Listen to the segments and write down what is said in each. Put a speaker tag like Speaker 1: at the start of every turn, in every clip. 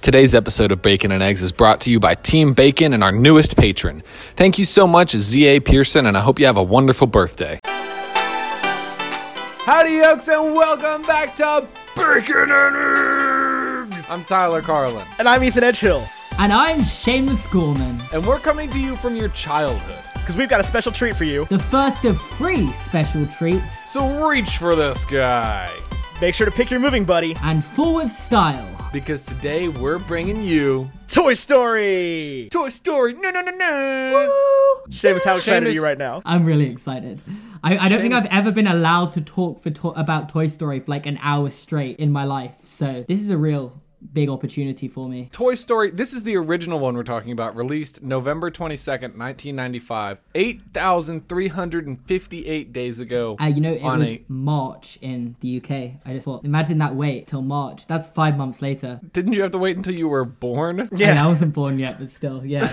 Speaker 1: Today's episode of Bacon and Eggs is brought to you by Team Bacon and our newest patron. Thank you so much, Z.A. Pearson, and I hope you have a wonderful birthday.
Speaker 2: Howdy, yokes, and welcome back to Bacon and Eggs! I'm Tyler Carlin,
Speaker 3: And I'm Ethan Edgehill,
Speaker 4: And I'm Seamus Gorman,
Speaker 1: And we're coming to you from your childhood.
Speaker 3: because we've got a special treat for you.
Speaker 4: the first of three special treats,
Speaker 1: So reach for this guy.
Speaker 3: Make sure to pick your moving buddy.
Speaker 4: and full of style.
Speaker 1: Because today we're bringing you
Speaker 3: Toy Story!
Speaker 1: Toy Story. No, no, no, no.
Speaker 3: Seamus, how excited are
Speaker 1: Seamus-
Speaker 3: you right now?
Speaker 4: I'm really excited. I, I don't think
Speaker 1: Seamus-
Speaker 4: I've ever been allowed to talk for to- about Toy Story for like an hour straight in my life, so this is a real big opportunity for me.
Speaker 1: Toy Story. This is the original one we're talking about, released November 22nd, 1995, 8,358 days ago.
Speaker 4: Uh, you know, it
Speaker 1: on
Speaker 4: was
Speaker 1: a-
Speaker 4: March in the UK. I just thought, imagine that wait till March. That's five months later.
Speaker 1: Didn't you have to wait until you were born?
Speaker 4: Yeah. I wasn't born yet, but still, yeah.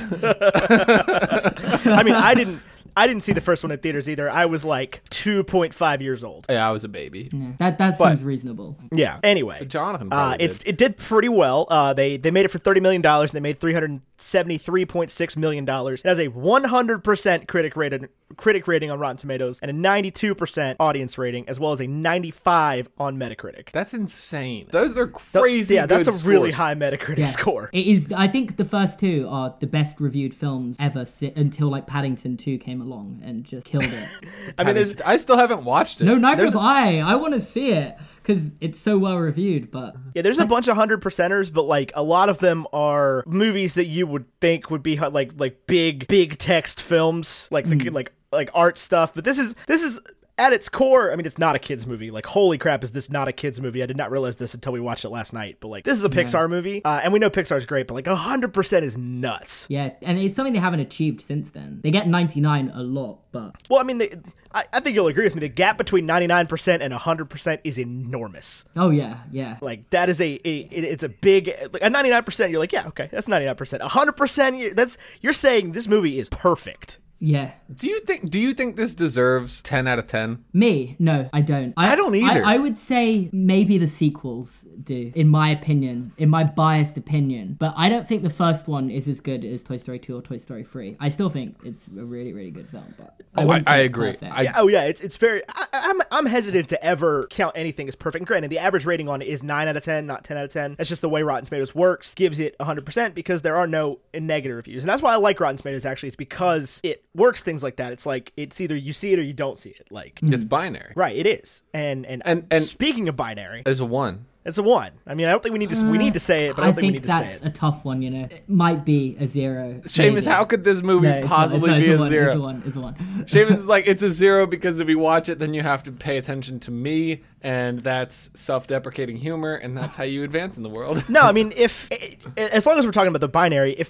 Speaker 3: I mean, I didn't. I didn't see the first one in theaters either. I was like 2.5 years old.
Speaker 1: Yeah, I was a baby.
Speaker 4: That, that
Speaker 1: But-
Speaker 4: seems reasonable.
Speaker 3: Yeah. Anyway,
Speaker 1: Jonathan probably
Speaker 3: uh, it's
Speaker 1: did.
Speaker 3: it did pretty well. Uh, they they made it for 30 million dollars and they made 373.6 million dollars. It has a 100% critic rated critic rating on Rotten Tomatoes and a 92% audience rating, as well as a 95 on Metacritic.
Speaker 1: That's insane. Those are crazy.
Speaker 3: yeah, that's
Speaker 1: good
Speaker 3: a really
Speaker 1: scores.
Speaker 3: high Metacritic
Speaker 4: Yeah.
Speaker 3: score.
Speaker 4: It is. I think the first two are the best reviewed films ever si- until like Paddington Two came along and just killed it.
Speaker 3: I mean, there's
Speaker 1: I still haven't watched it.
Speaker 4: no, neither have I. I want to see it because it's so well reviewed. But
Speaker 3: yeah, there's a bunch of hundred percenters, but like a lot of them are movies that you would think would be hu- like like big big text films, like the like like art stuff. But this is this is at its core. I mean, it's not a kids movie. Like, holy crap, is this not a kids movie? I did not realize this until we watched it last night. But like, this is a Pixar movie, uh, and we know Pixar's great, but like hundred percent is nuts.
Speaker 4: yeah, and it's something they haven't achieved since then. They get 99 a lot, but
Speaker 3: Well, I mean, they, I, I think you'll agree with me. The gap between ninety nine percent and hundred percent is enormous.
Speaker 4: oh yeah, yeah.
Speaker 3: Like that is a, a it, it's a big like at ninety nine percent you're like yeah okay that's ninety nine percent hundred percent that's you're saying this movie is perfect.
Speaker 4: Yeah,
Speaker 1: Do you think? Do you think this deserves ten out of ten?
Speaker 4: me? No, I don't. I,
Speaker 1: I don't either.
Speaker 4: I, would say maybe the sequels do, in my opinion, in my biased opinion. But I don't think the first one is as good as Toy Story Two or Toy Story Three. I still think it's a really, really good film. But I,
Speaker 1: Oh, I,
Speaker 4: wouldn't say
Speaker 1: I
Speaker 4: it's
Speaker 1: agree.
Speaker 4: perfect.
Speaker 1: I,
Speaker 3: Yeah, oh yeah it's it's very I, I'm I'm hesitant to ever count anything as perfect. And granted, the average rating on it is nine out of ten, not ten out of ten. That's just the way Rotten Tomatoes works. Gives it hundred percent because there are no negative reviews, and that's why I like Rotten Tomatoes. Actually, it's because it works things like that. It's like it's either you see it or you don't see it. Like
Speaker 1: it's binary.
Speaker 3: right, it is. And and
Speaker 1: And- and-
Speaker 3: speaking of binary,
Speaker 1: It's a one.
Speaker 3: it's a one. I mean, I don't think we need to we need to say it, but I
Speaker 4: I
Speaker 3: don't think,
Speaker 4: think
Speaker 3: we need to say
Speaker 4: that's
Speaker 3: it.
Speaker 4: a tough one, you know. It might be a zero.
Speaker 1: Seamus, how could this movie possibly be a
Speaker 4: It's a
Speaker 1: zero?
Speaker 4: one. It's a one.
Speaker 1: Seamus is like, it's a zero because if you watch it, then you have to pay attention to me, and that's self-deprecating humor, and that's how you advance in the world.
Speaker 3: No, I mean, if eh, as long as we're talking about the binary, if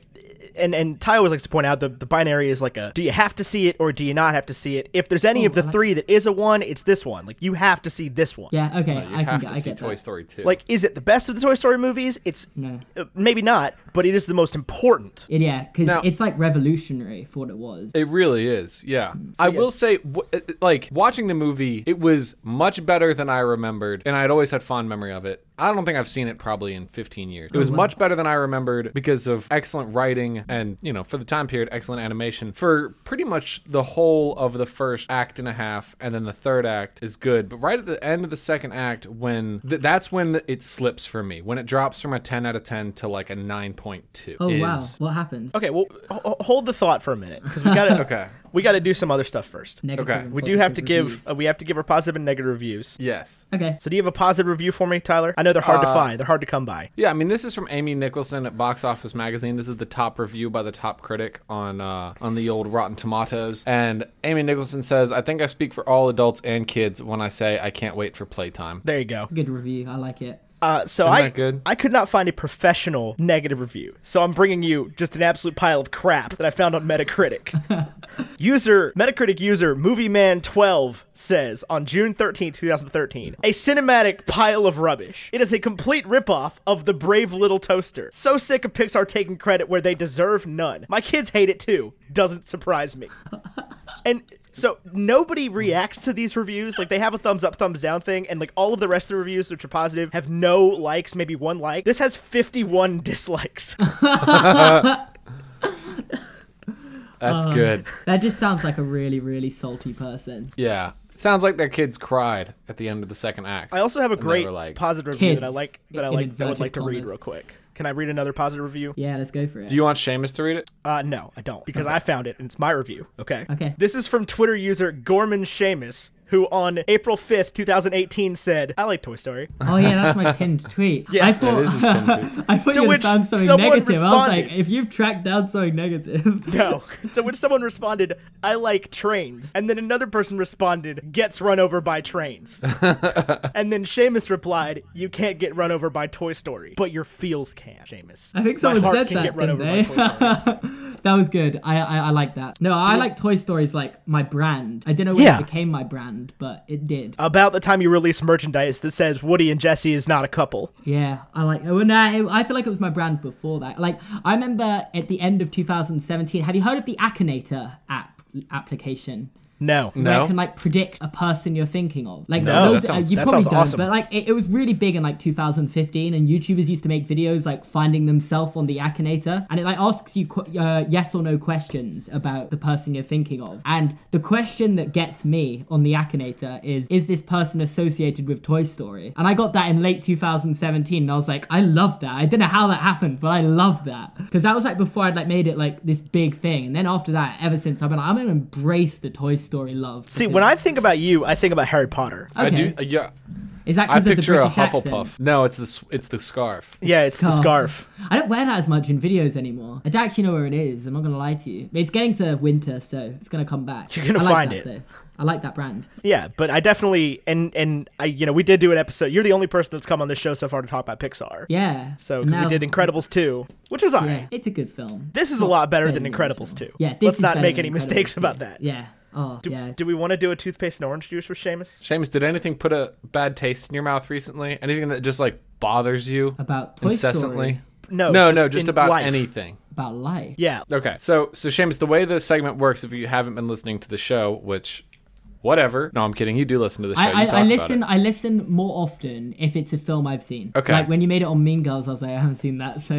Speaker 3: and and Ty always likes to point out the the binary is like a do you have to see it or do you not have to see it? If there's any of the three that is a one, it's this one. Like you have to see this one.
Speaker 4: Yeah. Okay.
Speaker 1: You
Speaker 4: I can
Speaker 1: have
Speaker 4: get.
Speaker 1: to
Speaker 4: I
Speaker 1: see
Speaker 4: get
Speaker 1: Toy
Speaker 4: that.
Speaker 1: Story two.
Speaker 3: Like, is it the best of the Toy Story movies? It's
Speaker 4: No.
Speaker 3: uh, maybe not, but it is the most important.
Speaker 4: It, yeah, because
Speaker 1: Now-
Speaker 4: it's like revolutionary for what it was.
Speaker 1: It really is, yeah.
Speaker 4: Mm,
Speaker 1: I will say, w- uh, like watching the movie, it was much better than I remembered, and I'd always had fond memory of it. I don't think I've seen it probably in 15 years.
Speaker 4: Oh,
Speaker 1: It was much better than I remembered because of excellent writing and, you know, for the time period, excellent animation. For pretty much the whole of the first act and a half, and then the third act is good. But right at the end of the second act, when th- that's when it slips for me, when it drops from a 10 out of 10 to like a 9.2.
Speaker 4: oh
Speaker 1: is-
Speaker 4: wow! What happened?
Speaker 3: Okay, well, h- h- hold the thought for a minute because we got to
Speaker 1: Okay.
Speaker 3: we got to do some other stuff first.
Speaker 4: Negative
Speaker 1: okay.
Speaker 4: and
Speaker 3: We do have to
Speaker 4: positive
Speaker 3: give
Speaker 4: reviews.
Speaker 3: uh, we have to give our positive and negative reviews.
Speaker 1: Yes.
Speaker 4: Okay.
Speaker 3: So do you have a positive review for me, Tyler? I know they're hard to
Speaker 1: Uh,
Speaker 3: find. They're hard to come by.
Speaker 1: Yeah, I mean, this is from Amy Nicholson at Box Office Magazine. This is the top review by the top critic on uh, on the old Rotten Tomatoes. And Amy Nicholson says, "I think I speak for all adults and kids when I say I can't wait for playtime."
Speaker 3: There you go.
Speaker 4: Good review. I like it.
Speaker 3: Uh, so
Speaker 1: Isn't
Speaker 3: I
Speaker 1: that good?
Speaker 3: I could not find a professional negative review, so I'm bringing you just an absolute pile of crap that I found on Metacritic. user Metacritic user MovieMan12 says on June 13, 2013, a cinematic pile of rubbish. It is a complete ripoff of the Brave Little Toaster. So sick of Pixar taking credit where they deserve none. My kids hate it too. Doesn't surprise me. And So nobody reacts to these reviews. Like they have a thumbs up, thumbs down thing, and like all of the rest of the reviews, which are positive, have no likes, maybe one like. This has 51 dislikes.
Speaker 1: That's
Speaker 4: Uh.
Speaker 1: good.
Speaker 4: That just sounds like a really, really salty person.
Speaker 1: Yeah. Sounds like their kids cried at the end of the second act.
Speaker 3: I also have a great
Speaker 1: were like,
Speaker 3: positive review that I
Speaker 4: "Kids,"
Speaker 3: like that I
Speaker 4: in
Speaker 3: like that I would
Speaker 4: inverted
Speaker 3: like to read
Speaker 4: commas.
Speaker 3: real quick. Can I read another positive review?
Speaker 4: Yeah, let's go for it.
Speaker 1: Do you want Seamus to read it?
Speaker 3: Uh, no, I don't, because I found it and it's my review. Okay.
Speaker 4: Okay.
Speaker 3: This is from Twitter user Gorman Seamus, who on April 5th, 2018 said, I like Toy Story.
Speaker 4: oh yeah, that's my pinned tweet.
Speaker 3: Yeah.
Speaker 4: I
Speaker 1: It is
Speaker 4: thought
Speaker 1: his pin tweet.
Speaker 4: I thought
Speaker 3: To
Speaker 4: you
Speaker 3: which
Speaker 4: had found something
Speaker 3: someone
Speaker 4: negative. I was like,
Speaker 3: responded.
Speaker 4: if you've tracked down something negative,
Speaker 3: No. so when someone responded, I like trains. And then another person responded, gets run over by trains. and then Seamus replied, You can't get run over by Toy Story, but your feels can, Seamus.
Speaker 4: I think
Speaker 3: My
Speaker 4: someone
Speaker 3: heart
Speaker 4: said
Speaker 3: can
Speaker 4: that.
Speaker 3: get run over
Speaker 4: didn't
Speaker 3: by
Speaker 4: they?
Speaker 3: Toy Story.
Speaker 4: that was good. I, I I like that. No, I like Toy Stories like my brand. I don't know when
Speaker 3: Yeah.
Speaker 4: it became my brand, but it did.
Speaker 3: About the time you release merchandise that says Woody and Jesse is not a couple.
Speaker 4: Yeah, I like. Well, no, I feel like it was my brand before that. Like, I remember at the end of 2017. Have you heard of the Akinator app application?
Speaker 3: No.
Speaker 4: Where
Speaker 1: No.
Speaker 4: it can like predict a person you're thinking of. Like,
Speaker 3: No,
Speaker 4: those-
Speaker 3: that
Speaker 1: sounds-
Speaker 4: you
Speaker 3: that
Speaker 4: probably
Speaker 3: sounds
Speaker 4: don't,
Speaker 3: awesome.
Speaker 4: but like it, it was really big in like 2015, and YouTubers used to make videos like finding themselves on the Akinator, and it like asks you qu- uh, yes or no questions about the person you're thinking of. And the question that gets me on the Akinator is, is this person associated with Toy Story? And I got that in late 2017, and I was like, I love that. I don't know how that happened, but I love that because that was like before I'd like made it like this big thing, and then after that, ever since I've been, like, I'm gonna embrace the Toy Story love.
Speaker 3: See, when I think about you, I think about Harry Potter.
Speaker 1: I
Speaker 4: Okay.
Speaker 1: do. uh, Yeah.
Speaker 4: is that
Speaker 1: I
Speaker 4: 'cause of the
Speaker 1: picture a
Speaker 4: British accent?
Speaker 1: Hufflepuff. No, it's the s- it's the scarf.
Speaker 3: Yeah, it's the scarf.
Speaker 4: I don't wear that as much in videos anymore. I don't actually know where it is. I'm not gonna lie to you. It's getting to winter, so it's gonna come back.
Speaker 3: You're gonna
Speaker 4: I like
Speaker 3: find
Speaker 4: that,
Speaker 3: it.
Speaker 4: Though. I like that brand.
Speaker 3: Yeah, but I definitely and and I you know we did do an episode. You're the only person that's come on this show so far to talk about Pixar.
Speaker 4: Yeah.
Speaker 3: So 'cause
Speaker 4: And now-
Speaker 3: we did Incredibles 2, which was alright.
Speaker 4: Yeah, it's a good film.
Speaker 3: This is a lot better than
Speaker 4: than
Speaker 3: Incredibles
Speaker 4: original.
Speaker 3: 2.
Speaker 4: Yeah, this
Speaker 3: let's
Speaker 4: is
Speaker 3: not
Speaker 4: better
Speaker 3: make
Speaker 4: than
Speaker 3: any mistakes
Speaker 4: Incredibles
Speaker 3: about
Speaker 4: 2.
Speaker 3: that.
Speaker 4: Yeah. Oh, yeah.
Speaker 3: Do we want to do a toothpaste and orange juice with Seamus?
Speaker 1: Seamus, did anything put a bad taste in your mouth recently? Anything that just like bothers you
Speaker 4: about Toy
Speaker 1: incessantly?
Speaker 4: Story.
Speaker 3: No,
Speaker 4: Oh,
Speaker 1: no,
Speaker 3: just
Speaker 1: no, just
Speaker 3: in
Speaker 1: about
Speaker 3: life.
Speaker 1: anything.
Speaker 4: About life.
Speaker 3: Yeah,
Speaker 1: Okay. So, so Seamus, the way the segment works, if you haven't been listening to the show, which, whatever. No, I'm kidding. You do listen to the show.
Speaker 4: I, I,
Speaker 1: you talk
Speaker 4: I
Speaker 1: about it.
Speaker 4: listen. I listen more often if it's a film I've seen.
Speaker 1: Okay.
Speaker 4: Like when you made it on Mean Girls, I was like, I haven't seen that. So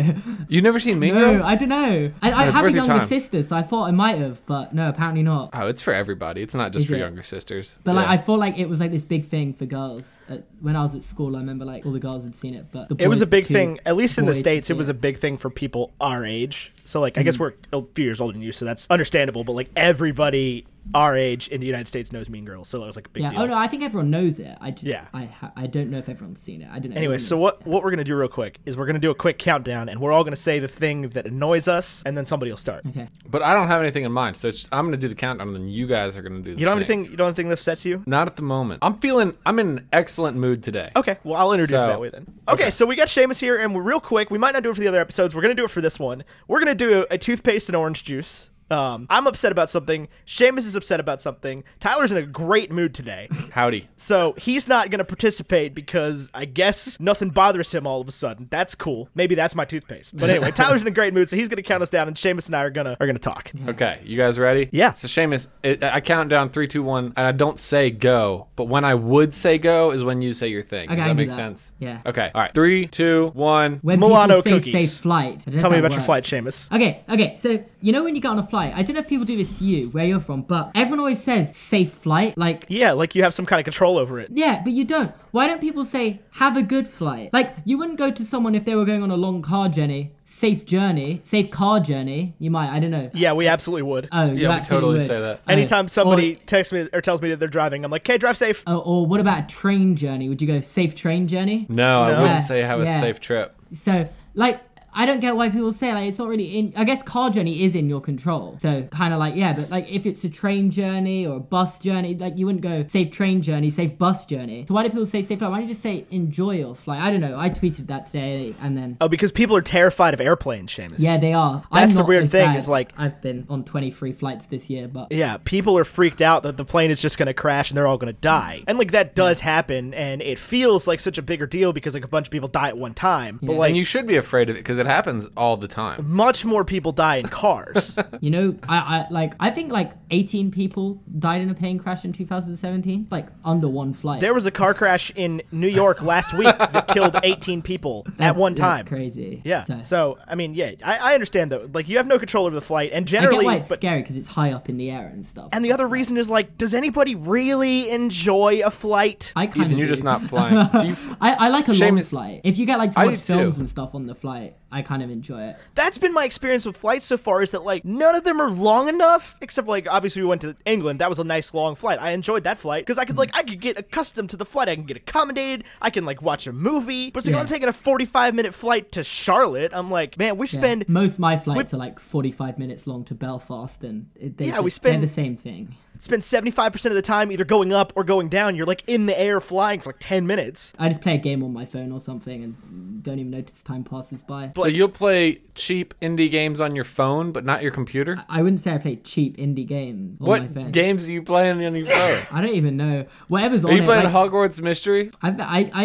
Speaker 1: You've never seen Mean
Speaker 4: no,
Speaker 1: Girls?
Speaker 4: I don't know. I, I
Speaker 1: it's
Speaker 4: have a
Speaker 1: worth your
Speaker 4: younger
Speaker 1: time.
Speaker 4: sister, so I thought I might have, but no, apparently not.
Speaker 1: Oh, it's for everybody. It's not just
Speaker 4: Is
Speaker 1: for
Speaker 4: it?
Speaker 1: younger sisters.
Speaker 4: But like,
Speaker 1: Yeah.
Speaker 4: I felt like it was like this big thing for girls. At, when I was at school, I remember like all the girls had seen it, but the
Speaker 3: it was
Speaker 4: boys
Speaker 3: a big
Speaker 4: too.
Speaker 3: thing. At least in the
Speaker 4: boys
Speaker 3: states, it
Speaker 4: too.
Speaker 3: was a big thing for people our age. So like, I
Speaker 4: Mm.
Speaker 3: guess we're a few years older than you, so that's understandable. But like, everybody our age in the United States knows Mean Girls, so that was like a big
Speaker 4: Yeah.
Speaker 3: deal.
Speaker 4: Oh no, I think everyone knows it. I just
Speaker 3: Yeah.
Speaker 4: I ha- I don't know if everyone's seen it. I don't know.
Speaker 3: Anyway, so what what we're gonna do real quick is we're gonna do a quick countdown, and we're all gonna say the thing that annoys us, and then somebody will start.
Speaker 4: Okay.
Speaker 1: But I don't have anything in mind, so it's, I'm going to do the countdown, and then you guys are going to do. The
Speaker 3: You don't have
Speaker 1: thing.
Speaker 3: anything. You don't have anything that upsets you.
Speaker 1: Not at the moment. I'm feeling. I'm in an excellent mood today.
Speaker 3: Okay, well I'll introduce
Speaker 1: So-
Speaker 3: that way then. Okay, so we got Seamus here, and we're real quick. We might not do it for the other episodes. We're gonna do it for this one. We're gonna do a, toothpaste and orange juice. Um, I'm upset about something. Seamus is upset about something. Tyler's in a great mood today,
Speaker 1: Howdy.
Speaker 3: so he's not gonna participate because I guess nothing bothers him all of a sudden. That's cool. Maybe that's my toothpaste. But anyway, Tyler's in a great mood, so he's gonna count us down, and Seamus and I are gonna are gonna talk.
Speaker 1: Okay, you guys ready?
Speaker 3: Yeah.
Speaker 1: So Seamus, it, I count down three, two, one, and I don't say go, but when I would say go is when you say your thing.
Speaker 4: Okay,
Speaker 1: Does that
Speaker 4: I can do
Speaker 1: make
Speaker 4: that.
Speaker 1: sense?
Speaker 4: Yeah.
Speaker 1: Okay. All right. Three, two, one.
Speaker 4: When
Speaker 3: Milano
Speaker 4: people say,
Speaker 3: cookies.
Speaker 4: say flight. I don't know
Speaker 3: Tell
Speaker 4: if
Speaker 3: me
Speaker 4: that
Speaker 3: about your
Speaker 4: works.
Speaker 3: flight, Seamus.
Speaker 4: Okay, okay. So you know when you get on a flight, I don't know if people do this to you where you're from, but everyone always says safe flight. Like
Speaker 3: Yeah, like you have some kind of control over it.
Speaker 4: Yeah, but you don't. Why don't people say, have a good flight? Like, you wouldn't go to someone if they were going on a long car journey, safe journey, safe car journey. You might, I don't know.
Speaker 3: Yeah, we absolutely would.
Speaker 4: Oh, you
Speaker 1: we
Speaker 4: absolutely
Speaker 1: totally
Speaker 4: would.
Speaker 1: say that.
Speaker 4: Oh,
Speaker 3: Anytime somebody
Speaker 4: Or,
Speaker 3: texts me or tells me that they're driving, I'm like, "Okay, drive safe."
Speaker 4: oh, or what about a train journey? Would you go safe train journey?
Speaker 1: No, I
Speaker 3: No.
Speaker 1: wouldn't say have a
Speaker 4: Yeah.
Speaker 1: safe trip.
Speaker 4: So, like, I don't get why people say like it's not really in. I guess car journey is in your control. So kind of like yeah, but like if it's a train journey or a bus journey, like you wouldn't go safe train journey, safe bus journey. So why do people say safe flight? Why don't you just say enjoy your flight? I don't know. I tweeted that today and then
Speaker 3: Oh, because people are terrified of airplanes, Seamus.
Speaker 4: Yeah, they are.
Speaker 3: That's
Speaker 4: I'm
Speaker 3: the
Speaker 4: not
Speaker 3: weird
Speaker 4: as
Speaker 3: thing,
Speaker 4: bad.
Speaker 3: is, like-
Speaker 4: I've been on 23 flights this year, but
Speaker 3: Yeah, people are freaked out that the plane is just going to crash and they're all going to die. And like that does happen and it feels like such a bigger deal because like a bunch of people die at one time. But
Speaker 4: Yeah.
Speaker 3: like
Speaker 1: And you should be afraid of it because it happens all the time.
Speaker 3: Much more people die in cars.
Speaker 4: You know, I, I like I think like 18 people died in a plane crash in 2017. Like under one flight.
Speaker 3: there was a car crash in New York last week that killed 18 people at
Speaker 4: That's-
Speaker 3: one
Speaker 4: it's
Speaker 3: time.
Speaker 4: crazy.
Speaker 3: Yeah.
Speaker 4: So,
Speaker 3: So I mean, yeah, I, I understand though. Like you have no control over the flight, and
Speaker 4: I get
Speaker 3: generally,
Speaker 4: why it's
Speaker 3: but
Speaker 4: scary because it's high up in the air and stuff.
Speaker 3: and the other reason is like, does anybody really enjoy a flight?
Speaker 4: I kind
Speaker 1: Ethan,
Speaker 4: of
Speaker 1: you're just not flying. Do you f-
Speaker 4: I, I like a
Speaker 1: Shame
Speaker 4: long
Speaker 1: is-
Speaker 4: flight. If you get like to
Speaker 1: I
Speaker 4: watch
Speaker 1: do too.
Speaker 4: films and stuff on the flight, I kind of enjoy it.
Speaker 3: That's been my experience with flights so far. Is that like none of them are long enough, except for, like obviously we went to England. That was a nice long flight. I enjoyed that flight because I could like I could get accustomed to the flight. I can get accommodated. I can like watch a movie. But it's like
Speaker 4: Yeah.
Speaker 3: I'm taking a 45 minute flight to Charlotte. I'm like, man, we
Speaker 4: Yeah.
Speaker 3: spend
Speaker 4: Most of my flights are like 45 minutes long to Belfast, and it- they,
Speaker 3: Yeah, we
Speaker 4: just- they're
Speaker 3: spend-
Speaker 4: the same thing.
Speaker 3: spend 75% of the time either going up or going down. You're like in the air flying for like 10 minutes.
Speaker 4: I just play a game on my phone or something and don't even notice time passes by.
Speaker 1: so you'll play cheap indie games on your phone, but not your computer.
Speaker 4: I wouldn't say I play cheap indie game on Uh, my phone.
Speaker 1: What games do you play on your phone?
Speaker 4: I don't even know. Whatever's on
Speaker 1: Are you
Speaker 4: it,
Speaker 1: playing
Speaker 4: like-
Speaker 1: Hogwarts Mystery?
Speaker 4: I, I, I,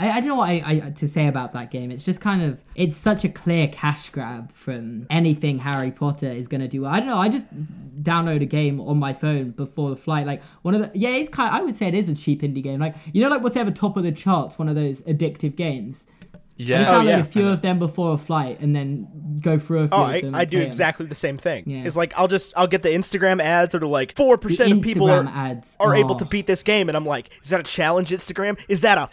Speaker 4: I, I don't know what I, I to say about that game. It's just kind of it's such a clear cash grab from anything Harry Potter is gonna do. I don't know. I just download a game on my phone before the flight. Like one of the yeah, it's kind. I would say it is a cheap indie game. Like you know, like whatever top of the charts, one of those addictive games. I just
Speaker 1: Yeah.
Speaker 4: download
Speaker 3: yeah.
Speaker 4: a few of them before a flight and then go through a few
Speaker 3: Oh,
Speaker 4: of
Speaker 3: I,
Speaker 4: them.
Speaker 3: I
Speaker 4: and
Speaker 3: do
Speaker 4: play 'em.
Speaker 3: exactly the same thing.
Speaker 4: Yeah.
Speaker 3: It's like I'll just I'll get the Instagram ads that are like four percent of people are
Speaker 4: Instagram ads.
Speaker 3: are able
Speaker 4: Oh.
Speaker 3: to beat this game, and I'm like, is that a challenge? Instagram? Is that a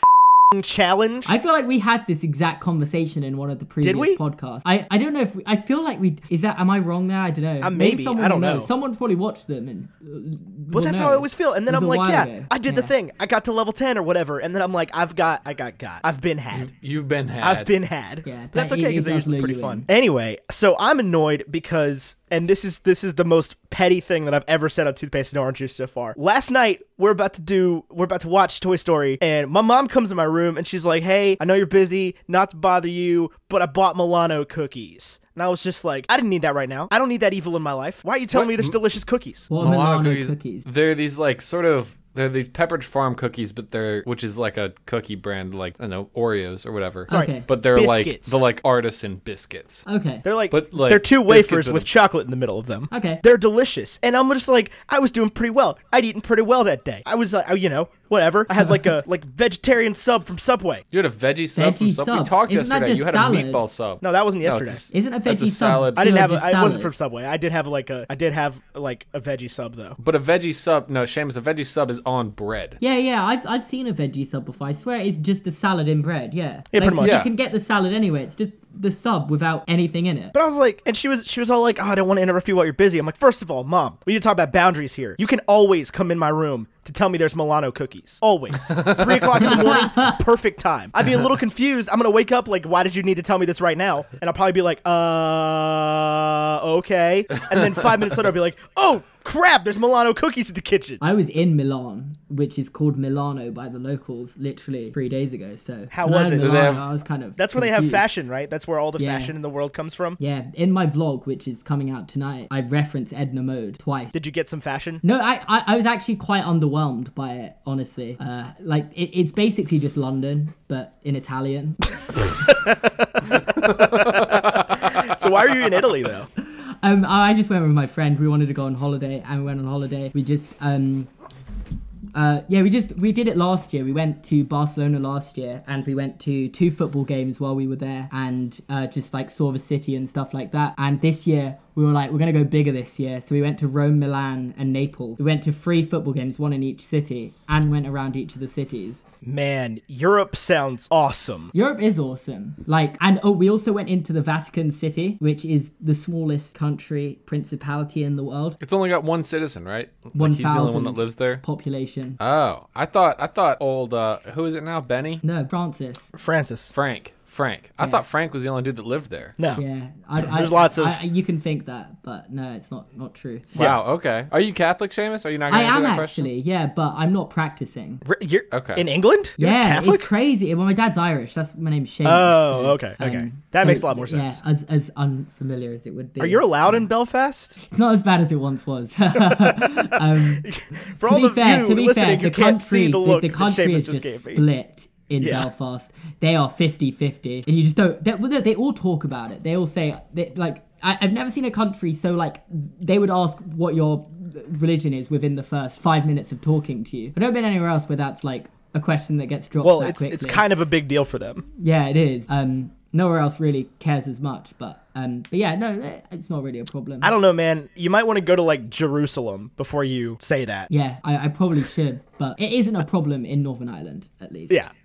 Speaker 3: fing challenge?
Speaker 4: I feel like we had this exact conversation in one of the previous
Speaker 3: we?
Speaker 4: podcasts. I, I don't know if we, I feel like we is that am I wrong there? I don't know.
Speaker 3: Uh, maybe. I
Speaker 4: will
Speaker 3: don't know.
Speaker 4: Someone probably watched them and uh,
Speaker 3: but that's how I always feel. And then
Speaker 4: It was
Speaker 3: I'm
Speaker 4: a
Speaker 3: like,
Speaker 4: while
Speaker 3: yeah,
Speaker 4: ago.
Speaker 3: I did the
Speaker 4: Yeah.
Speaker 3: thing. I got to level ten or whatever, and then I'm like, I've got I got got. I've been
Speaker 4: Mm-hmm.
Speaker 3: had.
Speaker 1: You've been had.
Speaker 3: I've been had.
Speaker 4: Yeah,
Speaker 3: But that's
Speaker 4: that-
Speaker 3: okay
Speaker 4: it- it
Speaker 3: because they're
Speaker 4: does
Speaker 3: usually
Speaker 4: lure
Speaker 3: pretty
Speaker 4: you
Speaker 3: fun.
Speaker 4: in.
Speaker 3: Anyway, so I'm annoyed because, and this is this is the most petty thing that I've ever said on toothpaste and orange juice so far. Last night we're about to do we're about to watch Toy Story, and my mom comes in my room and she's like, "Hey, I know you're busy, not to bother you, but I bought Milano cookies." And I was just like, I didn't need that right now. I don't need that evil in my life. Why are you telling me there's delicious cookies?
Speaker 4: What are
Speaker 1: Milano
Speaker 4: Milano cookies?
Speaker 1: They're these like sort of they're these Pepperidge Farm cookies, but they're which is like a cookie brand like I don't know Oreos or whatever.
Speaker 4: Sorry. Okay.
Speaker 1: But they're
Speaker 3: Biscuits.
Speaker 1: like the like artisan biscuits.
Speaker 4: Okay.
Speaker 3: They're like,
Speaker 1: But, like,
Speaker 3: they're two
Speaker 1: biscuits
Speaker 3: wafers
Speaker 1: with
Speaker 3: with
Speaker 1: them.
Speaker 3: chocolate in the middle of them.
Speaker 4: Okay.
Speaker 3: They're delicious, and I'm just like, I was doing pretty well. I'd eaten pretty well that day. I was like, you know, whatever. I had like a like vegetarian sub from Subway.
Speaker 1: You had a veggie sub from
Speaker 4: Veggie
Speaker 1: sub. We
Speaker 4: sub.
Speaker 1: talked
Speaker 4: Isn't that
Speaker 1: yesterday.
Speaker 4: just
Speaker 1: You had
Speaker 4: salad?
Speaker 1: a meatball sub.
Speaker 3: No, that wasn't
Speaker 1: No,
Speaker 3: yesterday.
Speaker 1: it's
Speaker 4: Isn't a
Speaker 1: that's
Speaker 4: veggie sub-
Speaker 1: salad.
Speaker 3: I didn't have. A,
Speaker 4: just
Speaker 3: I wasn't
Speaker 4: salad.
Speaker 3: from Subway. I did have like a. I did have like a veggie sub though.
Speaker 1: But a veggie sub, no, Seamus, a veggie sub is on bread.
Speaker 4: yeah, yeah, I've, I've seen a veggie sub before. I swear it's just the salad in bread. Yeah,
Speaker 3: Yeah, pretty much.
Speaker 4: You
Speaker 1: Yeah.
Speaker 4: can get the salad anyway. It's just the sub without anything in it.
Speaker 3: But I was like, and she was she was all like, oh, I don't want to interrupt you while you're busy. I'm like, first of all, mom, we need to talk about boundaries here. You can always come in my room to tell me there's Milano cookies. Always. Three o'clock in the morning, perfect time. I'd be a little confused. I'm gonna wake up like, why did you need to tell me this right now? And I'll probably be like, uh, okay. And then five minutes later, I'll be like, oh crap, there's Milano cookies in the kitchen.
Speaker 4: I was in Milan, which is called Milano by the locals, literally three days ago. So
Speaker 3: How
Speaker 4: when I
Speaker 3: was it? Did they
Speaker 4: Milano,
Speaker 1: have-
Speaker 4: I was kind of
Speaker 3: That's where they have
Speaker 4: confused.
Speaker 3: fashion, right? That's where all the
Speaker 4: Yeah.
Speaker 3: fashion in the world comes from.
Speaker 4: Yeah, in my vlog, which is coming out tonight, I reference Edna Mode twice.
Speaker 3: Did you get some fashion?
Speaker 4: No, I, I, I was actually quite underwhelmed by it, honestly. Uh, like, it, it's basically just London, but in Italian.
Speaker 3: So why are you in Italy though?
Speaker 4: um, I just went with my friend. We wanted to go on holiday, and we went on holiday. We just, um, uh, yeah, we just we did it last year. We went to Barcelona last year, and we went to two football games while we were there, and uh, just like saw the city and stuff like that. And this year we were like, we're gonna go bigger this year, so we went to Rome, Milan, and Naples. We went to three football games, one in each city, and went around each of the cities.
Speaker 3: Man, Europe sounds awesome.
Speaker 4: Europe is awesome. Like, and oh, we also went into the Vatican City, which is the smallest country principality in the world.
Speaker 1: It's only got one citizen, right?
Speaker 4: One
Speaker 1: like he's the only one that
Speaker 4: thousand.
Speaker 1: lives there.
Speaker 4: Population.
Speaker 1: Oh, I thought I thought old uh who is it now? Benny?
Speaker 4: No, Francis.
Speaker 3: Francis.
Speaker 1: Frank. Frank. I thought Frank was the only dude that lived there.
Speaker 3: No.
Speaker 4: Yeah, I, I,
Speaker 3: There's lots of-
Speaker 4: I, you can think that, but no, it's not not true.
Speaker 1: Wow, okay. Are you Catholic, Seamus? Are you not gonna
Speaker 4: I
Speaker 1: answer
Speaker 4: am
Speaker 1: that question?
Speaker 4: actually, yeah, but I'm not practicing.
Speaker 3: R- You're
Speaker 1: Okay.
Speaker 3: in England? You're
Speaker 4: yeah,
Speaker 3: Catholic?
Speaker 4: it's crazy. Well, my dad's Irish. That's my name's Shane.
Speaker 3: Oh, okay, okay. That makes a lot more sense. Oh,
Speaker 4: Yeah, as as unfamiliar as it would be.
Speaker 3: Are you allowed in Belfast?
Speaker 4: It's not as bad as it once was. um,
Speaker 3: For
Speaker 4: to
Speaker 3: all
Speaker 4: be
Speaker 3: of
Speaker 4: fair,
Speaker 3: you
Speaker 4: to be
Speaker 3: listening who
Speaker 4: fair, the
Speaker 3: can't see
Speaker 4: country,
Speaker 3: the look
Speaker 4: the,
Speaker 3: that
Speaker 4: country
Speaker 3: Seamus
Speaker 4: is
Speaker 3: just
Speaker 4: just
Speaker 3: gave me.
Speaker 4: split in
Speaker 3: Yeah.
Speaker 4: Belfast. They are 50-50. and you just don't. They, well, they- they all talk about it. They all say they, like I, I've never seen a country so like they would ask what your religion is within the first five minutes of talking to you. I've never been anywhere else where that's like a question that gets dropped.
Speaker 3: Well,
Speaker 4: that
Speaker 3: it's
Speaker 4: quickly.
Speaker 3: it's kind of a big deal for them.
Speaker 4: yeah, it is. Um, nowhere else really cares as much, but um, but yeah, no, eh, it's not really a problem.
Speaker 3: I don't know, man. You might want to go to like Jerusalem before you say that.
Speaker 4: yeah, I, I probably should, but it isn't a problem in Northern Ireland at least.
Speaker 3: Yeah.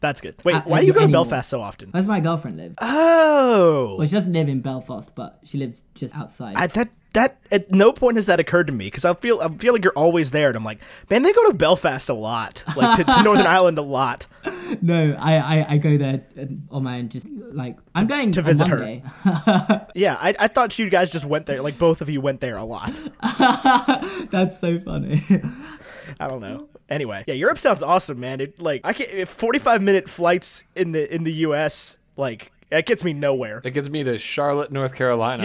Speaker 3: That's good. Wait,
Speaker 4: Uh,
Speaker 3: why do you go to
Speaker 4: anymore.
Speaker 3: Belfast so often?
Speaker 4: Where's my girlfriend lives?
Speaker 3: Oh.
Speaker 4: Well, she doesn't live in Belfast, but she lives just outside.
Speaker 3: I, that that at no point has that occurred to me because I feel I feel like you're always there, and I'm like, man, they go to Belfast a lot, like to, to Northern Ireland a lot.
Speaker 4: no, I, I, I go there um, on my own. Just like I'm going
Speaker 3: to
Speaker 4: on
Speaker 3: visit her.
Speaker 4: Monday.
Speaker 3: Yeah, I, I thought you guys just went there, like both of you went there a lot.
Speaker 4: That's so funny.
Speaker 3: I don't know. Anyway, yeah, Europe sounds awesome, man. It like I can not 45 minute flights in the in the U.S. like that gets me nowhere.
Speaker 1: It gets me to Charlotte, North Carolina.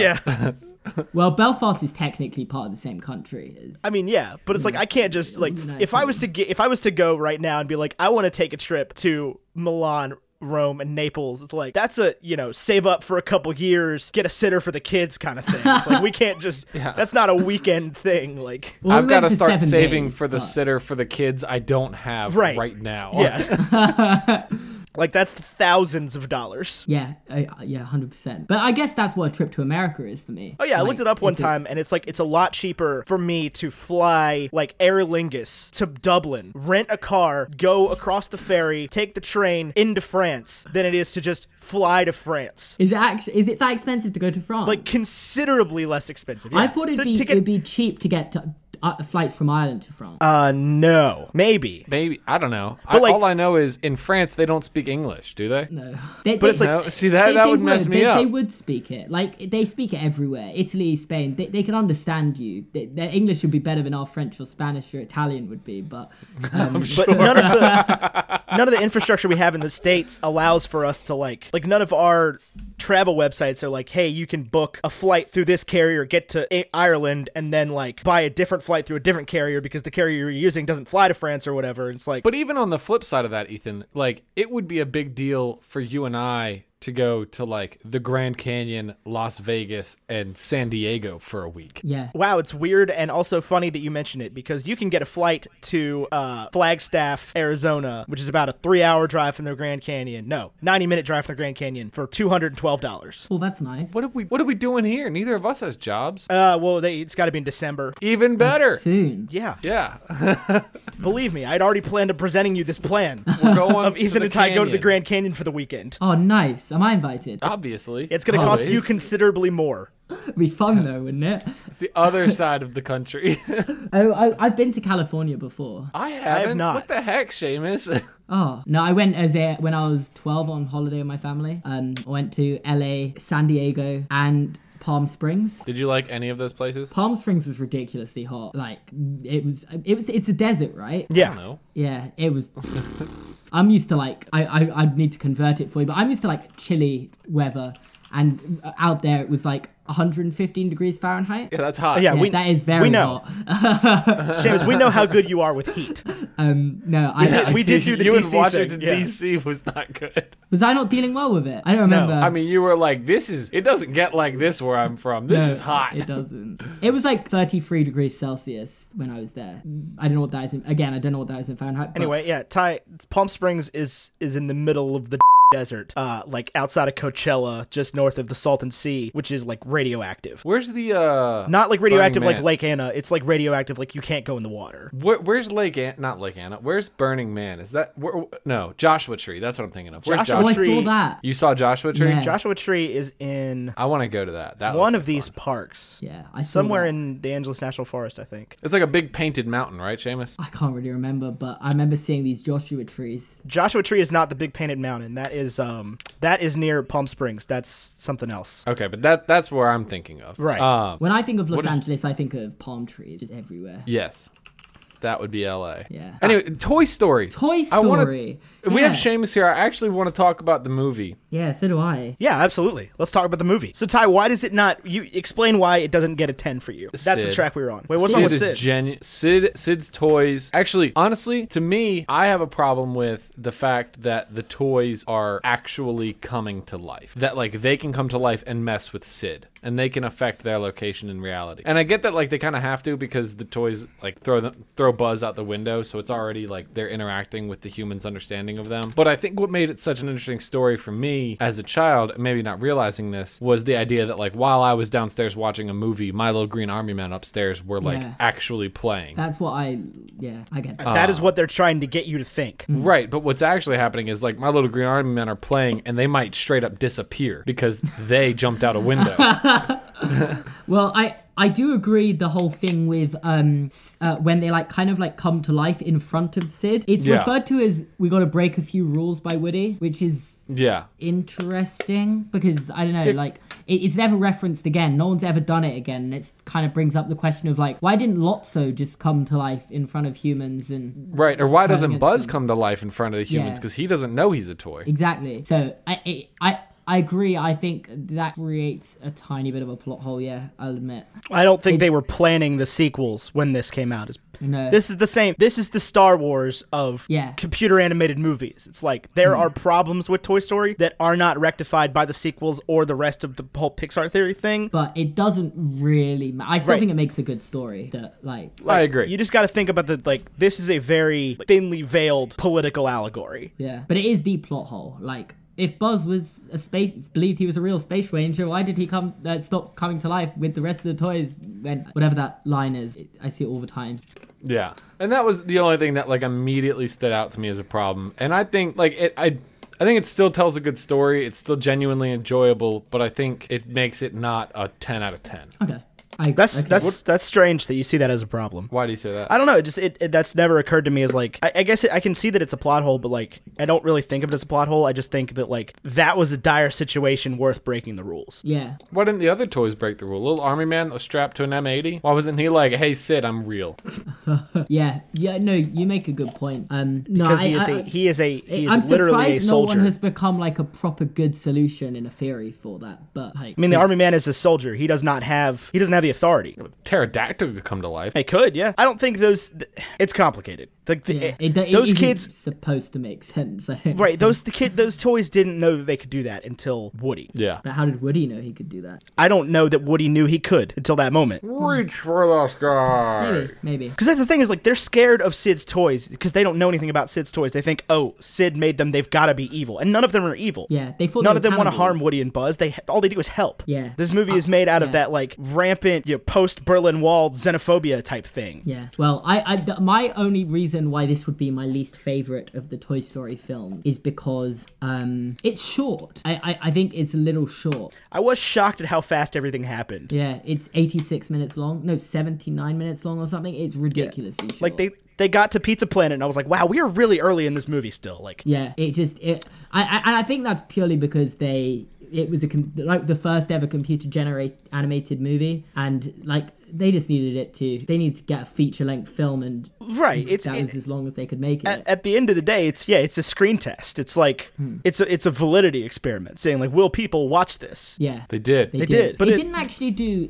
Speaker 3: Yeah,
Speaker 4: well, Belfast is technically part of the same country. As,
Speaker 3: I mean, yeah, but it's like I can't just like f- if I was to get if I was to go right now and be like, I want to take a trip to Milan. Rome and Naples. It's like that's a you know save up for a couple years, get a sitter for the kids kind of thing. It's like we can't just that's not a weekend thing. Like
Speaker 4: Well, we
Speaker 1: I've got
Speaker 4: went
Speaker 1: to
Speaker 4: for
Speaker 1: start
Speaker 4: seven
Speaker 1: saving
Speaker 4: days,
Speaker 1: for the
Speaker 4: but-
Speaker 1: sitter for the kids I don't have
Speaker 3: Right.
Speaker 1: right, now.
Speaker 3: yeah, like that's thousands of dollars.
Speaker 4: Yeah, I, I- yeah, hundred percent. But I guess that's what a trip to America is for me.
Speaker 3: Oh yeah, I looked it up one time, and it's like it's a lot cheaper for me to fly like Aer Lingus to Dublin, rent a car, go across the ferry, take the train into France, than it is to just fly to France.
Speaker 4: Is it actually is it that expensive to go to France?
Speaker 3: Like considerably less expensive.
Speaker 4: I
Speaker 3: Yeah.
Speaker 4: thought it'd
Speaker 3: To-
Speaker 4: be
Speaker 3: to get-
Speaker 4: it'd be cheap to get to, uh, flights from Ireland to France.
Speaker 3: Uh, no, maybe.
Speaker 1: Maybe I don't know. I,
Speaker 3: But, like-
Speaker 1: all I know is in France they don't speak English, do they? No.
Speaker 4: They-
Speaker 3: But it's
Speaker 4: they-
Speaker 3: like-
Speaker 1: See that
Speaker 4: They-
Speaker 1: that
Speaker 4: they
Speaker 1: would mess me
Speaker 4: they,
Speaker 1: up.
Speaker 4: They would speak it. Like they speak it everywhere. Italy, Spain, they, they can understand you. They, their English would be better than our French or Spanish or Italian would be. But um,
Speaker 3: But none of the none of the infrastructure we have in the states allows for us to like like none of our travel websites are like, hey, you can book a flight through this carrier, get to I- Ireland, and then like buy a different flight through a different carrier because the carrier you're using doesn't fly to France or whatever. And it's like,
Speaker 1: But even on the flip side of that, Ethan, like it would be a big deal for you and I to go to like the Grand Canyon, Las Vegas, and San Diego for a week.
Speaker 4: yeah,
Speaker 3: wow, it's weird and also funny that you mention it because you can get a flight to uh, Flagstaff, Arizona, which is about a three-hour drive from the Grand Canyon. No, ninety-minute drive from the Grand Canyon for two hundred and twelve dollars.
Speaker 4: well Oh, that's nice.
Speaker 1: What are we What are we doing here? Neither of us has jobs.
Speaker 3: Uh, well, they, it's got to be in December.
Speaker 1: Even better.
Speaker 4: Soon.
Speaker 3: Yeah.
Speaker 1: Yeah,
Speaker 3: Believe me, I'd already planned on presenting you this plan
Speaker 1: we're going
Speaker 3: of
Speaker 1: to
Speaker 3: Ethan
Speaker 1: the
Speaker 3: and Ty go to the
Speaker 1: canyon.
Speaker 3: Grand Canyon for the weekend.
Speaker 4: Oh, nice. Am I invited?
Speaker 1: Obviously,
Speaker 3: It's going to cost you
Speaker 1: Always.
Speaker 3: considerably more.
Speaker 4: It'd be fun though, wouldn't it?
Speaker 1: It's the other side of the country.
Speaker 4: Oh, I, I've been to California before.
Speaker 1: I haven't.
Speaker 3: not.
Speaker 1: What the heck, Seamus?
Speaker 4: Oh no, I went as a when I was twelve on holiday with my family. Um, I went to L.A., San Diego, and Palm Springs.
Speaker 1: Did you like any of those places?
Speaker 4: Palm Springs was ridiculously hot. Like it was, it was, it's a desert, right?
Speaker 1: I don't
Speaker 3: Yeah.
Speaker 1: know.
Speaker 4: Yeah, it was. I'm used to like I, I I'd need to convert it for you, but I'm used to like chilly weather, and uh, out there it was like 115 degrees Fahrenheit.
Speaker 1: Yeah, that's hot.
Speaker 3: Yeah,
Speaker 4: Yeah,
Speaker 3: we,
Speaker 4: that is very
Speaker 3: we know.
Speaker 4: hot.
Speaker 3: James, we know how good you are with heat.
Speaker 4: Um, no, I
Speaker 3: did- we do the
Speaker 1: you
Speaker 3: DC
Speaker 1: in
Speaker 3: thing,
Speaker 1: Washington
Speaker 3: yeah.
Speaker 1: D.C. was not good.
Speaker 4: was I not dealing well with it. I don't
Speaker 3: Uh,
Speaker 4: remember.
Speaker 1: I mean, you were like, "This is it doesn't get like this where I'm from. This
Speaker 4: No,
Speaker 1: is hot."
Speaker 4: It doesn't. It was like 33 degrees Celsius when I was there. I don't know what that is. In, again, I don't know what that is in Fahrenheit. but-
Speaker 3: Anyway, yeah, Ty, Palm Springs is is in the middle of the desert, uh, like outside of Coachella, just north of the Salton Sea, which is like radioactive.
Speaker 1: Where's the uh?
Speaker 3: Not like radioactive
Speaker 1: Burning
Speaker 3: like
Speaker 1: Man.
Speaker 3: Lake Anna. It's like radioactive like you can't go in the water.
Speaker 1: Where, where's Lake An- not Lake Anna? Where's Burning Man? Is that where, no Joshua Tree? That's what I'm thinking of. Where's
Speaker 3: Joshua
Speaker 1: Joshua,
Speaker 4: oh, I
Speaker 1: Tree?
Speaker 4: saw
Speaker 3: Tree-
Speaker 4: that.
Speaker 1: You saw Joshua Tree?
Speaker 4: Yeah.
Speaker 3: Joshua Tree is in
Speaker 1: I want to go to that. That
Speaker 3: one
Speaker 1: looks
Speaker 3: of
Speaker 1: like
Speaker 3: these
Speaker 1: fun.
Speaker 3: parks.
Speaker 4: Yeah, I saw
Speaker 3: Somewhere
Speaker 4: that.
Speaker 3: in the Angeles National Forest, I think.
Speaker 1: It's like a big painted mountain, right, Seamus?
Speaker 4: I can't really remember, but I remember seeing these Joshua trees.
Speaker 3: Joshua Tree is not the big painted mountain. That is um that is near Palm Springs. That's something else.
Speaker 1: Okay, but that that's where I'm thinking of.
Speaker 3: Right.
Speaker 1: Um,
Speaker 4: When I think of Los
Speaker 1: is-
Speaker 4: Angeles, I think of palm trees just everywhere.
Speaker 1: yes. that would be L.A.
Speaker 4: Yeah.
Speaker 1: Anyway, Toy Story.
Speaker 4: Toy
Speaker 1: I
Speaker 4: Story.
Speaker 1: wanna- We
Speaker 4: yeah.
Speaker 1: have Seamus here. I actually want to talk about the movie.
Speaker 4: Yeah, so do I.
Speaker 3: Yeah, absolutely. Let's talk about the movie. So Ty, why does it not? You explain why it doesn't get a ten for you. That's the
Speaker 1: Sid.
Speaker 3: track we were on. Wait, what's wrong
Speaker 1: Sid
Speaker 3: with
Speaker 1: is
Speaker 3: Sid?
Speaker 1: genu- Sid Sid's toys. Actually, honestly, to me, I have a problem with the fact that the toys are actually coming to life. That like they can come to life and mess with Sid, and they can affect their location in reality. And I get that like they kind of have to because the toys like throw them throw Buzz out the window, so it's already like they're interacting with the humans' understanding of them. But I think what made it such an interesting story for me as a child, maybe not realizing this, was the idea that like while I was downstairs watching a movie, my little green army men upstairs were like
Speaker 4: Yeah.
Speaker 1: actually playing.
Speaker 4: That's what I. Yeah, I get that.
Speaker 3: Uh, that is what they're trying to get you to think.
Speaker 1: Right, but what's actually happening is like my little green army men are playing and they might straight up disappear because they jumped out a window.
Speaker 4: Well, I I do agree the whole thing with um s- uh, when they like kind of like come to life in front of Sid. It's
Speaker 1: Yeah.
Speaker 4: referred to as we got to break a few rules by Woody, which is
Speaker 1: yeah.
Speaker 4: interesting because I don't know, like it, it's never referenced again. No one's ever done it again. and It's kind of brings up the question of like why didn't Lotso just come to life in front of humans and
Speaker 1: Right, or why
Speaker 4: Turning
Speaker 1: doesn't
Speaker 4: it
Speaker 1: Buzz
Speaker 4: to-
Speaker 1: come to life in front of the humans
Speaker 4: Yeah.
Speaker 1: because he doesn't know he's a toy.
Speaker 4: exactly. So I I. I I agree. I think that creates a tiny bit of a plot hole. Yeah, I'll admit.
Speaker 3: I don't think they were planning the sequels when this came out. It's-
Speaker 4: No.
Speaker 3: This is the same. This is the Star Wars of
Speaker 4: Yeah.
Speaker 3: computer animated movies. It's like there are problems with Toy Story that are not rectified by the sequels or the rest of the whole Pixar theory thing.
Speaker 4: but it doesn't really ma- i still
Speaker 3: Right.
Speaker 4: think it makes a good story that like
Speaker 1: I agree.
Speaker 3: You just got to think about the like. This is a very thinly veiled political allegory.
Speaker 4: yeah but it is the plot hole like if buzz was a space believed he was a real space ranger why did he come uh, stop coming to life with the rest of the toys when whatever that line is it, i see it all the time
Speaker 1: Yeah. And that was the only thing that like immediately stood out to me as a problem. And I think like it I I think it still tells a good story. It's still genuinely enjoyable, but I think it makes it not a 10 out of 10.
Speaker 4: okay I,
Speaker 3: That's
Speaker 4: okay.
Speaker 3: that's that's strange that you see that as a problem.
Speaker 1: Why do you say that?
Speaker 3: I don't know. It just it, it that's never occurred to me as like I, I guess it, I can see that it's a plot hole, but like I don't really think of it as a plot hole. I just think that like that was a dire situation worth breaking the rules.
Speaker 4: yeah
Speaker 1: Why didn't the other toys break the rule? Little army man that was strapped to an M80? Why wasn't he like, "Hey Sid, I'm real."
Speaker 4: yeah yeah no you make a good point um no
Speaker 3: Because
Speaker 4: I,
Speaker 3: he is
Speaker 4: I-
Speaker 3: a he is a he is
Speaker 4: I'm
Speaker 3: literally a
Speaker 4: surprised no
Speaker 3: soldier.
Speaker 4: one has become like a proper good solution in a theory for that, but like
Speaker 3: I mean, the
Speaker 4: it's-
Speaker 3: army man is a soldier. He does not have he doesn't have the authority.
Speaker 1: Pterodactyl could come to life."
Speaker 3: They could, yeah. I don't think those. Th- it's complicated. Like the,
Speaker 4: yeah, it, it
Speaker 3: eh, those
Speaker 4: isn't
Speaker 3: kids,
Speaker 4: supposed to make sense.
Speaker 3: right? Those the kid, those toys didn't know that they could do that until Woody.
Speaker 1: Yeah.
Speaker 4: But how did Woody know he could do that?
Speaker 3: I don't know that Woody knew he could until that moment.
Speaker 1: Reach for the sky.
Speaker 4: Maybe, maybe.
Speaker 3: Because that's the thing is like they're scared of Sid's toys because they don't know anything about Sid's toys. They think, oh, Sid made them. They've got to be evil, and none of them are evil.
Speaker 4: Yeah, they thought
Speaker 3: None
Speaker 4: they
Speaker 3: of them
Speaker 4: want to
Speaker 3: harm Woody and Buzz. They all they do is help.
Speaker 4: Yeah.
Speaker 3: This movie is made out of
Speaker 4: yeah.
Speaker 3: that like rampant, you know, post Berlin Wall xenophobia type thing.
Speaker 4: Yeah. Well, I, I th- my only reason why this would be my least favorite of the Toy Story film is because um it's short. I I, I think it's a little short.
Speaker 3: I was shocked at how fast everything happened.
Speaker 4: Yeah, it's 86 minutes long. No, 79 minutes long or something. It's ridiculously short.
Speaker 3: Like they they got to Pizza Planet, and I was like, wow, we are really early in this movie still. Like,
Speaker 4: Yeah, it just it. I, I and I think that's purely because they it was a com- like the first ever computer generate animated movie, and like they just needed it to. They needed to get a feature length film, and
Speaker 3: right? It's
Speaker 4: that
Speaker 3: it-
Speaker 4: was as long as they could make it.
Speaker 3: at, at the end of the day, it's yeah, it's a screen test. It's like
Speaker 1: Hmm.
Speaker 3: it's a it's a validity experiment, saying like, will people watch this?
Speaker 4: yeah.
Speaker 1: They did.
Speaker 4: They,
Speaker 3: did, but
Speaker 4: it,
Speaker 3: it-
Speaker 4: didn't actually do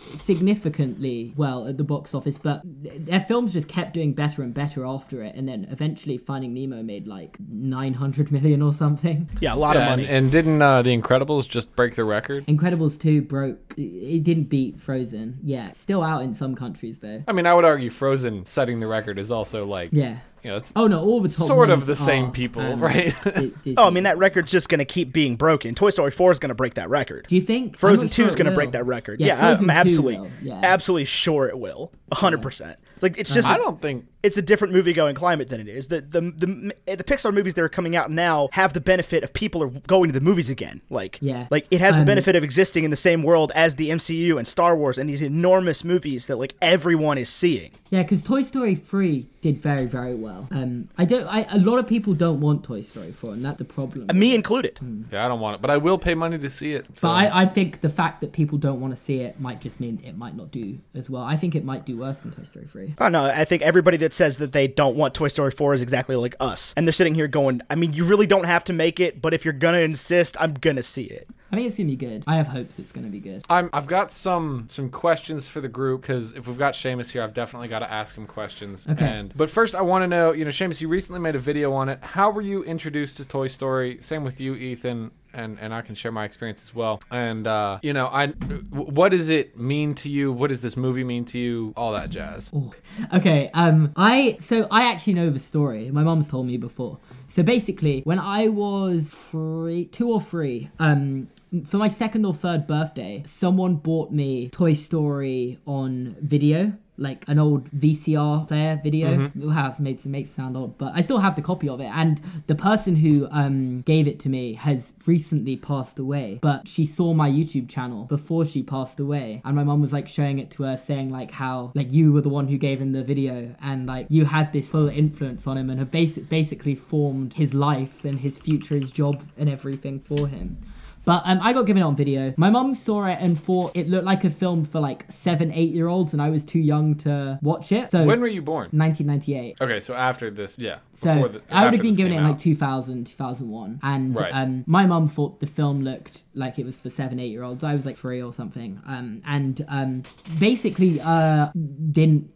Speaker 4: significantly well at the box office, but th- their films just kept doing better and better after it, and then eventually Finding Nemo made like 900 million or something.
Speaker 3: Yeah, a lot of
Speaker 1: Yeah, and,
Speaker 3: money.
Speaker 1: and didn't uh, the Incredibles just break the record?
Speaker 4: Incredibles 2 broke. It didn't beat Frozen. Yeah, it's still out in some countries though.
Speaker 1: I mean, I would argue Frozen setting the record is also like,
Speaker 4: Yeah.
Speaker 1: you know, it's
Speaker 4: Oh no, all the top
Speaker 1: sort
Speaker 4: ones
Speaker 1: of the same
Speaker 4: are,
Speaker 1: people,
Speaker 4: um,
Speaker 1: right?
Speaker 4: Di- Disney.
Speaker 3: oh, I mean, that record's just gonna keep being broken. Toy Story Four is gonna break that record.
Speaker 4: do you think I'm
Speaker 3: Frozen
Speaker 4: not
Speaker 3: Two
Speaker 4: sure
Speaker 3: is
Speaker 4: it
Speaker 3: gonna
Speaker 4: will.
Speaker 3: break that record.
Speaker 4: Yeah,
Speaker 3: Yeah, I-
Speaker 4: Frozen
Speaker 3: I'm
Speaker 4: 2
Speaker 3: absolutely,
Speaker 4: will, yeah. Uh-huh.
Speaker 3: absolutely sure it will. A hundred percent. Like it's just
Speaker 1: I don't think
Speaker 3: it's a different movie going climate than it is. The, the the the Pixar movies that are coming out now have the benefit of people are going to the movies again. Like
Speaker 4: Yeah.
Speaker 3: like it has
Speaker 4: Um,
Speaker 3: the benefit of existing in the same world as the MCU and Star Wars and these enormous movies that like everyone is seeing.
Speaker 4: Yeah, because Toy Story three did very very well. Um, I don't. I a lot of people don't want Toy Story four, and that's the problem.
Speaker 3: Me included.
Speaker 1: Yeah, I don't want it, but I will pay money to see it. so-
Speaker 4: But I, I think the fact that people don't want to see it might just mean it might not do as well. I think it might do worse than Toy Story 3. Story.
Speaker 3: Oh no, I think everybody that says that they don't want Toy Story 4 is exactly like us. And they're sitting here going, I mean, you really don't have to make it, but if you're gonna insist, I'm gonna see it.
Speaker 4: I think it's gonna be good. I have hopes it's gonna be good.
Speaker 1: I'm, I've got some some questions for the group because if we've got Seamus here, I've definitely got to ask him questions.
Speaker 4: Okay.
Speaker 1: And but first, I want to know, you know, Seamus, you recently made a video on it. How were you introduced to Toy Story? Same with you, Ethan. And, and I can share my experience as well. And uh, you know, I w- what does it mean to you? What does this movie mean to you? All that jazz.
Speaker 4: Ooh. Okay. Um. I so I actually know the story. My mom's told me before. So basically, when I was three, two or three, um, for my second or third birthday, someone bought me Toy Story on video. Like an old VCR player video, It has made to make sound old, but I still have the copy of it. And the person who um, gave it to me has recently passed away, but she saw my YouTube channel before she passed away, and my mom was like showing it to her, saying like how like you were the one who gave him the video, and like you had this full influence on him, and have basic basically formed his life and his future, his job, and everything for him. But um, I got given it on video. My mum saw it and thought it looked like a film for like seven, eight year olds, and I was too young to watch it. So
Speaker 1: When were you born?
Speaker 4: 1998.
Speaker 1: Okay, so after this, yeah.
Speaker 4: So
Speaker 1: before the-
Speaker 4: I would
Speaker 1: after
Speaker 4: have been
Speaker 1: this
Speaker 4: given it
Speaker 1: came
Speaker 4: in like
Speaker 1: out.
Speaker 4: 2000, 2001. And
Speaker 1: Right.
Speaker 4: um, my mum thought the film looked like it was for seven, eight year olds. I was like three or something. Um, and um, basically uh, didn't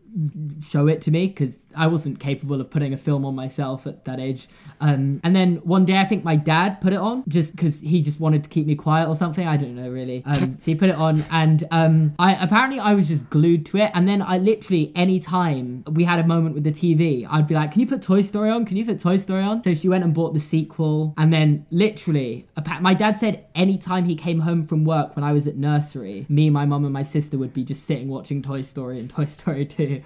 Speaker 4: show it to me because I wasn't capable of putting a film on myself at that age. Um, and then one day I think my dad put it on just because he just wanted to keep me quiet or something. I don't know really. Um, so he put it on and um, I apparently I was just glued to it. And then I literally any time we had a moment with the TV, I'd be like, "Can you put Toy Story on? Can you put Toy Story on?" So she went and bought the sequel. And then literally, appa- my dad said any time he came home from work when I was at nursery, me, my mum, and my sister would be just sitting watching Toy Story and Toy Story Two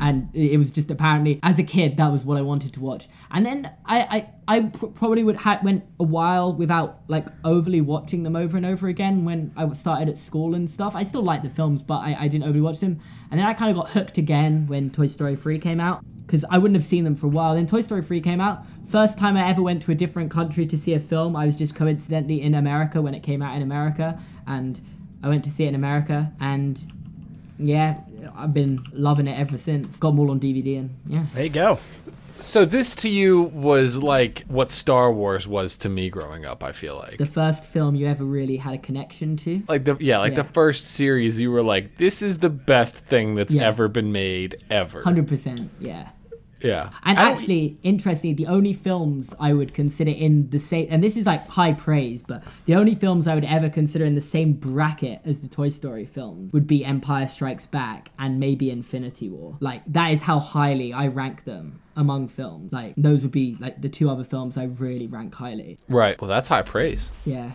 Speaker 4: and it it was just apparently as a kid that was what I wanted to watch. And then I I, I pr- probably would ha- went a while without like overly watching them over and over again when I started at school and stuff. I still liked the films, but I, I didn't overly watch them. And then I kind of got hooked again when Toy Story 3 came out because I wouldn't have seen them for a while. Then Toy Story 3 came out. First time I ever went to a different country to see a film, I was just coincidentally in America when it came out in America, and I went to see it in America and yeah, I've been loving it ever since. Got them all on DVD and yeah.
Speaker 3: There you go.
Speaker 1: So this to you was like what Star Wars was to me growing up. I feel like.
Speaker 4: The first film you ever really had a connection to.
Speaker 1: like the yeah, like
Speaker 4: Yeah.
Speaker 1: the first series, you were like, "This is the best thing that's
Speaker 4: Yeah.
Speaker 1: ever been made, ever."
Speaker 4: 100%, yeah.
Speaker 1: Yeah,
Speaker 4: And
Speaker 1: I don't-
Speaker 4: actually, interestingly, the only films I would consider in the same, and this is like high praise, but the only films I would ever consider in the same bracket as the Toy Story films would be Empire Strikes Back and maybe Infinity War. Like, that is how highly I rank them among films. Like, those would be like the two other films I really rank highly.
Speaker 1: right. Well, that's high praise.
Speaker 4: Yeah.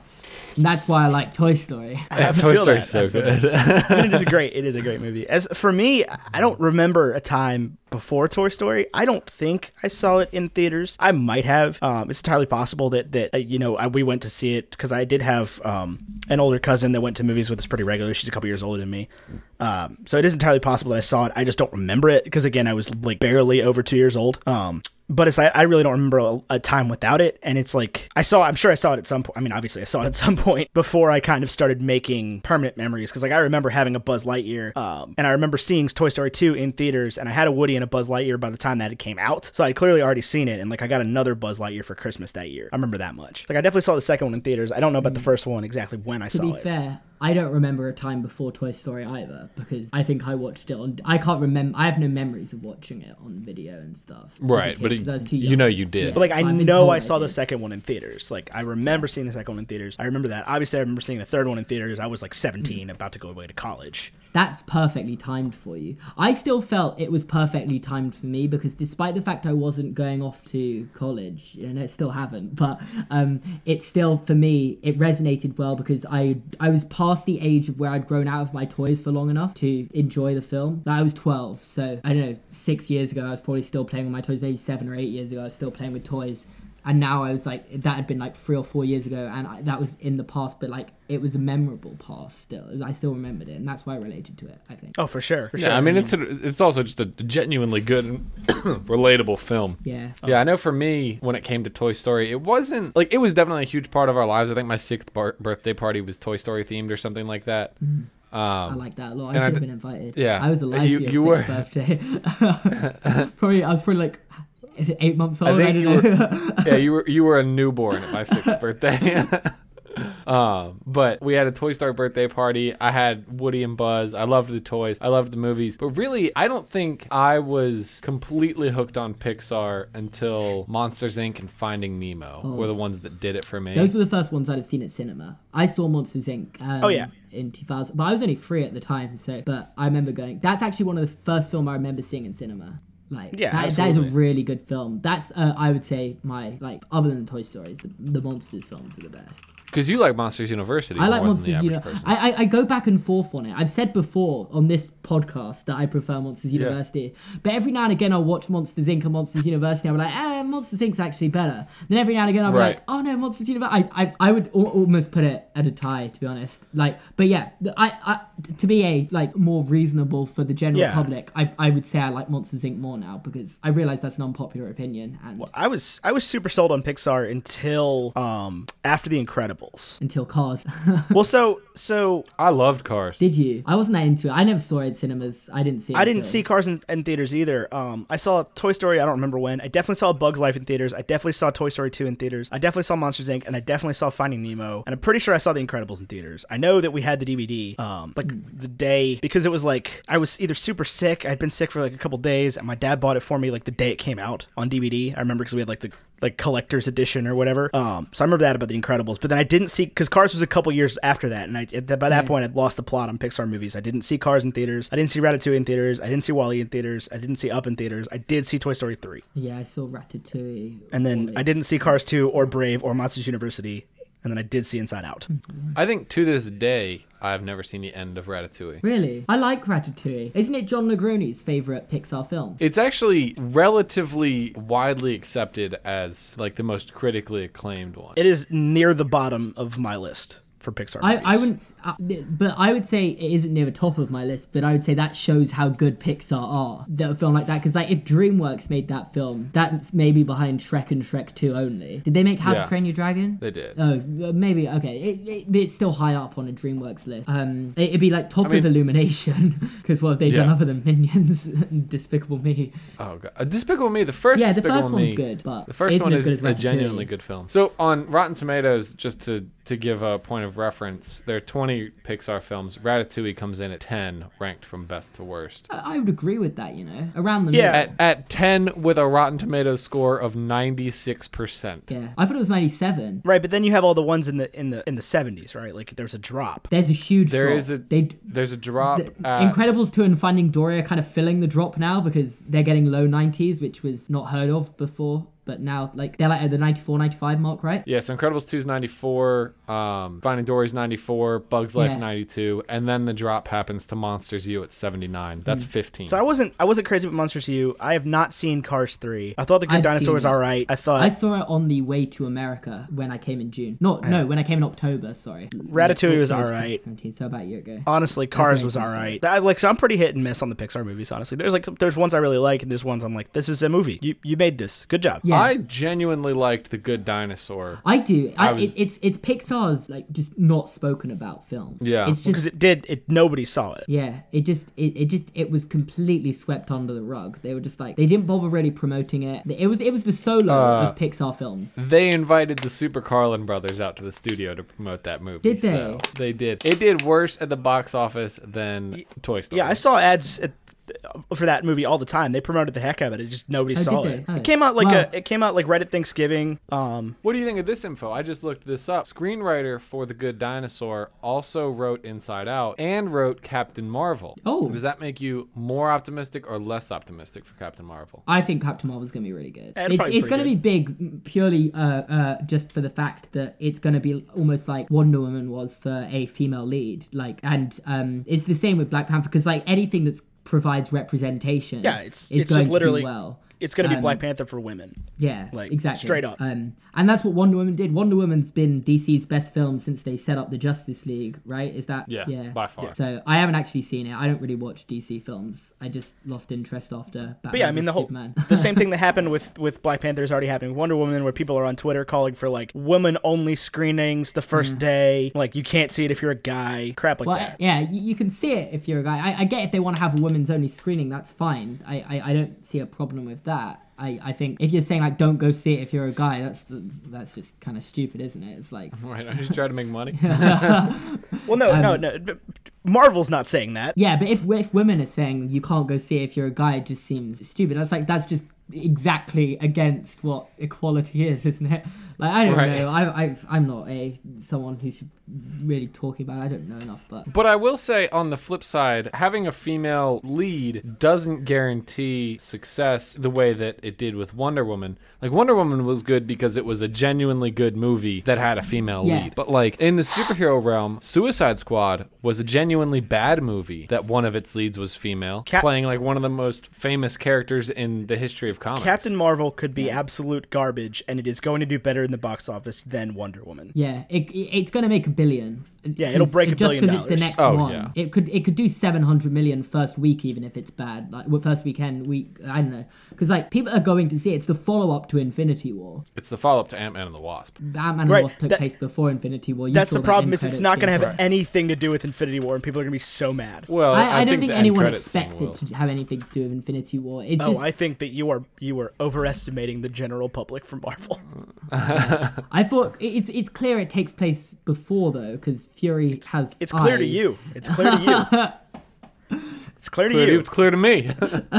Speaker 4: And that's why I like Toy Story.
Speaker 3: have to
Speaker 1: Toy
Speaker 3: feel
Speaker 1: Story's
Speaker 3: that.
Speaker 1: so
Speaker 3: I feel
Speaker 1: good.
Speaker 3: I mean, it is a great it is a great movie. As for me, I don't remember a time before Toy Story. I don't think I saw it in theaters. I might have. Um, it's entirely possible that that uh, you know I, we went to see it because I did have um, an older cousin that went to movies with us pretty regularly. She's a couple years older than me, um, so it is entirely possible that I saw it. I just don't remember it because again, I was like barely over two years old. Um, but it's I, I really don't remember a, a time without it and it's like i saw i'm sure i saw it at some point i mean obviously i saw it at some point before i kind of started making permanent memories because like i remember having a buzz lightyear um, and i remember seeing toy story 2 in theaters and i had a woody and a buzz lightyear by the time that it came out so i'd clearly already seen it and like i got another buzz lightyear for christmas that year i remember that much like i definitely saw the second one in theaters i don't know about the first one exactly when i
Speaker 4: Mm. To
Speaker 3: saw
Speaker 4: be
Speaker 3: it
Speaker 4: fair, I don't remember a time before Toy Story either because I think I watched it on. I can't remember. I have no memories of watching it on video and stuff. as a
Speaker 1: right,
Speaker 4: kid,
Speaker 1: but
Speaker 4: 'cause I was
Speaker 1: it,
Speaker 4: too
Speaker 1: you
Speaker 4: young.
Speaker 1: know you did.
Speaker 4: Yeah.
Speaker 3: But like I
Speaker 4: I've been
Speaker 3: know
Speaker 4: told
Speaker 3: I
Speaker 4: I
Speaker 3: saw the
Speaker 4: did.
Speaker 3: second one in theaters. Like I remember seeing the second one in theaters. I remember that. Obviously, I remember seeing the third one in theaters. I was like 17, about to go away to college.
Speaker 4: That's perfectly timed for you. I still felt it was perfectly timed for me because despite the fact I wasn't going off to college, and I still haven't, but um, it still for me it resonated well because I I was past the age of where I'd grown out of my toys for long enough to enjoy the film. I was 12, so I don't know six years ago I was probably still playing with my toys. Maybe seven or eight years ago I was still playing with toys and now I was like that had been like three or four years ago, and I, that was in the past, but like it was a memorable past still. I still remembered it, and that's why I related to it. I think.
Speaker 3: Oh, for sure. For sure.
Speaker 1: Yeah, I mean it's a, it's also just a genuinely good, and relatable film.
Speaker 4: Yeah.
Speaker 1: Yeah, I know for me, when it came to Toy Story, it wasn't like it was definitely a huge part of our lives. I think my sixth bar- birthday party was Toy Story themed or something like that.
Speaker 4: Mm.
Speaker 1: Um,
Speaker 4: I like that a lot. I should
Speaker 1: I
Speaker 4: have
Speaker 1: d-
Speaker 4: been invited.
Speaker 1: yeah.
Speaker 4: I was alive
Speaker 1: You-
Speaker 4: for your
Speaker 1: you
Speaker 4: sixth birthday. probably I was probably like is it eight months old. I,
Speaker 1: think
Speaker 4: don't
Speaker 1: you
Speaker 4: know.
Speaker 1: yeah, you were you were a newborn at my sixth birthday. um, but we had a Toy Story birthday party. I had Woody and Buzz. I loved the toys. I loved the movies. But really, I don't think I was completely hooked on Pixar until Monsters Inc. and Finding Nemo were the ones that did it for me.
Speaker 4: Oh. Those were the first ones I'd have seen at cinema. I saw Monsters Inc. Um,
Speaker 3: Oh, yeah.
Speaker 4: in 2000, but I was only three at the time. So, but I remember going. That's actually one of the first film I remember seeing in cinema. Like,
Speaker 3: Yeah,
Speaker 4: that, that is a
Speaker 3: absolutely.
Speaker 4: really good film. That's uh, I would say my like other than the Toy Stories, the, the monsters films are the best.
Speaker 1: Because you like Monsters University
Speaker 4: I like
Speaker 1: more
Speaker 4: Monsters
Speaker 1: than the average
Speaker 4: University.
Speaker 1: person.
Speaker 4: I, I I go back and forth on it. I've said before on this podcast that I prefer Monsters University, but every now and again I'll watch Monsters Inc. and Monsters University. I'm like, eh, Monsters Inc.'s actually better. Then every now and again I'm
Speaker 1: Right.
Speaker 4: like, oh no, Monsters University. I I, I would al- almost put it at a tie to be honest. Like, but yeah, th- I, I to be a like more reasonable for the general
Speaker 3: Yeah.
Speaker 4: public, I I would say I like Monsters Inc. more now because I realize that's an unpopular opinion and.
Speaker 3: I was I was super sold on Pixar until um after The Incredibles.
Speaker 4: Until Cars.
Speaker 3: Well, so so
Speaker 1: I loved Cars.
Speaker 4: Did you? I wasn't that into it. I never saw it in cinemas. I didn't see it.
Speaker 3: I didn't
Speaker 4: until-
Speaker 3: see Cars in, in theaters either. Um, I saw Toy Story. I don't remember when. I definitely saw Bugs Life in theaters. I definitely saw Toy Story two in theaters. I definitely saw Monsters Inc. And I definitely saw Finding Nemo. And I'm pretty sure I saw The Incredibles in theaters. I know that we had the DVD um like the day because it was like I was either super sick. I'd been sick for like a couple days, and my dad bought it for me like the day it came out on DVD. I remember because we had like the like collector's edition or whatever. Um, so I remember that about The Incredibles, but then I didn't see because Cars was a couple years after that, and I at that- by
Speaker 4: Mm.
Speaker 3: that point I'd lost the plot on Pixar movies. I didn't see Cars in theaters. I didn't see Ratatouille in theaters. I didn't see Wally in theaters. I didn't see Up in theaters. I did see Toy Story three,
Speaker 4: Yeah, I saw Ratatouille.
Speaker 3: and then I didn't see Cars two or Brave or Monsters University, and then I did see Inside Out.
Speaker 4: Hmm.
Speaker 1: I think to this day, I've never seen the end of Ratatouille.
Speaker 4: Really? I like Ratatouille. Isn't it John Negroni's favorite Pixar film?
Speaker 1: It's actually relatively widely accepted as like the most critically acclaimed one.
Speaker 3: It is near the bottom of my list for Pixar.
Speaker 4: I,
Speaker 3: movies.
Speaker 4: I wouldn't, uh, but I would say it isn't near the top of my list. But I would say that shows how good Pixar are. That a film like that, because like if DreamWorks made that film, that's maybe behind Shrek and Shrek Two only. Did they make How
Speaker 1: Yeah.
Speaker 4: to Train Your Dragon?
Speaker 1: They did.
Speaker 4: Oh, uh, maybe okay. It, it, it's still high up on a DreamWorks list. Um, it, would be like top
Speaker 1: mean-
Speaker 4: of Illumination, because what have they done
Speaker 1: Yeah.
Speaker 4: other than Minions and Despicable Me?
Speaker 1: Oh god, Uh, Despicable Me. The first
Speaker 4: Yeah, the
Speaker 1: Despicable
Speaker 4: first
Speaker 1: Me.
Speaker 4: one's good, but
Speaker 1: The first
Speaker 4: it isn't
Speaker 1: one
Speaker 4: as
Speaker 1: is
Speaker 4: good as
Speaker 1: a
Speaker 4: Ratatouille.
Speaker 1: genuinely good film. So on Rotten Tomatoes, just to to give a point of reference, there are 20 Pixar films. Ratatouille comes in at 10, ranked from best to worst.
Speaker 4: I I would agree with that, you know, around the
Speaker 3: Yeah.
Speaker 4: middle.
Speaker 1: At, at 10 with a Rotten Tomatoes score of 96%.
Speaker 4: Yeah, I thought it was 97.
Speaker 3: Right, but then you have all the ones in the in the in the seventies, right? Like there's a drop.
Speaker 4: There's a huge
Speaker 1: There
Speaker 4: drop.
Speaker 1: is a
Speaker 4: they
Speaker 1: there's a drop at
Speaker 4: Incredibles 2 and Finding Dory are kind of filling the drop now because they're getting low 90s, which was not heard of before, but now like they're like at the 94 95 mark, right?
Speaker 1: Yeah, so Incredibles 2 is 94, um, Finding Dory's 94, Bugs Life
Speaker 4: Yeah.
Speaker 1: 92, and then the drop happens to Monsters U at 79. That's 15.
Speaker 3: So I wasn't I wasn't crazy about Monsters U. I have not seen Cars three. I thought the Good
Speaker 4: I've
Speaker 3: Dinosaur
Speaker 4: seen
Speaker 3: was
Speaker 4: it.
Speaker 3: all right. I thought
Speaker 4: I saw it on the way to America when I came in June. Not no, when I came in October, sorry.
Speaker 3: Ratatouille was
Speaker 4: October
Speaker 3: alright.
Speaker 4: 2017, So about a year ago.
Speaker 3: honestly Cars
Speaker 4: the
Speaker 3: was
Speaker 4: only
Speaker 3: all
Speaker 4: thing I saw.
Speaker 3: right. I, like so I'm pretty hit and miss on the Pixar movies. Honestly, there's like there's ones I really like and there's ones I'm like this is a movie. You you made this. Good job.
Speaker 4: Yeah.
Speaker 1: I genuinely liked The Good Dinosaur.
Speaker 4: I do. I,
Speaker 1: I was-
Speaker 4: it, it's it's Pixar's like just not spoken about film.
Speaker 1: Yeah.
Speaker 4: it's just
Speaker 3: Because it did it. Nobody saw it.
Speaker 4: Yeah, it just it, it just it was completely swept under the rug. They were just like they didn't bother really promoting it. It was it was the solo
Speaker 3: Uh,
Speaker 4: of Pixar films.
Speaker 1: They invited the Super Carlin brothers out to the studio to promote that movie.
Speaker 4: Did they?
Speaker 1: So they did. It did worse at the box office than Toy Story.
Speaker 3: Yeah, I saw ads at, for that movie all the time. They promoted the heck out of it. It just nobody
Speaker 4: Oh,
Speaker 3: saw
Speaker 4: did
Speaker 3: it.
Speaker 4: they? Oh.
Speaker 3: It came out like
Speaker 4: Wow.
Speaker 3: a it came out like right at Thanksgiving. Um,
Speaker 1: What do you think of this info? I just looked this up. Screenwriter for The Good Dinosaur also wrote Inside Out and wrote Captain Marvel.
Speaker 4: Oh.
Speaker 1: Does that make you more optimistic or less optimistic for Captain Marvel?
Speaker 4: I think Captain Marvel's gonna be really good.
Speaker 3: it'll
Speaker 4: it's
Speaker 3: probably be
Speaker 4: it's gonna
Speaker 3: pretty
Speaker 4: be big purely uh, uh, just for the fact that it's gonna be almost like Wonder Woman was for a female lead. Like and um, it's the same with Black Panther because like anything that's provides representation.
Speaker 3: Yeah, it's-
Speaker 4: is
Speaker 3: it's
Speaker 4: going
Speaker 3: just
Speaker 4: to do
Speaker 3: literally-
Speaker 4: well.
Speaker 2: it's going to be Black Panther for women.
Speaker 4: Yeah,
Speaker 2: Like,
Speaker 4: exactly.
Speaker 2: straight up.
Speaker 4: Um, and that's what Wonder Woman did. Wonder Woman's been DC's best film since they set up the Justice League, right? Is that
Speaker 1: Yeah, by far. Yeah.
Speaker 4: So I haven't actually seen it. I don't really watch DC films. I just lost interest after Batman.
Speaker 3: But yeah, I mean the whole
Speaker 4: Superman.
Speaker 3: the same thing that happened with with Black Panther is already happening with Wonder Woman, where people are on Twitter calling for like woman only screenings the first day, like you can't see it if you're a guy, crap like
Speaker 4: Mm-hmm. Well,
Speaker 3: that.
Speaker 4: yeah, you, you can see it if you're a guy. I, I get if they want to have a women's only screening, that's fine. I, I, I don't see a problem with that. I, I think if you're saying like don't go see it if you're a guy, that's that's just kind of stupid, isn't it? It's like
Speaker 1: Right, I just try to make money.
Speaker 3: Well, no, no, no. b- b- Marvel's not saying that.
Speaker 4: um, yeah, but if if women are saying you can't go see it if you're a guy, it just seems stupid. That's like that's just exactly against what equality is, isn't it? Like I don't
Speaker 1: Right.
Speaker 4: know. I I I'm not a someone who should really talking about. It. I don't know enough, but
Speaker 1: But I will say, on the flip side, having a female lead doesn't guarantee success the way that it did with Wonder Woman. Like, Wonder Woman was good because it was a genuinely good movie that had a female
Speaker 4: Yeah.
Speaker 1: lead. But, like, in the superhero realm, Suicide Squad was a genuinely bad movie that one of its leads was female,
Speaker 3: Cap-
Speaker 1: playing, like, one of the most famous characters in the history of comics.
Speaker 3: Captain Marvel could be absolute garbage, and it is going to do better in the box office than Wonder Woman.
Speaker 4: Yeah, it, it- it's gonna make a billion.
Speaker 3: Yeah, it'll break a
Speaker 4: just
Speaker 3: billion
Speaker 4: because it's
Speaker 3: dollars.
Speaker 4: the next
Speaker 1: Oh,
Speaker 4: one.
Speaker 1: yeah.
Speaker 4: It could it could do seven hundred million first week, even if it's bad. Like well, first weekend, week I don't know, because like people are going to see it. it's the follow up to Infinity War.
Speaker 1: It's the follow up to Ant Man and the Wasp.
Speaker 4: Batman
Speaker 3: Right,
Speaker 4: and Wasp took
Speaker 3: that-
Speaker 4: place before Infinity War. You
Speaker 3: That's
Speaker 4: saw
Speaker 3: the
Speaker 4: that
Speaker 3: problem
Speaker 4: end
Speaker 3: is it's
Speaker 4: credit
Speaker 3: not going to
Speaker 4: scene.
Speaker 3: have anything to do with Infinity War, and people are going to be so mad.
Speaker 1: Well,
Speaker 4: I, I, don't think,
Speaker 1: the end
Speaker 4: anyone
Speaker 1: credits scene
Speaker 4: expects it
Speaker 1: will.
Speaker 4: to have anything to do with Infinity War. It's
Speaker 3: Oh,
Speaker 4: just
Speaker 3: I think that you are you are overestimating the general public for Marvel.
Speaker 4: I thought it- it's it's clear it takes place before though, because Fury has.
Speaker 3: It's clear to
Speaker 4: eyes.
Speaker 3: you. It's clear to you. It's clear to you.
Speaker 1: It's clear to me.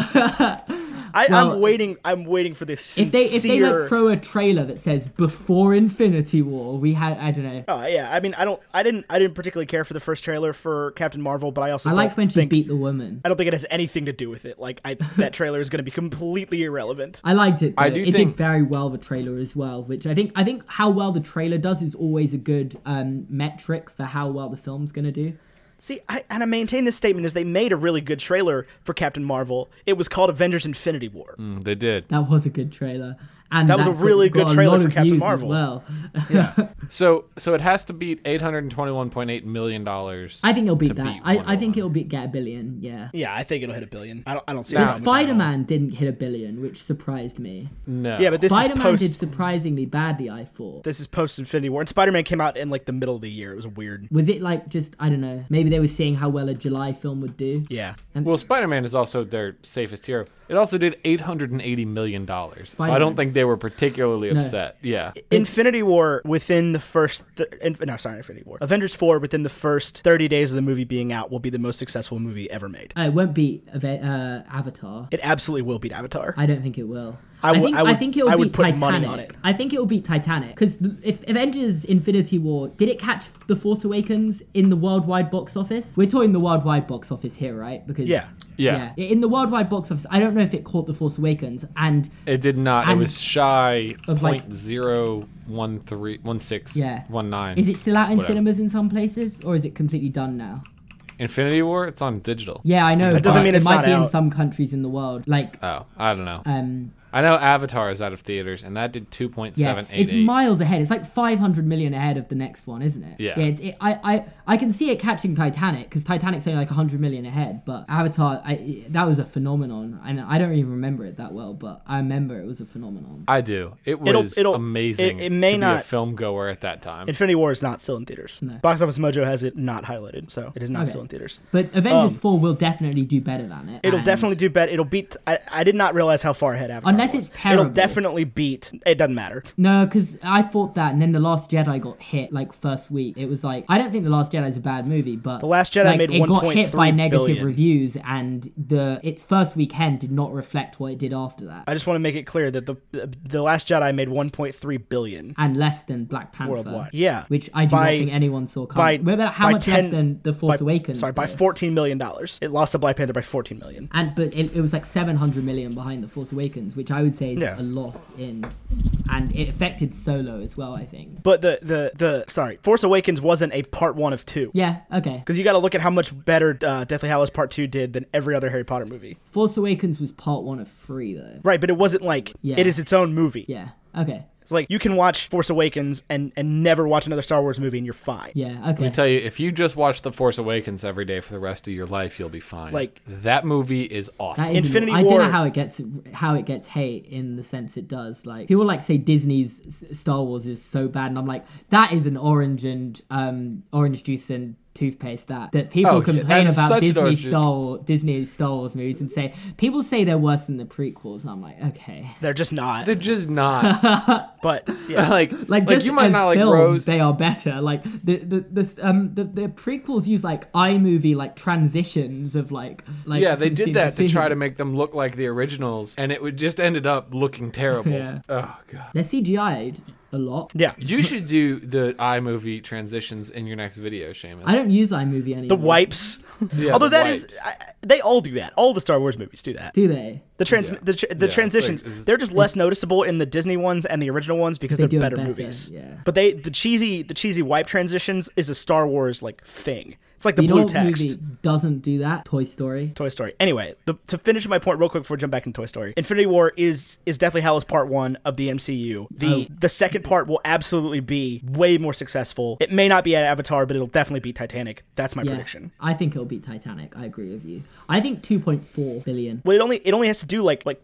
Speaker 3: I,
Speaker 4: Well,
Speaker 3: I'm waiting. I'm waiting for this sincere.
Speaker 4: If they if they like throw a trailer that says before Infinity War, we had I don't know.
Speaker 3: Oh, yeah, I mean, I don't, I didn't, I didn't particularly care for the first trailer for Captain Marvel, but I also
Speaker 4: I
Speaker 3: don't
Speaker 4: like when she
Speaker 3: think,
Speaker 4: beat the woman.
Speaker 3: I don't think it has anything to do with it. Like, I that trailer is going to be completely irrelevant.
Speaker 4: I liked it. Though.
Speaker 1: I do
Speaker 4: it
Speaker 1: think-
Speaker 4: did very well the trailer as well, which I think I think how well the trailer does is always a good um, metric for how well the film's gonna do.
Speaker 3: See, I, and I maintain this statement is they made a really good trailer for Captain Marvel. It was called Avengers: Infinity War.
Speaker 1: Mm, they did.
Speaker 4: That was a good trailer, and
Speaker 3: That was a
Speaker 4: got-
Speaker 3: really
Speaker 4: got
Speaker 3: good
Speaker 4: a
Speaker 3: trailer
Speaker 4: lot
Speaker 3: for
Speaker 4: of
Speaker 3: Captain
Speaker 4: views as
Speaker 3: Marvel.
Speaker 4: well,
Speaker 1: So so it has to beat eight hundred and twenty one point eight million dollars.
Speaker 4: I think it'll beat
Speaker 1: To
Speaker 4: that.
Speaker 1: beat Wonder
Speaker 4: I, I think
Speaker 1: Woman.
Speaker 4: it'll beat get a billion. Yeah.
Speaker 3: Yeah, I think it'll hit a billion. I don't, I don't see. a
Speaker 1: Now-
Speaker 3: problem with that at all.
Speaker 4: Spider Man didn't hit a billion, which surprised me.
Speaker 1: No.
Speaker 3: Yeah, but this
Speaker 4: Spider
Speaker 3: is
Speaker 4: Man
Speaker 3: post.
Speaker 4: did surprisingly badly. I thought.
Speaker 3: This is post Infinity War, and Spider Man came out in like the middle of the year. It was weird.
Speaker 4: Was it like just I don't know? Maybe they were seeing how well a July film would do.
Speaker 3: Yeah.
Speaker 1: well, Spider Man is also their safest hero. It also did eight hundred and eighty million dollars. So I
Speaker 4: Spider-Man.
Speaker 1: don't think they were particularly upset. Yeah.
Speaker 3: Infinity War within the first, th- in, no, sorry, Infinity War. Avengers 4 within the first 30 days of the movie being out will be the most successful movie ever made.
Speaker 4: Uh, it won't beat Ava- uh, Avatar.
Speaker 3: It absolutely will beat Avatar.
Speaker 4: I don't think it will.
Speaker 3: I
Speaker 4: I
Speaker 3: would-
Speaker 4: think,
Speaker 3: I would-
Speaker 4: think it'll
Speaker 3: I
Speaker 4: beat
Speaker 3: would put
Speaker 4: Titanic.
Speaker 3: money on it.
Speaker 4: I think it'll beat Titanic because if Avengers: Infinity War did it catch The Force Awakens in the worldwide box office? We're talking the worldwide box office here, right? Because
Speaker 3: Yeah.
Speaker 1: Yeah.
Speaker 4: in the worldwide box office, I don't know if it caught The Force Awakens, and
Speaker 1: It did not. It
Speaker 4: And-
Speaker 1: was shy
Speaker 4: Of like-
Speaker 1: point zero one three one six
Speaker 4: Yeah.
Speaker 1: one nine.
Speaker 4: is it still out in
Speaker 1: Whatever.
Speaker 4: cinemas in some places, or is it completely done now?
Speaker 1: Infinity War? It's on digital.
Speaker 4: Yeah, I know.
Speaker 3: That doesn't
Speaker 4: but
Speaker 3: mean
Speaker 4: it
Speaker 3: it's
Speaker 4: might
Speaker 3: not
Speaker 4: be in
Speaker 3: out.
Speaker 4: some countries in the world, like
Speaker 1: Oh, I don't know.
Speaker 4: um,
Speaker 1: I know Avatar is out of theaters, and that did two point
Speaker 4: Yeah,
Speaker 1: seven eight
Speaker 4: it's
Speaker 1: eight.
Speaker 4: miles ahead. It's like 500 million ahead of the next one, isn't it?
Speaker 1: Yeah.
Speaker 4: it, it- I, I, I can see it catching Titanic because Titanic's only like 100 million ahead, but Avatar, I, that was a phenomenon. And I don't even remember it that well, but I remember it was a phenomenon.
Speaker 1: I do. It was
Speaker 3: It'll- it'll-
Speaker 1: amazing.
Speaker 3: it- it may
Speaker 1: to be a
Speaker 3: not-
Speaker 1: film goer at that time.
Speaker 3: Infinity War is not still in theaters.
Speaker 4: No.
Speaker 3: Box Office Mojo has it not highlighted, so it is not
Speaker 4: Okay.
Speaker 3: still in theaters.
Speaker 4: But Avengers 4 will definitely do better than it.
Speaker 3: Um, It'll
Speaker 4: and-
Speaker 3: definitely do better. It'll beat. I, I did not realize how far ahead Avatar
Speaker 4: Unless
Speaker 3: was.
Speaker 4: it's terrible.
Speaker 3: It'll definitely beat. It doesn't matter.
Speaker 4: No, because I thought that, and then The Last Jedi got hit like first week. It was like I don't think The Last Jedi is a bad movie, but The
Speaker 3: Last Jedi
Speaker 4: like,
Speaker 3: made
Speaker 4: it got hit
Speaker 3: 1.3
Speaker 4: by negative
Speaker 3: billion.
Speaker 4: reviews, and the its first weekend did not reflect what it did after that,
Speaker 3: I just want to make it clear that the the Last Jedi made 1.3 billion
Speaker 4: and less than Black Panther.
Speaker 3: worldwide. Yeah,
Speaker 4: Which I do
Speaker 3: By-
Speaker 4: not think anyone saw
Speaker 3: by-
Speaker 4: coming. By, about how
Speaker 3: by
Speaker 4: much
Speaker 3: 10
Speaker 4: less than The Force Awakens?
Speaker 3: Sorry, by
Speaker 4: though?
Speaker 3: 14 million dollars. It lost to Black Panther by 14 million.
Speaker 4: And but it, it was like 700 million behind The Force Awakens, which I would say is
Speaker 3: Yeah.
Speaker 4: a loss in, and it affected Solo as well. I think.
Speaker 3: But the the the sorry, Force Awakens wasn't a part one of two.
Speaker 4: Yeah. Okay.
Speaker 3: Because you got to look at how much better uh, Deathly Hallows Part Two did than every other Harry Potter movie.
Speaker 4: Force Awakens was part one of three though.
Speaker 3: Right, but it wasn't like
Speaker 4: Yeah.
Speaker 3: it is its own movie.
Speaker 4: Yeah. Okay.
Speaker 3: It's like you can watch Force Awakens and and never watch another Star Wars movie and you're fine.
Speaker 4: Yeah. Okay.
Speaker 1: tell you, if you just watch The Force Awakens every day for the rest of your life, you'll be fine.
Speaker 3: Like-
Speaker 1: that movie is awesome.
Speaker 4: That is
Speaker 3: Infinity
Speaker 4: annoying. I
Speaker 3: War-
Speaker 4: don't know how it gets how it gets hate in the sense it does. Like people like say Disney's S- Star Wars is so bad, and I'm like, that is an orange and um orange juice and toothpaste that that people
Speaker 1: Oh, yeah, that
Speaker 4: complain
Speaker 1: is
Speaker 4: about
Speaker 1: such an
Speaker 4: Disney
Speaker 1: orange-
Speaker 4: Star War, Disney Star Wars movies and say people say they're worse than the prequels, and I'm like, okay,
Speaker 3: They're just not.
Speaker 1: They're just not
Speaker 3: but yeah.
Speaker 1: like
Speaker 4: like
Speaker 1: like,
Speaker 4: just
Speaker 1: you might
Speaker 4: as
Speaker 1: not like
Speaker 4: films,
Speaker 1: Rose.
Speaker 4: they are better. Like the the this um the, the prequels use like iMovie like transitions of like like
Speaker 1: yeah, they
Speaker 4: from
Speaker 1: did
Speaker 4: scene
Speaker 1: that to try
Speaker 4: scene.
Speaker 1: to make them look like the originals, and it would just ended up looking terrible.
Speaker 4: Yeah.
Speaker 1: Oh god.
Speaker 4: they're CGI'd a lot.
Speaker 3: yeah.
Speaker 1: You should do the iMovie transitions in your next video, Seamus.
Speaker 4: I don't use iMovie anymore.
Speaker 3: The wipes.
Speaker 1: Yeah,
Speaker 3: Although
Speaker 1: the
Speaker 3: that is,
Speaker 1: wipes.
Speaker 3: I, I- they all do that. All the Star Wars movies do that.
Speaker 4: Do they?
Speaker 3: The trans,
Speaker 1: Yeah.
Speaker 3: the, tr-
Speaker 1: Yeah,
Speaker 3: the
Speaker 1: it's
Speaker 3: transitions,
Speaker 1: like- it's-
Speaker 3: they're just less noticeable in the Disney ones and the original ones because
Speaker 4: They
Speaker 3: they are
Speaker 4: do it
Speaker 3: better,
Speaker 4: better,
Speaker 3: movies.
Speaker 4: yeah.
Speaker 3: But they, the cheesy, the cheesy wipe transitions is a Star Wars like thing. It's like the
Speaker 4: you know
Speaker 3: blue
Speaker 4: what
Speaker 3: text.
Speaker 4: movie doesn't do that? Toy Story.
Speaker 3: Toy Story. Anyway, the, to finish my point real quick before we jump back into Toy Story, Infinity War is is Deathly Hallows Part One of the MCU.
Speaker 4: Oh.
Speaker 3: The the second part will absolutely be way more successful. It may not be at Avatar, but it'll definitely be Titanic. That's my
Speaker 4: Yeah,
Speaker 3: prediction.
Speaker 4: I think it'll beat Titanic. I agree with you. I think 2.4 billion.
Speaker 3: Well, it only it only has to do like like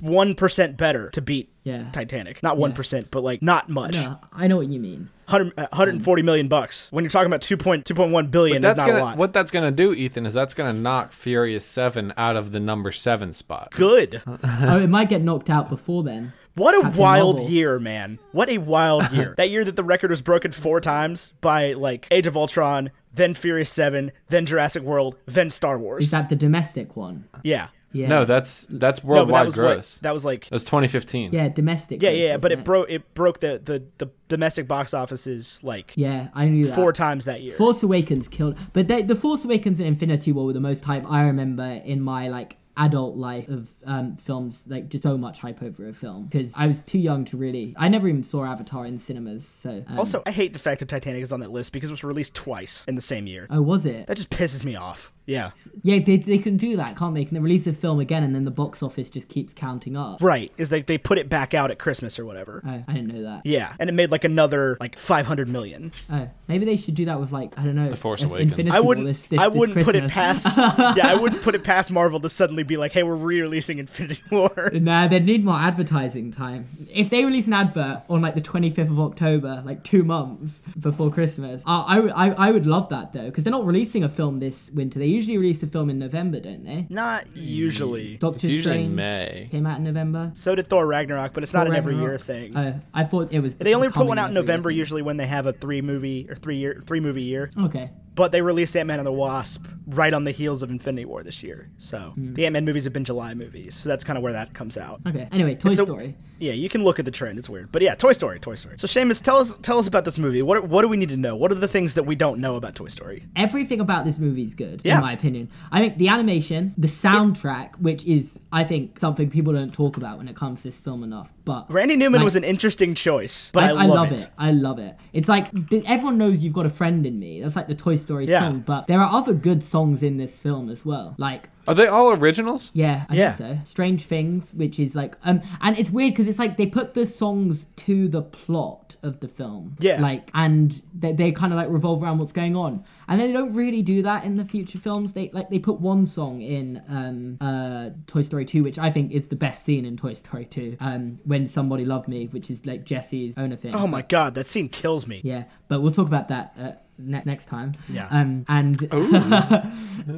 Speaker 3: one percent better to beat
Speaker 4: Yeah.
Speaker 3: Titanic. Not one but like not much.
Speaker 4: No, Uh, I know what you mean.
Speaker 3: 100, uh, 140 million bucks. When you're talking about 2.2.1 billion, that's
Speaker 1: that's
Speaker 3: not
Speaker 1: gonna
Speaker 3: a lot.
Speaker 1: what that's gonna do, Ethan, is that's gonna knock Furious Seven out of the number seven spot.
Speaker 3: Good.
Speaker 4: oh, it might get knocked out before then.
Speaker 3: What a
Speaker 4: Captain
Speaker 3: wild
Speaker 4: Marvel.
Speaker 3: year, man. What a wild year. that year that the record was broken four times by like Age of Ultron, then Furious 7, then Jurassic World, then Star Wars.
Speaker 4: Is that the domestic one?
Speaker 3: yeah.
Speaker 4: Yeah.
Speaker 1: No, that's that's
Speaker 3: No, but
Speaker 1: worldwide
Speaker 3: that was what-
Speaker 1: gross.
Speaker 3: that was like
Speaker 1: that was 2015.
Speaker 4: Yeah, domestic.
Speaker 3: Yeah,
Speaker 4: was,
Speaker 3: yeah, yeah, but
Speaker 4: wasn't
Speaker 3: it broke it broke the, the the domestic box offices like
Speaker 4: Yeah, I knew that.
Speaker 3: four times that year.
Speaker 4: Force Awakens killed, but they, the Force Awakens and Infinity War were the most hype I remember in my like adult life of um, films, like just so much hype over a film because I was too young to really. I never even saw Avatar in cinemas, so um,
Speaker 3: also, I hate the fact that Titanic is on that list because it was released twice in the same year.
Speaker 4: oh, was it?
Speaker 3: That just pisses me off. Yeah.
Speaker 4: Yeah, they, they can do that, can't they? Can they release a film again and then the box office just keeps counting up?
Speaker 3: Right. Is like they put it back out at Christmas or whatever.
Speaker 4: Oh, I didn't know that.
Speaker 3: Yeah. And it made like another like 500 million.
Speaker 4: Oh, maybe they should do that with like I don't know. The
Speaker 1: Force Awakens.
Speaker 4: Infinity
Speaker 3: I
Speaker 4: War
Speaker 3: wouldn't.
Speaker 4: this- this-
Speaker 3: I
Speaker 4: this
Speaker 3: wouldn't put it
Speaker 4: Christmas.
Speaker 3: past. yeah, I wouldn't put it past Marvel to suddenly be like, "Hey, we're re-releasing Infinity War."
Speaker 4: Nah, they need more advertising time. If they release an advert on like the 25th of October, like two months before Christmas, I, I, I, I would love that though, because they're not releasing a film this winter. They usually release a film in November, don't they?
Speaker 3: Not usually.
Speaker 4: Doctor
Speaker 1: It's usually
Speaker 4: Strange
Speaker 1: May.
Speaker 4: came out in November.
Speaker 3: So did Thor Ragnarok, but it's not an every year
Speaker 4: Ragnarok.
Speaker 3: thing.
Speaker 4: Oh, I thought it was.
Speaker 3: they only put one out in
Speaker 4: becoming an
Speaker 3: November
Speaker 4: every year
Speaker 3: usually when they have a three movie or three year three movie year.
Speaker 4: thing. Okay.
Speaker 3: But they released Ant Man and the Wasp right on the heels of Infinity War this year. So the Ant Man movies have been July movies. So that's kind of where that comes out.
Speaker 4: Okay. Anyway, Toy
Speaker 3: so-
Speaker 4: Story.
Speaker 3: Yeah, you can look at the trend. It's weird, but yeah, Toy Story, Toy Story. So Seamus, tell us tell us about this movie. What what do we need to know? What are the things that we don't know about Toy Story?
Speaker 4: Everything about this movie is good,
Speaker 3: Yeah.
Speaker 4: in my opinion. I think the animation, the soundtrack, which is, I think, something people don't talk about when it comes to this film enough. But
Speaker 3: Randy Newman
Speaker 4: Like-
Speaker 3: was an interesting choice, but I, love, it.
Speaker 4: I love it. It's like th- everyone knows you've got a friend in me. That's like the Toy Story
Speaker 3: Yeah.
Speaker 4: song, but there are other good songs in this film as well. Like
Speaker 1: Are they all originals?
Speaker 4: yeah, I
Speaker 3: Yeah.
Speaker 4: think so. Strange Things, which is like um and it's weird cuz it's like they put the songs to the plot of the film.
Speaker 3: Yeah.
Speaker 4: Like and they they kind of like revolve around what's going on. And they don't really do that in the future films. They like they put one song in um uh Toy Story 2, which I think is the best scene in Toy Story 2. Um when Somebody Loved Me, which is like Jesse's own thing.
Speaker 3: Oh my god, that scene kills me.
Speaker 4: Yeah, but we'll talk about that uh, ne- next time.
Speaker 3: Yeah.
Speaker 4: Um, and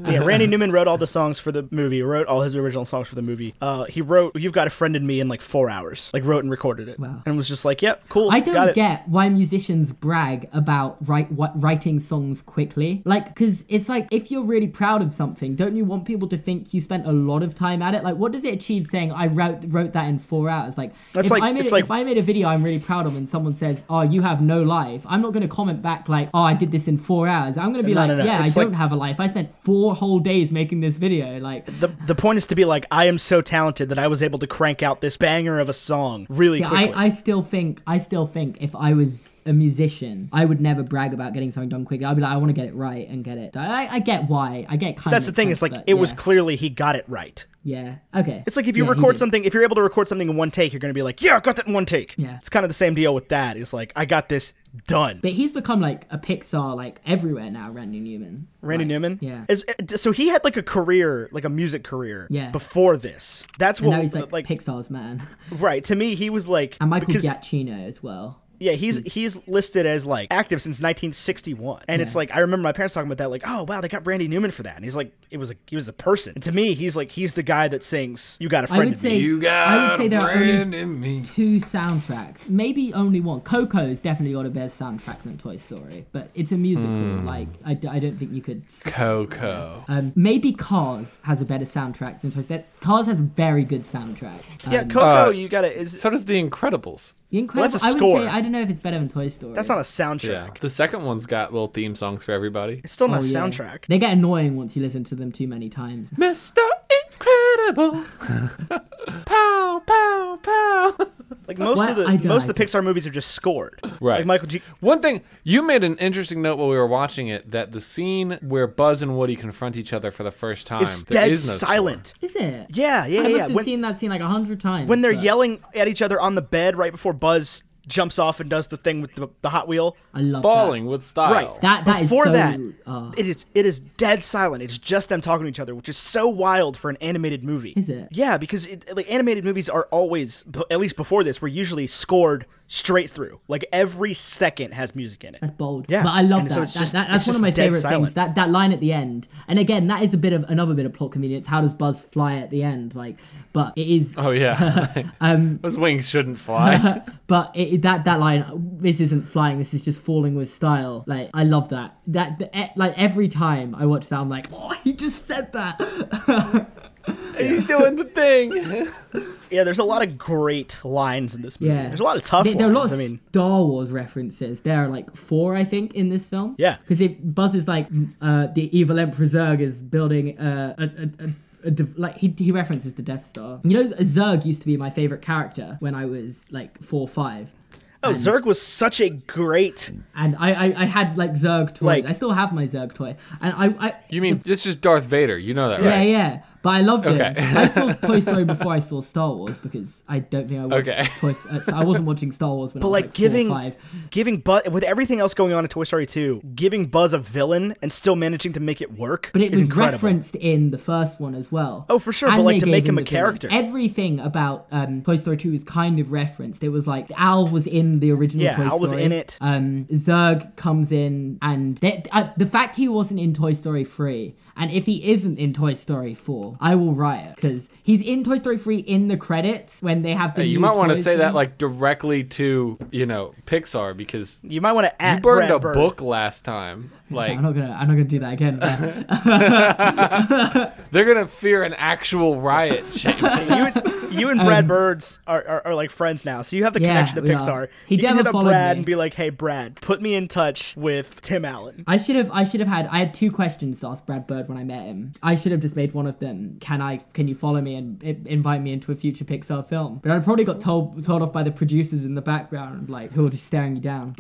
Speaker 3: Yeah, Randy Newman wrote all the songs for the movie, wrote all his original songs for the movie. Uh, he wrote "You've Got a Friend in Me" in like four hours, like wrote and recorded it,
Speaker 4: Wow.
Speaker 3: and was just like, "Yep, cool."
Speaker 4: I don't
Speaker 3: got it."
Speaker 4: get why musicians brag about write, wh- writing songs quickly. Like, because it's like if you're really proud of something, don't you want people to think you spent a lot of time at it? Like, what does it achieve saying I wrote wrote that in four hours? Like,
Speaker 3: That's
Speaker 4: if
Speaker 3: like-
Speaker 4: I made
Speaker 3: it's
Speaker 4: it-
Speaker 3: like-
Speaker 4: if I made a video I'm really proud of and someone says, "Oh, you have no life," I'm not going to comment back like, "Oh, I did did this in four hours, I'm gonna be
Speaker 3: No,
Speaker 4: like,
Speaker 3: no, no,
Speaker 4: yeah, I
Speaker 3: it's
Speaker 4: don't
Speaker 3: like-
Speaker 4: have a life. I spent four whole days making this video. Like,
Speaker 3: The, the point is to be like, I am so talented that I was able to crank out this banger of a song really
Speaker 4: yeah,
Speaker 3: quickly.
Speaker 4: I, I still think, I still think, if I was a musician, I would never brag about getting something done quickly. I'd be like, I want to get it right and get it. done. I, I get why. I get kind
Speaker 3: That's the
Speaker 4: of.
Speaker 3: thing. It's
Speaker 4: It's
Speaker 3: like it was clearly he got it right.
Speaker 4: Yeah. Okay.
Speaker 3: It's like if you
Speaker 4: Yeah, he
Speaker 3: record
Speaker 4: did.
Speaker 3: something, if you're able to record something in one take, you're gonna be like, yeah, I got that in one take.
Speaker 4: Yeah.
Speaker 3: It's kind of the same deal with that. It's like I got this done.
Speaker 4: But he's become like a Pixar, like everywhere now. Randy Newman.
Speaker 3: Randy
Speaker 4: Like,
Speaker 3: Newman.
Speaker 4: Yeah.
Speaker 3: Is, uh, so he had like a career, like a music career.
Speaker 4: Yeah.
Speaker 3: Before this, that's
Speaker 4: And
Speaker 3: what
Speaker 4: now he's like,
Speaker 3: like
Speaker 4: Pixar's man.
Speaker 3: right to me he was like
Speaker 4: And Michael
Speaker 3: because
Speaker 4: Giacchino as well.
Speaker 3: yeah he's he's listed as like active since 1961 and it's like I remember my parents talking about that like oh wow they got Randy Newman for that and he's like it was a he was a person and to me he's like he's the guy that sings you got a friend
Speaker 4: I would
Speaker 3: in
Speaker 4: say
Speaker 3: me.
Speaker 1: You got
Speaker 4: I would say
Speaker 1: a
Speaker 4: there are
Speaker 1: friend
Speaker 4: only
Speaker 1: in me.
Speaker 4: two soundtracks, maybe only one. Coco's definitely got a better soundtrack than Toy Story, but it's a musical.
Speaker 3: Hmm.
Speaker 4: Like I, d- I don't think you could.
Speaker 1: Coco.
Speaker 4: Um, maybe Cars has a better soundtrack than Toy Story. Cars has a very good soundtrack. Um,
Speaker 3: yeah Coco
Speaker 1: Uh,
Speaker 3: you got to is
Speaker 1: So does The Incredibles.
Speaker 4: The Incredible.
Speaker 3: that's a
Speaker 4: I would
Speaker 3: score.
Speaker 4: say I don't know if it's better than Toy Story.
Speaker 3: that's not a soundtrack
Speaker 1: Yeah. The second one's got little theme songs for everybody.
Speaker 3: it's still
Speaker 4: Oh,
Speaker 3: not a
Speaker 4: yeah.
Speaker 3: soundtrack
Speaker 4: They get annoying once you listen to them too many times.
Speaker 1: Mr. Incredible. pow, pow, pow.
Speaker 3: like most
Speaker 4: Well,
Speaker 3: of the
Speaker 4: I don't
Speaker 3: most of the
Speaker 4: like
Speaker 3: Pixar movies are just scored
Speaker 1: Right.
Speaker 3: like Michael G
Speaker 1: One thing you made an interesting note while we were watching it that the scene where Buzz and Woody confront each other for the first time
Speaker 3: is
Speaker 1: there
Speaker 3: dead
Speaker 1: is no score.
Speaker 3: silent
Speaker 4: Is it?
Speaker 3: yeah yeah yeah
Speaker 4: I must
Speaker 3: yeah.
Speaker 4: have
Speaker 3: when
Speaker 4: seen that scene like a hundred times.
Speaker 3: when they're
Speaker 4: but
Speaker 3: yelling at each other on the bed right before Buzz jumps off and does the thing with the, the Hot Wheel
Speaker 4: I love
Speaker 1: Balling with style.
Speaker 3: Right.
Speaker 4: That- that is
Speaker 3: Before
Speaker 4: so-
Speaker 3: that,
Speaker 4: oh.
Speaker 3: it is it is dead silent. It's just them talking to each other, which is so wild for an animated movie.
Speaker 4: Is it?
Speaker 3: Yeah, because it, like animated movies are always, b- at least before this, were usually scored straight through. Like every second has music in it.
Speaker 4: That's bold.
Speaker 3: Yeah,
Speaker 4: But I love
Speaker 3: and
Speaker 4: that.
Speaker 3: so it's
Speaker 4: That-
Speaker 3: just-
Speaker 4: that- That's
Speaker 3: it's
Speaker 4: one of
Speaker 3: just dead
Speaker 4: my favorite
Speaker 3: silent.
Speaker 4: things. That that line at the end, and again, that is a bit of another bit of plot convenience. How does Buzz fly at the end? Like, but it is.
Speaker 1: Oh yeah.
Speaker 4: Um,
Speaker 1: Those wings shouldn't fly.
Speaker 4: But it, it- that that line, this isn't flying. This is just falling with style. Like I love that. That the, e- like every time I watch that, I'm like, oh, he just said that.
Speaker 1: He's doing the thing.
Speaker 3: Yeah, there's a lot of great lines in this movie.
Speaker 4: yeah.
Speaker 3: There's a lot of tough
Speaker 4: There, there are a lot
Speaker 3: ones.
Speaker 4: of
Speaker 3: I mean,
Speaker 4: Star Wars references. There are like four, I think, in this film.
Speaker 3: Yeah.
Speaker 4: Because it Buzz is like uh, the evil Emperor Zurg is building uh, a. a, a a div- like he, he references the Death Star. You know, Zurg used to be my favorite character when I was like four or five,
Speaker 3: oh, Zurg was such a great.
Speaker 4: and I I, I had like Zurg toys.
Speaker 3: Like-
Speaker 4: I still have my Zurg toy, and I, I
Speaker 1: You mean it's just Darth Vader, you know that,
Speaker 4: yeah
Speaker 1: right?
Speaker 4: yeah. But I loved it.
Speaker 1: Okay.
Speaker 4: I saw Toy Story before I saw Star Wars because I don't think I watched
Speaker 1: Okay.
Speaker 4: Toy. Uh, so I wasn't watching Star Wars when I
Speaker 3: But
Speaker 4: was
Speaker 3: like,
Speaker 4: like, four or
Speaker 3: giving,
Speaker 4: five.
Speaker 3: giving Buzz with everything else going on in Toy Story 2, giving Buzz a villain and still managing to make it work
Speaker 4: But it
Speaker 3: is
Speaker 4: was
Speaker 3: incredible.
Speaker 4: referenced in the first one as well.
Speaker 3: Oh, for sure, but, like, to
Speaker 4: they gave
Speaker 3: make him a
Speaker 4: the villain.
Speaker 3: character.
Speaker 4: Everything about um, Toy Story 2 is kind of referenced. It was like Al was in the original
Speaker 3: Yeah,
Speaker 4: Toy
Speaker 3: Al was
Speaker 4: Story.
Speaker 3: in it.
Speaker 4: Um, Zurg comes in, and they, uh, the fact he wasn't in Toy Story 3, and if he isn't in Toy Story 4, I will riot because he's in Toy Story 3 in the credits when they have the.
Speaker 1: Hey, you
Speaker 4: new
Speaker 1: might want to
Speaker 4: toys
Speaker 1: say that
Speaker 4: in.
Speaker 1: like directly to, you know, Pixar because you
Speaker 3: You might want to add.
Speaker 1: burned
Speaker 3: Brad
Speaker 1: a
Speaker 3: Bird.
Speaker 1: book last time. Like
Speaker 4: I'm not gonna. I'm not gonna do that again. but-
Speaker 1: they're gonna fear an actual riot. Shane.
Speaker 3: you, you and Brad Birds are, are, are like friends now, so you have the
Speaker 4: Um, Yeah,
Speaker 3: connection to
Speaker 4: we are.
Speaker 3: Pixar.
Speaker 4: He
Speaker 3: you can
Speaker 4: never
Speaker 3: hit up
Speaker 4: followed
Speaker 3: Brad
Speaker 4: me.
Speaker 3: and be like, "Hey, Brad, put me in touch with Tim Allen."
Speaker 4: I should have. I should have had. I had two questions to ask Brad Bird when I met him. I should have just made one of them. Can I? Can you follow me and i- invite me into a future Pixar film? But I probably got told told off by the producers in the background, like who are just staring you down.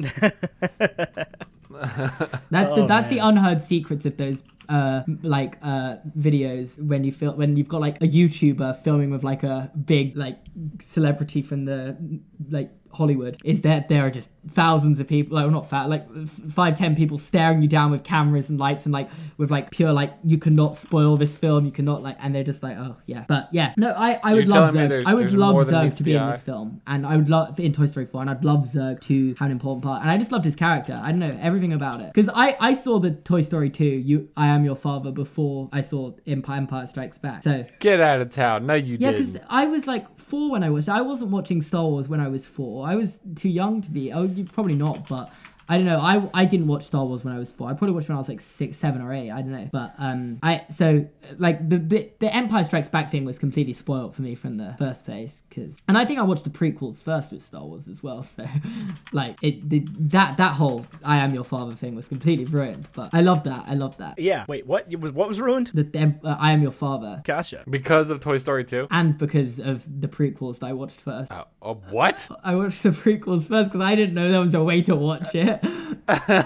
Speaker 4: that's the that's the unheard secrets of those. Uh, like uh, videos when you feel when you've got like a YouTuber filming with like a big like celebrity from the like Hollywood is that there are just thousands of people, like well, not fat, like f- five, ten people staring you down with cameras and lights and like with like pure like you cannot spoil this film, you cannot like, and they're just like oh yeah, but yeah, no, I I would
Speaker 1: You're
Speaker 4: love
Speaker 1: telling me
Speaker 4: Zerg,
Speaker 1: there's-
Speaker 4: I would
Speaker 1: there's
Speaker 4: love
Speaker 1: more than
Speaker 4: Zerg
Speaker 1: meets
Speaker 4: to be
Speaker 1: the
Speaker 4: in
Speaker 1: eye?
Speaker 4: this film, and I would love in Toy Story four, and I'd love Zerg to have an important part, and I just love his character, I don't know everything about it because I I saw the Toy Story two, you I am your father before I saw Empire, Empire Strikes Back, so
Speaker 1: Get out of town. No, you
Speaker 4: yeah, because
Speaker 1: didn't.
Speaker 4: I was like four when I watched. it. I wasn't watching Star Wars when I was four. I was too young to be. Oh, you probably not, but I don't know. I I didn't watch Star Wars when I was four. I probably watched when I was like six, seven, or eight. I don't know. But um, I so like the the, the Empire Strikes Back thing was completely spoiled for me from the first place because, and I think I watched the prequels first with Star Wars as well. So, like it the, that that whole I am your father thing was completely ruined. But I love that. I love that.
Speaker 3: Yeah. Wait, what? It was- What was ruined?
Speaker 4: The, the Em- uh, I am your father,
Speaker 3: Gotcha.
Speaker 1: Because of Toy Story 2?
Speaker 4: and because of the prequels that I watched first.
Speaker 1: Uh, uh, what?
Speaker 4: I watched the prequels first because I didn't know there was a way to watch it.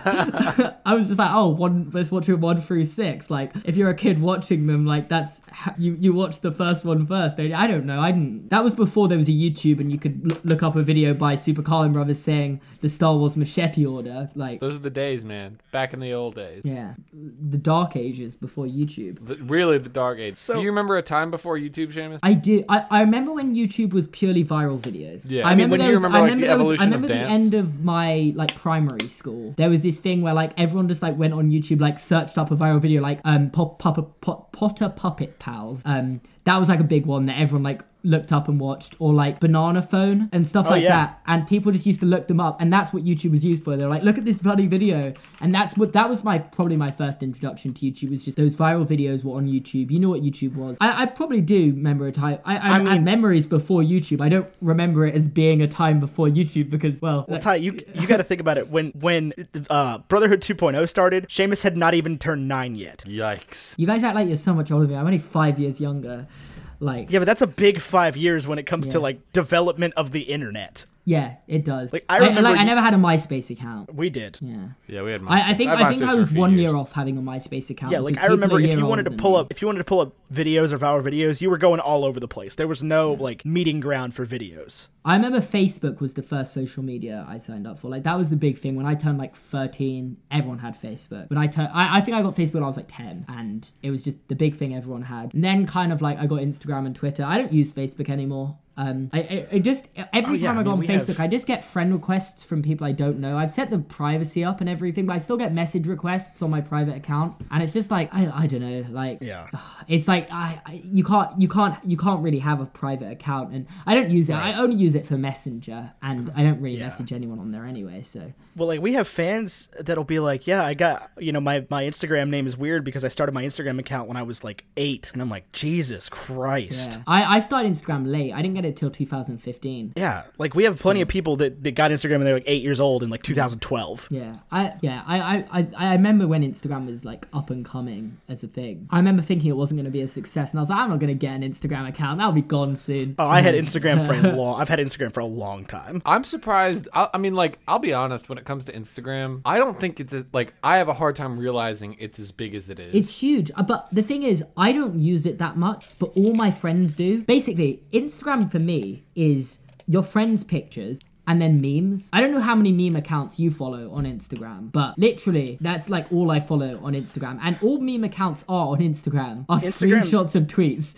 Speaker 4: I was just like, oh, one, let's watch it one through six. Like, if you're a kid watching them, like that's ha- you you watch the first one first. don't you? I don't know. I didn't. That was before there was a YouTube and you could l- look up a video by Super Carlin Brothers saying the Star Wars machete order. Like,
Speaker 1: Those are the days, man. Back in the old days.
Speaker 4: yeah, the Dark Ages before YouTube.
Speaker 1: The- really, the dark age.
Speaker 3: So-
Speaker 1: Do you remember a time before YouTube, Seamus?
Speaker 4: I do. I, I remember when YouTube was purely viral videos.
Speaker 1: Yeah.
Speaker 4: I,
Speaker 1: I mean,
Speaker 4: remember
Speaker 1: when
Speaker 4: there
Speaker 1: you
Speaker 4: was-
Speaker 1: remember,
Speaker 4: I
Speaker 1: like, the
Speaker 4: there was-
Speaker 1: evolution
Speaker 4: I
Speaker 1: of
Speaker 4: remember the
Speaker 1: dance?
Speaker 4: end of my like primary school. There was this thing where like everyone just like went on YouTube, like searched up a viral video, like um pop, pop, pop, Potter Puppet Pals. Um, that was like a big one that everyone like looked up and watched, or like Banana Phone and
Speaker 1: Oh,
Speaker 4: stuff like
Speaker 3: yeah.
Speaker 4: that. And people just used to look them up, and that's what YouTube was used for. They're like, look at this bloody video, and that's what that was my probably my first introduction to YouTube was just those viral videos were on YouTube. You know what YouTube was? I, I probably do remember a time. I, I, I
Speaker 3: mean-
Speaker 4: memories before YouTube. I don't remember it as being a time before YouTube because, well, like-
Speaker 3: Ty, you you got to think about it. When when uh, Brotherhood 2.0 started, Seamus had not even turned nine yet.
Speaker 1: Yikes.
Speaker 4: you guys act like you're so much older than me. I'm only five years younger. Like,
Speaker 3: Yeah, but that's a big five years when it comes to
Speaker 4: Yeah.
Speaker 3: like development of the internet.
Speaker 4: yeah, it does.
Speaker 3: Like, I remember
Speaker 4: like, I
Speaker 3: you-
Speaker 4: never had a MySpace account.
Speaker 3: We did. Yeah,
Speaker 4: Yeah.
Speaker 1: Yeah, we had MySpace.
Speaker 4: I, I think
Speaker 1: had
Speaker 4: I think
Speaker 1: MySpace
Speaker 4: I
Speaker 1: for a
Speaker 4: was
Speaker 1: few
Speaker 4: one
Speaker 1: years.
Speaker 4: year off having a MySpace account.
Speaker 3: like
Speaker 4: because
Speaker 3: I
Speaker 4: people are
Speaker 3: remember
Speaker 4: a
Speaker 3: if
Speaker 4: year
Speaker 3: you wanted to
Speaker 4: older than
Speaker 3: pull
Speaker 4: me.
Speaker 3: up if you wanted to pull up videos or viral videos, you were going all over the place. There was no like meeting ground for videos.
Speaker 4: I remember Facebook was the first social media I signed up for. Like that was the big thing when I turned like 13. Everyone had Facebook. When I turned, I, I think I got Facebook when I was like 10, and it was just the big thing everyone had. And then kind of like I got Instagram and Twitter. I don't use Facebook anymore. Um, I, I, I just every
Speaker 3: Oh, yeah,
Speaker 4: time
Speaker 3: I
Speaker 4: I go
Speaker 3: mean,
Speaker 4: on
Speaker 3: we have-
Speaker 4: Facebook, I just get friend requests from people I don't know. I've set the privacy up and everything, but I still get message requests on my private account, and it's just like I, I don't know, like
Speaker 3: Yeah.
Speaker 4: it's like I, I you can't you can't you can't really have a private account and I don't use it. I only use it for Messenger and I don't really message anyone on there anyway, so
Speaker 3: Well, like we have fans that'll be like, "Yeah, I got you know my my Instagram name is weird because I started my Instagram account when I was like eight, and I'm like, Jesus Christ."
Speaker 4: yeah. I, I started Instagram late. I didn't get it till 2015.
Speaker 3: Yeah, like we have plenty of people that, that got Instagram and they're like eight years old in like 2012.
Speaker 4: Yeah, I yeah I, I- I I remember when Instagram was like up and coming as a thing. I remember thinking it wasn't going to be a success, and I was like, I'm not going to get an Instagram account. That'll be gone soon.
Speaker 3: Oh, I had Instagram for a long. I've had Instagram for a long time.
Speaker 1: I'm surprised. I, I mean, like, I'll be honest. When it comes to Instagram, I don't think it's a, like I have a hard time realizing it's as big as it is.
Speaker 4: It's huge. Uh, But the thing is, I don't use it that much, but all my friends do. Basically, Instagram for me is your friends' pictures and then memes. I don't know how many meme accounts you follow on Instagram, but literally, that's like all I follow on Instagram. And all meme accounts are on Instagram are
Speaker 3: Instagram-
Speaker 4: screenshots of tweets.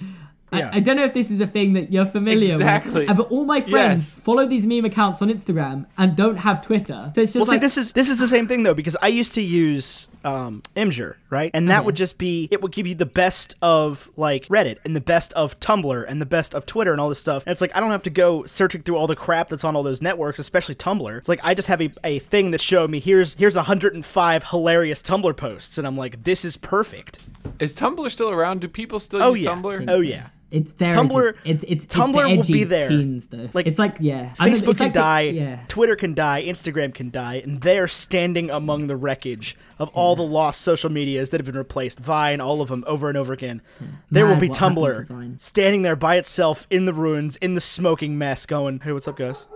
Speaker 3: Yeah.
Speaker 4: I, I don't know if this is a thing that you're familiar
Speaker 1: Exactly.
Speaker 4: with. Uh, But all my friends
Speaker 1: Yes.
Speaker 4: follow these meme accounts on Instagram and don't have Twitter. So it's just
Speaker 3: Well, see,
Speaker 4: like
Speaker 3: this is this is the same thing though because I used to use um, Imgur, right? And that would just be it would give you the best of like Reddit and the best of Tumblr and the best of Twitter and all this stuff. And it's like I don't have to go searching through all the crap that's on all those networks, especially Tumblr. It's like I just have a, a thing that showed me here's here's 105 hilarious Tumblr posts, and I'm like, this is perfect.
Speaker 1: Is Tumblr still around? Do people still
Speaker 3: Oh
Speaker 1: use
Speaker 3: yeah,
Speaker 1: Tumblr?
Speaker 3: oh yeah.
Speaker 4: It's very
Speaker 3: Tumblr-
Speaker 4: just- it's, it's, it's the
Speaker 3: Tumblr will
Speaker 4: edgy
Speaker 3: be there.
Speaker 4: Teens, though.
Speaker 3: Like,
Speaker 4: Like it's like yeah, I don't know,
Speaker 3: Facebook
Speaker 4: it's
Speaker 3: can
Speaker 4: like the-
Speaker 3: die,
Speaker 4: yeah,
Speaker 3: Twitter can die, Instagram can die, and they're standing among the wreckage of all the lost social medias that have been replaced. Vine, all of them, over and over again. There will
Speaker 4: Hmm. Mad
Speaker 3: be
Speaker 4: what happened to Vine.
Speaker 3: Tumblr standing there by itself in the ruins, in the smoking mess, going, "Hey, what's up, guys?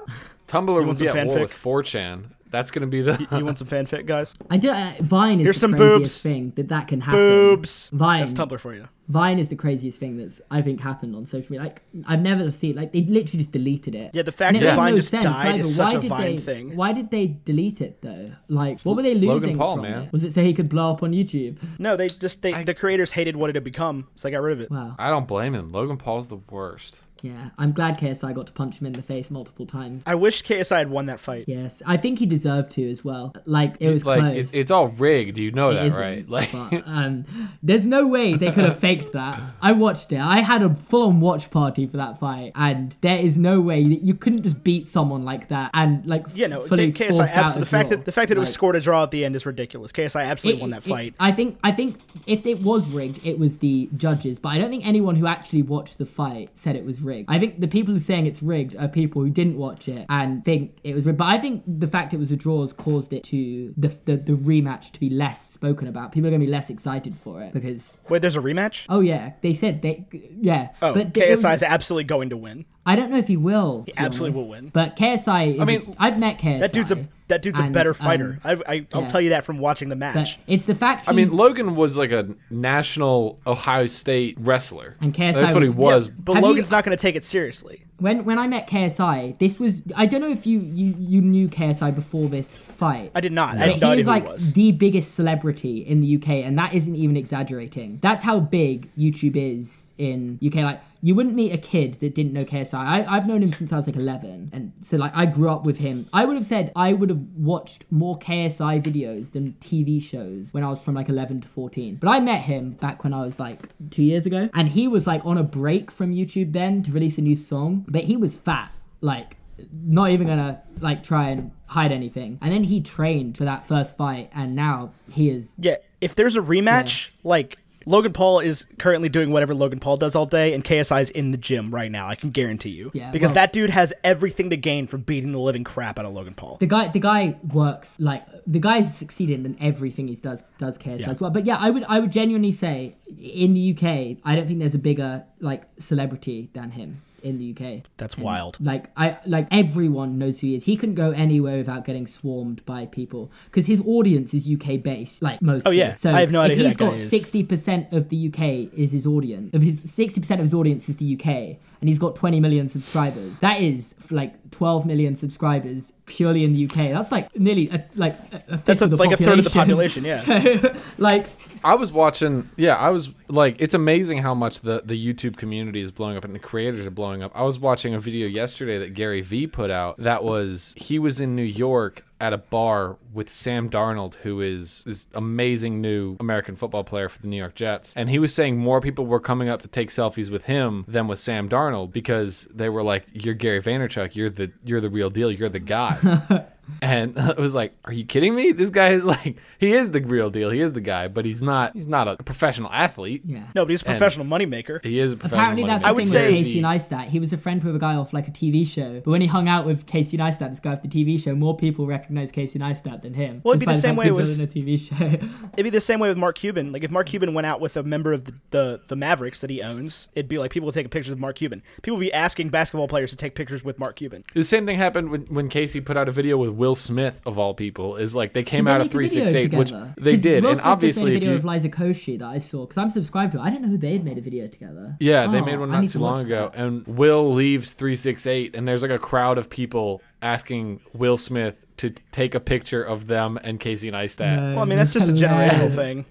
Speaker 1: Tumblr would
Speaker 3: want
Speaker 1: be
Speaker 3: some
Speaker 1: at war
Speaker 3: fanfic?
Speaker 1: with 4chan. That's gonna be the.
Speaker 3: You want some fanfic, guys?
Speaker 4: I do. Uh, Vine is
Speaker 3: Here's
Speaker 4: the
Speaker 3: some
Speaker 4: craziest
Speaker 3: boobs.
Speaker 4: thing that that can happen.
Speaker 3: Boobs.
Speaker 4: Vine.
Speaker 3: That's Tumblr for you."
Speaker 4: Vine is the craziest thing that's I think happened on social media. Like I've never seen like they literally just deleted it.
Speaker 3: Yeah, the fact
Speaker 4: And it
Speaker 3: that
Speaker 4: made
Speaker 3: Vine just died
Speaker 4: either.
Speaker 3: is such
Speaker 4: Why
Speaker 3: a
Speaker 4: did
Speaker 3: Vine
Speaker 4: they-
Speaker 3: thing.
Speaker 4: Why did they delete it though? Like what were they
Speaker 1: Logan
Speaker 4: losing
Speaker 1: Paul,
Speaker 4: from
Speaker 1: man.
Speaker 4: it? Was it so he could blow up on YouTube?
Speaker 3: No, they just they the creators hated what it had become, so they got rid of it.
Speaker 4: Wow.
Speaker 1: I don't blame him. Logan Paul's the worst.
Speaker 4: Yeah, I'm glad KSI got to punch him in the face multiple times.
Speaker 3: I wish KSI had won that fight.
Speaker 4: Yes, I think he deserved to as well. Like it was
Speaker 1: like
Speaker 4: close.
Speaker 1: it's, it's all rigged. You know that,
Speaker 4: Isn't,
Speaker 1: Oh, right? Like
Speaker 4: but, um, there's no way they could have faked that. I watched it. I had a full-on watch party for that fight, and there is no way that you couldn't just beat someone like that and like
Speaker 3: Yeah, no,
Speaker 4: fully
Speaker 3: K-
Speaker 4: force
Speaker 3: KSI
Speaker 4: out
Speaker 3: absolutely.
Speaker 4: a
Speaker 3: The fact
Speaker 4: draw.
Speaker 3: that the fact that it was
Speaker 4: Like,
Speaker 3: scored a draw at the end is ridiculous. KSI absolutely
Speaker 4: it-
Speaker 3: won that
Speaker 4: it-
Speaker 3: fight.
Speaker 4: I think I think if it was rigged, it was the judges. But I don't think anyone who actually watched the fight said it was rigged. I think the people who are saying it's rigged are people who didn't watch it and think it was rigged. But I think the fact it was a draw has caused it to the the, the rematch to be less spoken about. People are gonna be less excited for it because
Speaker 3: Wait, there's a rematch.
Speaker 4: oh yeah, they said they yeah.
Speaker 3: Oh,
Speaker 4: but it was-
Speaker 3: KSI is absolutely going to win.
Speaker 4: I don't know if he will. He
Speaker 3: absolutely will win.
Speaker 4: But KSI, is I
Speaker 1: mean,
Speaker 4: I've met KSI.
Speaker 3: That dude's a that dude's a
Speaker 4: and,
Speaker 3: better
Speaker 4: um,
Speaker 3: fighter. I, I I'll
Speaker 4: yeah.
Speaker 3: tell you that from watching the match.
Speaker 4: but it's the fact.
Speaker 1: I mean,
Speaker 4: he's-
Speaker 1: Logan was like a national Ohio State wrestler.
Speaker 4: And KSI
Speaker 1: That's what he
Speaker 4: was-
Speaker 3: Yeah,
Speaker 1: was.
Speaker 3: but
Speaker 4: Have you-
Speaker 3: Logan's not going to take it seriously.
Speaker 4: when when I met KSI, this was I don't know if you you, you knew KSI before this fight.
Speaker 3: I did not. I
Speaker 4: but
Speaker 3: had no
Speaker 4: he
Speaker 3: idea
Speaker 4: is
Speaker 3: who
Speaker 4: like
Speaker 3: he was.
Speaker 4: the biggest celebrity in the UK, and that isn't even exaggerating. That's how big YouTube is in UK. Like you wouldn't meet a kid that didn't know KSI. I, I've known him since I was like 11, and so like I grew up with him. I would have said I would have watched more KSI videos than TV shows when I was from like 11 to 14. But I met him back when I was like two years ago, and he was like on a break from YouTube then to release a new song, but he was fat, like not even gonna like try and hide anything. And then he trained for that first fight, and now he is.
Speaker 3: Yeah, if there's a rematch, like Logan Paul is currently doing whatever Logan Paul does all day, and KSI is in the gym right now. I can guarantee you.
Speaker 4: Yeah,
Speaker 3: because
Speaker 4: well-
Speaker 3: that dude has everything to gain from beating the living crap out of Logan Paul.
Speaker 4: The guy, the guy works like the guy's succeeded in everything he does. Does KSI as well, but yeah, I would, I would genuinely say in the UK, I don't think there's a bigger like celebrity than him in the UK.
Speaker 3: That's wild.
Speaker 4: Like I like everyone knows who he is. He couldn't go anywhere without getting swarmed by people because his audience is UK based, like most.
Speaker 3: Oh, yeah.
Speaker 4: so
Speaker 3: I have no idea
Speaker 4: if
Speaker 3: who
Speaker 4: he's
Speaker 3: that guy
Speaker 4: got
Speaker 3: is.
Speaker 4: sixty percent of the UK is his audience. Of his sixty percent of his audience is the UK, and he's got twenty million subscribers. That is f- like twelve million subscribers purely in the UK. That's like nearly a, like a, a fifth
Speaker 3: That's a,
Speaker 4: of the
Speaker 3: like a third of the population.
Speaker 4: population.
Speaker 3: Yeah.
Speaker 4: so, like
Speaker 1: I was watching. Yeah, I was like, it's amazing how much the the YouTube community is blowing up and the creators are blowing up. I was watching a video yesterday that Gary Vee put out. That was he was in New York at a bar with Sam Darnold, who is this amazing new American football player for the New York Jets, and he was saying more people were coming up to take selfies with him than with Sam Darnold because they were like, "You're Gary Vaynerchuk. You're the you're the real deal. You're the guy." and it was like are you kidding me this guy is like he is the real deal he is the guy but he's not he's not a professional athlete
Speaker 4: yeah.
Speaker 3: No, but he's a professional moneymaker.
Speaker 1: he is a professional
Speaker 4: Apparently, that's
Speaker 1: moneymaker.
Speaker 4: the
Speaker 3: I would
Speaker 4: thing
Speaker 3: say-
Speaker 4: with Casey Neistat. He was a friend with a guy off like a TV show, but when he hung out with Casey Neistat, this guy off the TV show, more people recognized Casey Neistat than him.
Speaker 3: Well, it'd be the
Speaker 4: despite
Speaker 3: same
Speaker 4: fact
Speaker 3: way
Speaker 4: he
Speaker 3: with-
Speaker 4: was in a TV show.
Speaker 3: It'd be the same way with Mark Cuban. Like if Mark Cuban went out with a member of the, the, the Mavericks that he owns, it'd be like people would take pictures of Mark Cuban. People would be asking basketball players to take pictures with Mark Cuban.
Speaker 1: the same thing happened when, when casey put out a video with will smith of all people is like they came
Speaker 4: They
Speaker 1: out
Speaker 4: make
Speaker 1: of
Speaker 4: a video
Speaker 1: 368 which
Speaker 4: together.
Speaker 1: they
Speaker 4: 'Cause
Speaker 1: did and
Speaker 4: Will Smith was doing
Speaker 1: obviously
Speaker 4: a
Speaker 1: if
Speaker 4: video
Speaker 1: you
Speaker 4: of Liza Koshy that I saw because I'm subscribed to. her. I didn't know who they had made a video together.
Speaker 1: yeah they
Speaker 4: Oh,
Speaker 1: made one
Speaker 4: I
Speaker 1: not
Speaker 4: need
Speaker 1: too
Speaker 4: to watch
Speaker 1: long ago
Speaker 4: that.
Speaker 1: and will leaves 368 and there's like a crowd of people asking will smith to take a picture of them and casey neistat
Speaker 3: Well, I mean that's just a generational thing.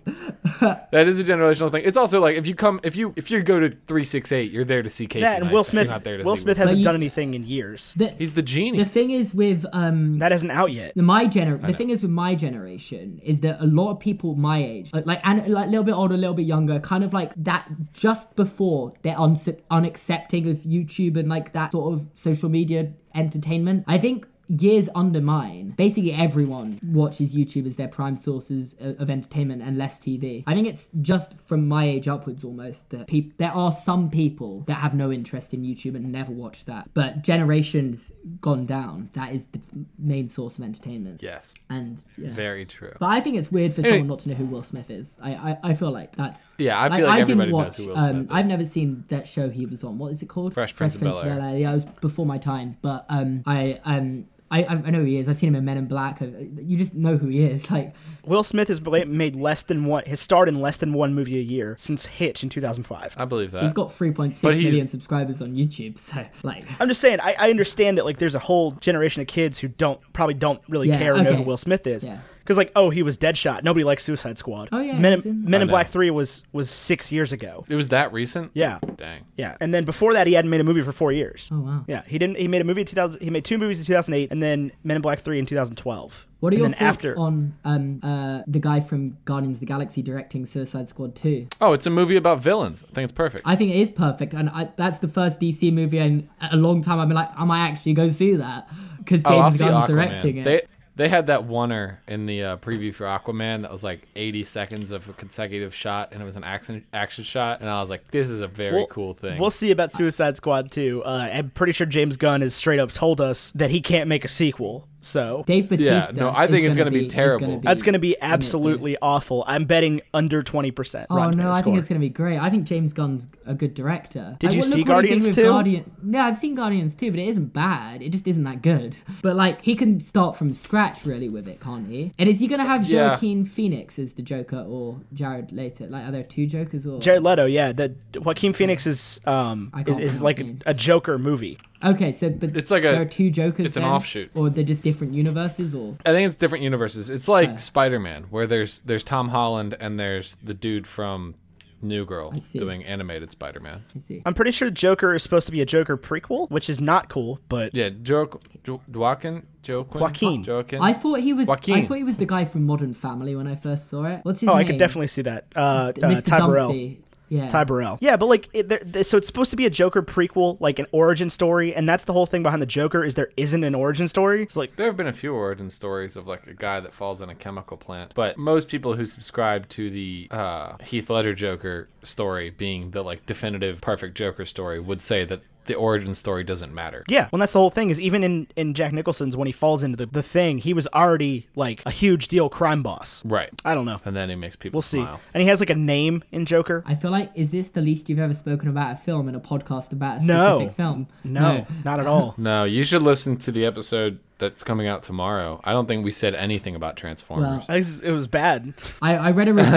Speaker 1: That is a generational thing. It's also like if you come if you if you go to three six eight, you're there to see Casey.
Speaker 3: That and Will
Speaker 1: Neistat.
Speaker 3: Smith.
Speaker 1: You're not there to
Speaker 3: Will
Speaker 1: see
Speaker 3: Smith
Speaker 1: Will
Speaker 3: hasn't
Speaker 4: But you-
Speaker 3: done anything in years.
Speaker 4: The,
Speaker 1: He's the genie.
Speaker 4: the thing is with um
Speaker 3: That isn't out yet.
Speaker 4: The my gener- the thing is with my generation is that a lot of people my age, uh, like and like a little bit older, a little bit younger, kind of like that just before they're unse- unaccepting of YouTube and like that sort of social media entertainment. I think years under mine, basically everyone watches YouTube as their prime sources o- of entertainment and less TV. I think it's just from my age upwards almost that peop there are some people that have no interest in YouTube and never watch that, but generations gone down. That is the main source of entertainment.
Speaker 1: yes,
Speaker 4: And yeah.
Speaker 1: very true.
Speaker 4: But I think it's weird for
Speaker 1: Anyway-
Speaker 4: someone not to know who Will Smith is. I I, I feel like that's
Speaker 1: Yeah, I feel like everybody knows who Will Smith
Speaker 4: um,
Speaker 1: is.
Speaker 4: I've never seen that show he was on. What is it called?
Speaker 1: Fresh Prince of Bel-Air.
Speaker 4: Bel-Air. Yeah, it was before my time. But um, I um. I, I I know who he is. I've seen him in Men in Black. I- You just know who he is. Like,
Speaker 3: Will Smith has bla- made less than one. Has starred in less than one movie a year since Hitch in 2005.
Speaker 1: I believe that.
Speaker 4: he's got 3.6
Speaker 1: But he's-
Speaker 4: million subscribers on YouTube. So, like,
Speaker 3: I'm just saying. I, I understand that like there's a whole generation of kids who don't probably don't really
Speaker 4: Yeah,
Speaker 3: care or know
Speaker 4: okay.
Speaker 3: who Will Smith is.
Speaker 4: Yeah.
Speaker 3: Because because like oh he was Deadshot. Nobody likes Suicide Squad.
Speaker 4: Oh, yeah,
Speaker 3: Men,
Speaker 4: he's in that.
Speaker 3: Men in
Speaker 1: I
Speaker 3: Black
Speaker 1: know.
Speaker 3: Three was was six years ago.
Speaker 1: It was that recent?
Speaker 3: Yeah,
Speaker 1: Dang.
Speaker 3: yeah. And then before that, he hadn't made a movie for four years.
Speaker 4: Oh wow.
Speaker 3: Yeah, he didn't. He made a movie in 2000. He made two movies in 2008, and then Men in Black Three in 2012.
Speaker 4: What are
Speaker 3: and
Speaker 4: your
Speaker 3: then
Speaker 4: thoughts on um, uh, the guy from Guardians of the Galaxy directing Suicide Squad 2?
Speaker 1: Oh, it's a movie about villains. I think it's perfect.
Speaker 4: I think it is perfect, and I, that's the first DC movie in a long time. I've been like, I might actually go see that because
Speaker 1: oh, I'll
Speaker 4: James
Speaker 1: see
Speaker 4: Gunn's
Speaker 1: Aquaman.
Speaker 4: directing it.
Speaker 1: They they had that oneer in the uh, preview for Aquaman that was like 80 seconds of a consecutive shot, and it was an action action shot, and I was like, this is a very
Speaker 3: We'll-
Speaker 1: cool thing.
Speaker 3: We'll see about Suicide Squad 2. Uh, I'm pretty sure James Gunn has straight up told us that he can't make a sequel. So
Speaker 4: Dave Batista.
Speaker 1: Yeah, no, I think
Speaker 4: is
Speaker 1: it's
Speaker 4: gonna
Speaker 1: gonna be
Speaker 4: is
Speaker 1: terrible.
Speaker 4: gonna be-
Speaker 3: that's going to be absolutely awful. I'm betting under 20%.
Speaker 4: Oh
Speaker 3: Rotten
Speaker 4: no,
Speaker 3: Tomatoes
Speaker 4: I think
Speaker 3: score.
Speaker 4: it's going to be great. I think James Gunn's a good director.
Speaker 3: Did
Speaker 4: I
Speaker 3: you
Speaker 4: look
Speaker 3: see
Speaker 4: what he did
Speaker 3: Guardians
Speaker 4: with
Speaker 3: 2?
Speaker 4: Guardian... No, I've seen Guardians too, but it isn't bad. It just isn't that good. But like, he can start from scratch really with it, can't he? And is he going to have
Speaker 1: Yeah.
Speaker 4: Joaquin Phoenix as the Joker or Jared Leto? Like, are there two Jokers or?
Speaker 3: Jared Leto, yeah. The Joaquin Phoenix is um
Speaker 4: I
Speaker 3: is,
Speaker 4: can't
Speaker 3: is
Speaker 4: pronounce
Speaker 3: like
Speaker 4: names.
Speaker 3: a Joker movie.
Speaker 4: Okay, so but
Speaker 1: It's like a-
Speaker 4: there are two Jokers.
Speaker 1: it's an
Speaker 4: then?
Speaker 1: offshoot.
Speaker 4: or they're just different universes, or
Speaker 1: I think it's different universes. It's like Spider-Man, where there's there's Tom Holland and there's the dude from New Girl
Speaker 4: see.
Speaker 1: doing animated Spider-Man.
Speaker 4: let's see.
Speaker 3: I'm pretty sure Joker is supposed to be a Joker prequel, which is not cool, but
Speaker 1: Yeah, jo- jo- Joaquin, Joaquin,
Speaker 3: Joaquin.
Speaker 1: Joaquin.
Speaker 4: I thought he was. I
Speaker 1: Joaquin.
Speaker 4: thought he was the guy from Modern Family when I first saw it. What's his
Speaker 3: oh,
Speaker 4: name?
Speaker 3: I could definitely see that. Uh, uh
Speaker 4: Mr.
Speaker 3: Ty Burrell.
Speaker 4: Dunphy. Yeah.
Speaker 3: Ty Burrell. Yeah, but like, it, there, there- so it's supposed to be a Joker prequel, like an origin story, and that's the whole thing behind the Joker is there isn't an origin story. It's like
Speaker 1: There have been a few origin stories of like a guy that falls in a chemical plant, but most people who subscribe to the uh, Heath Ledger Joker story being the like definitive perfect Joker story would say that the origin story doesn't matter.
Speaker 3: Yeah, well, that's the whole thing. Is even in in Jack Nicholson's when he falls into the, the thing, he was already like a huge deal crime boss.
Speaker 1: Right.
Speaker 3: I don't know.
Speaker 1: And then he makes people
Speaker 3: We'll see.
Speaker 1: smile.
Speaker 3: And he has like a name in Joker.
Speaker 4: I feel like is this the least you've ever spoken about a film in a podcast about a
Speaker 3: No.
Speaker 4: specific film?
Speaker 3: No, not at all.
Speaker 1: No, you should listen to the episode that's coming out tomorrow. I don't think we said anything about Transformers.
Speaker 4: Well,
Speaker 3: I guess it was bad.
Speaker 4: I, I read a review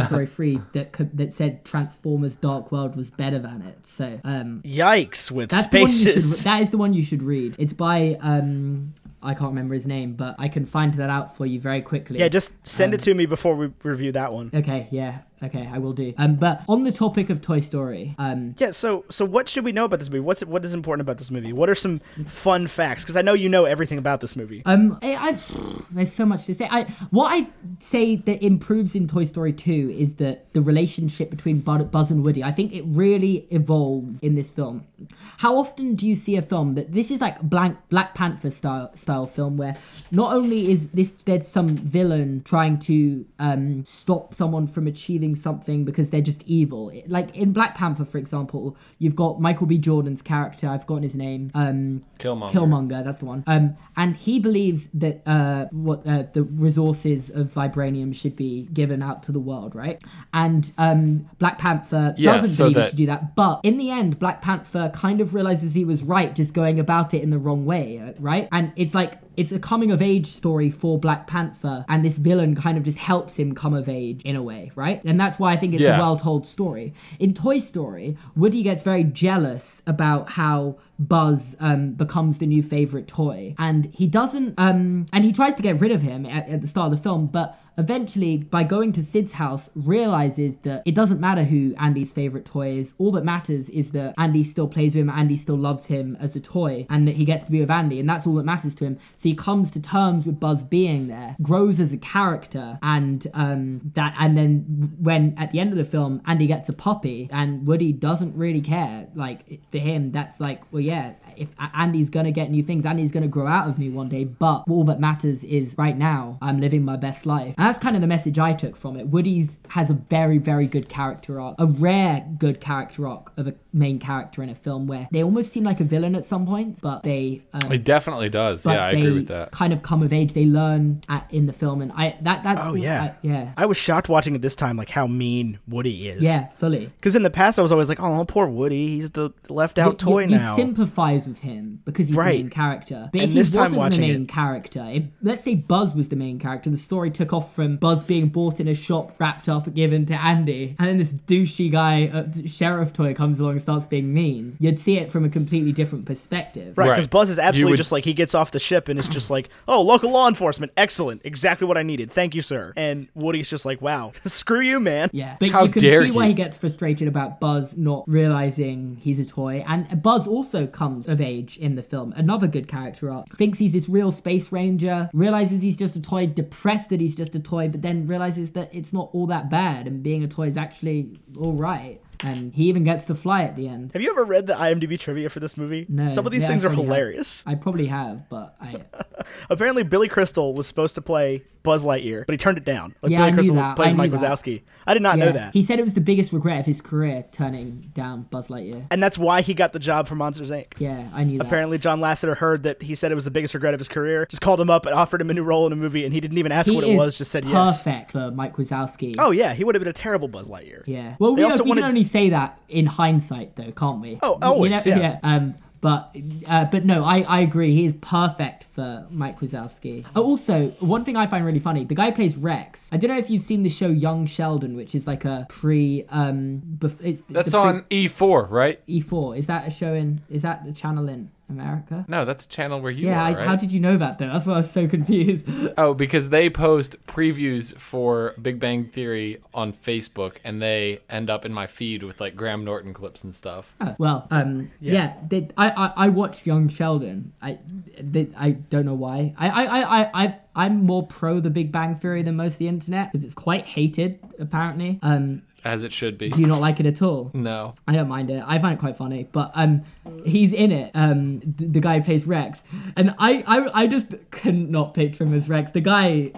Speaker 4: Toy Story 3 that could, that said Transformers Dark World was better than it. So um,
Speaker 3: Yikes with
Speaker 4: that's The one you
Speaker 3: spaces.
Speaker 4: should, that is the one you should read. It's by um, I can't remember his name, but I can find that out for you very quickly.
Speaker 3: yeah, just send it to me before we review that one.
Speaker 4: Okay, yeah, okay, I will do. Um, but on the topic of Toy Story, um,
Speaker 3: Yeah, so so what should we know about this movie? What's what is important about this movie? What are some fun facts? Because I know you know everything about this movie.
Speaker 4: Um, I, I, there's so much to say. I what I say that improves in Toy Story 2 is that the relationship between Bud, Buzz and Woody. I think it really evolves in this film. How often do you see a film that this is like blank Black Panther style style film where not only is this there's some villain trying to um stop someone from achieving something because they're just evil. It- Like in Black Panther, for example, you've got Michael B. Jordan's character. I've forgotten his name. Um,
Speaker 1: Killmonger.
Speaker 4: Killmonger, that's the one. Um, and he believes that uh, what uh, the resources of vibranium should be given out to the world, right? And um, Black Panther
Speaker 1: Yeah,
Speaker 4: doesn't
Speaker 1: so
Speaker 4: believe he
Speaker 1: that-
Speaker 4: should do that, but in the end, Black Panther kind of realizes he was right, just going about it in the wrong way, uh, right? And it's like it's a coming of age story for Black Panther, and this villain kind of just helps him come of age in a way, right? And that's why I think it's a
Speaker 1: Yeah.
Speaker 4: well told story. In Toy Story, Woody gets very jealous about how Buzz um, becomes the new favorite toy, and he doesn't. Um, and he tries to get rid of him at, at the start of the film, but eventually, by going to Sid's house, realizes that it doesn't matter who Andy's favorite toy is. All that matters is that Andy still plays with him, Andy still loves him as a toy, and that he gets to be with Andy, and that's all that matters to him. So he comes to terms with Buzz being there, grows as a character, and um, that, and then when at the end of the film, Andy gets a puppy, and Woody doesn't really care. Like for him, that's like, well, yeah, if A- Andy's gonna get new things, Andy's gonna grow out of me one day. But all that matters is right now, I'm living my best life, and that's kind of the message I took from it. Woody's has a very, very good character arc, a rare good character arc of a main character in a film where they almost seem like a villain at some points, but they. Um,
Speaker 1: It definitely does.
Speaker 4: but
Speaker 1: yeah, I
Speaker 4: they
Speaker 1: agree with that.
Speaker 4: Kind of come of age, they learn at, in the film, and I that that's
Speaker 3: Oh yeah,
Speaker 4: I- yeah,
Speaker 3: I was shocked watching it this time, like how mean Woody is.
Speaker 4: yeah, fully.
Speaker 3: Because in the past, I was always like, "Oh, poor Woody. He's the left out
Speaker 4: you,
Speaker 3: toy
Speaker 4: you
Speaker 3: now."
Speaker 4: sympathize jives with him because he's
Speaker 3: Right.
Speaker 4: the main character. But
Speaker 3: And
Speaker 4: if he
Speaker 3: this time
Speaker 4: wasn't the
Speaker 3: watching
Speaker 4: main
Speaker 3: it-
Speaker 4: character, if let's say Buzz was the main character, the story took off from Buzz being bought in a shop, wrapped up, and given to Andy, and then this douchey guy, uh, sheriff toy, comes along and starts being mean. You'd see it from a completely different perspective.
Speaker 3: Right,
Speaker 1: Right.
Speaker 3: because Buzz is absolutely
Speaker 1: would-
Speaker 3: just like he gets off the ship and it's just like, oh, local law enforcement, excellent, exactly what I needed, thank you, sir. And Woody's just like, wow, screw you, man.
Speaker 4: Yeah, but
Speaker 1: How
Speaker 4: you can
Speaker 1: dare
Speaker 4: see why
Speaker 1: you.
Speaker 4: he gets frustrated about Buzz not realizing he's a toy, and Buzz also comes of age in the film. Another good character arc. Thinks he's this real space ranger, realizes he's just a toy, depressed that he's just a toy, but then realizes that it's not all that bad, and being a toy is actually all right. And he even gets to fly at the end.
Speaker 3: Have you ever read the IMDb trivia for this movie?
Speaker 4: No,
Speaker 3: Some of these
Speaker 4: yeah, I
Speaker 3: things are
Speaker 4: probably have.
Speaker 3: hilarious.
Speaker 4: I probably have, but I
Speaker 3: Apparently, Billy Crystal was supposed to play Buzz Lightyear, but he turned it down. Like
Speaker 4: Yeah,
Speaker 3: Billy
Speaker 4: I knew
Speaker 3: Crystal
Speaker 4: that.
Speaker 3: plays
Speaker 4: I knew
Speaker 3: Mike
Speaker 4: that.
Speaker 3: Wazowski. I did not
Speaker 4: yeah.
Speaker 3: know that.
Speaker 4: he said it was the biggest regret of his career turning down Buzz Lightyear.
Speaker 3: and that's why he got the job for Monsters Inc.
Speaker 4: Yeah, I knew that.
Speaker 3: Apparently, John Lasseter heard that he said it was the biggest regret of his career. Just called him up and offered him a new role in a movie, and he didn't even ask
Speaker 4: he
Speaker 3: what it
Speaker 4: is
Speaker 3: was. Just said yes.
Speaker 4: perfect for Mike Wazowski.
Speaker 3: Oh yeah, he would have been a terrible Buzz Lightyear.
Speaker 4: Yeah. Well, we,
Speaker 3: also
Speaker 4: know- we
Speaker 3: wanted-
Speaker 4: can only say that in hindsight, though, can't we?
Speaker 3: Oh,
Speaker 4: You
Speaker 3: always, yeah.
Speaker 4: Um, but uh, but no, I, I agree. He is perfect for Mike Wazowski. Oh, also, one thing I find really funny: the guy who plays Rex. I don't know if you've seen the show Young Sheldon, which is like a pre. Um, bef- it's
Speaker 1: That's
Speaker 4: the pre-
Speaker 1: on E4, right?
Speaker 4: E4. Is that a show in? Is that the channel in America?
Speaker 1: No, that's a channel where you
Speaker 4: Yeah.
Speaker 1: are,
Speaker 4: I,
Speaker 1: right?
Speaker 4: How did you know that though? That's why I was so confused.
Speaker 1: Oh, because they post previews for Big Bang Theory on Facebook, and they end up in my feed with like Graham Norton clips and stuff.
Speaker 4: Oh, well, um, yeah, they, I, I I watched Young Sheldon. I they, I don't know why. I I I I I- I'm more pro The Big Bang Theory than most of the internet because it's quite hated apparently. Um,
Speaker 1: As it should be.
Speaker 4: do you not like it at all?
Speaker 1: No.
Speaker 4: I don't mind it. I find it quite funny, but um, he's in it. Um, the, the guy who plays Rex, and I, I, I just could not picture him as Rex. The guy,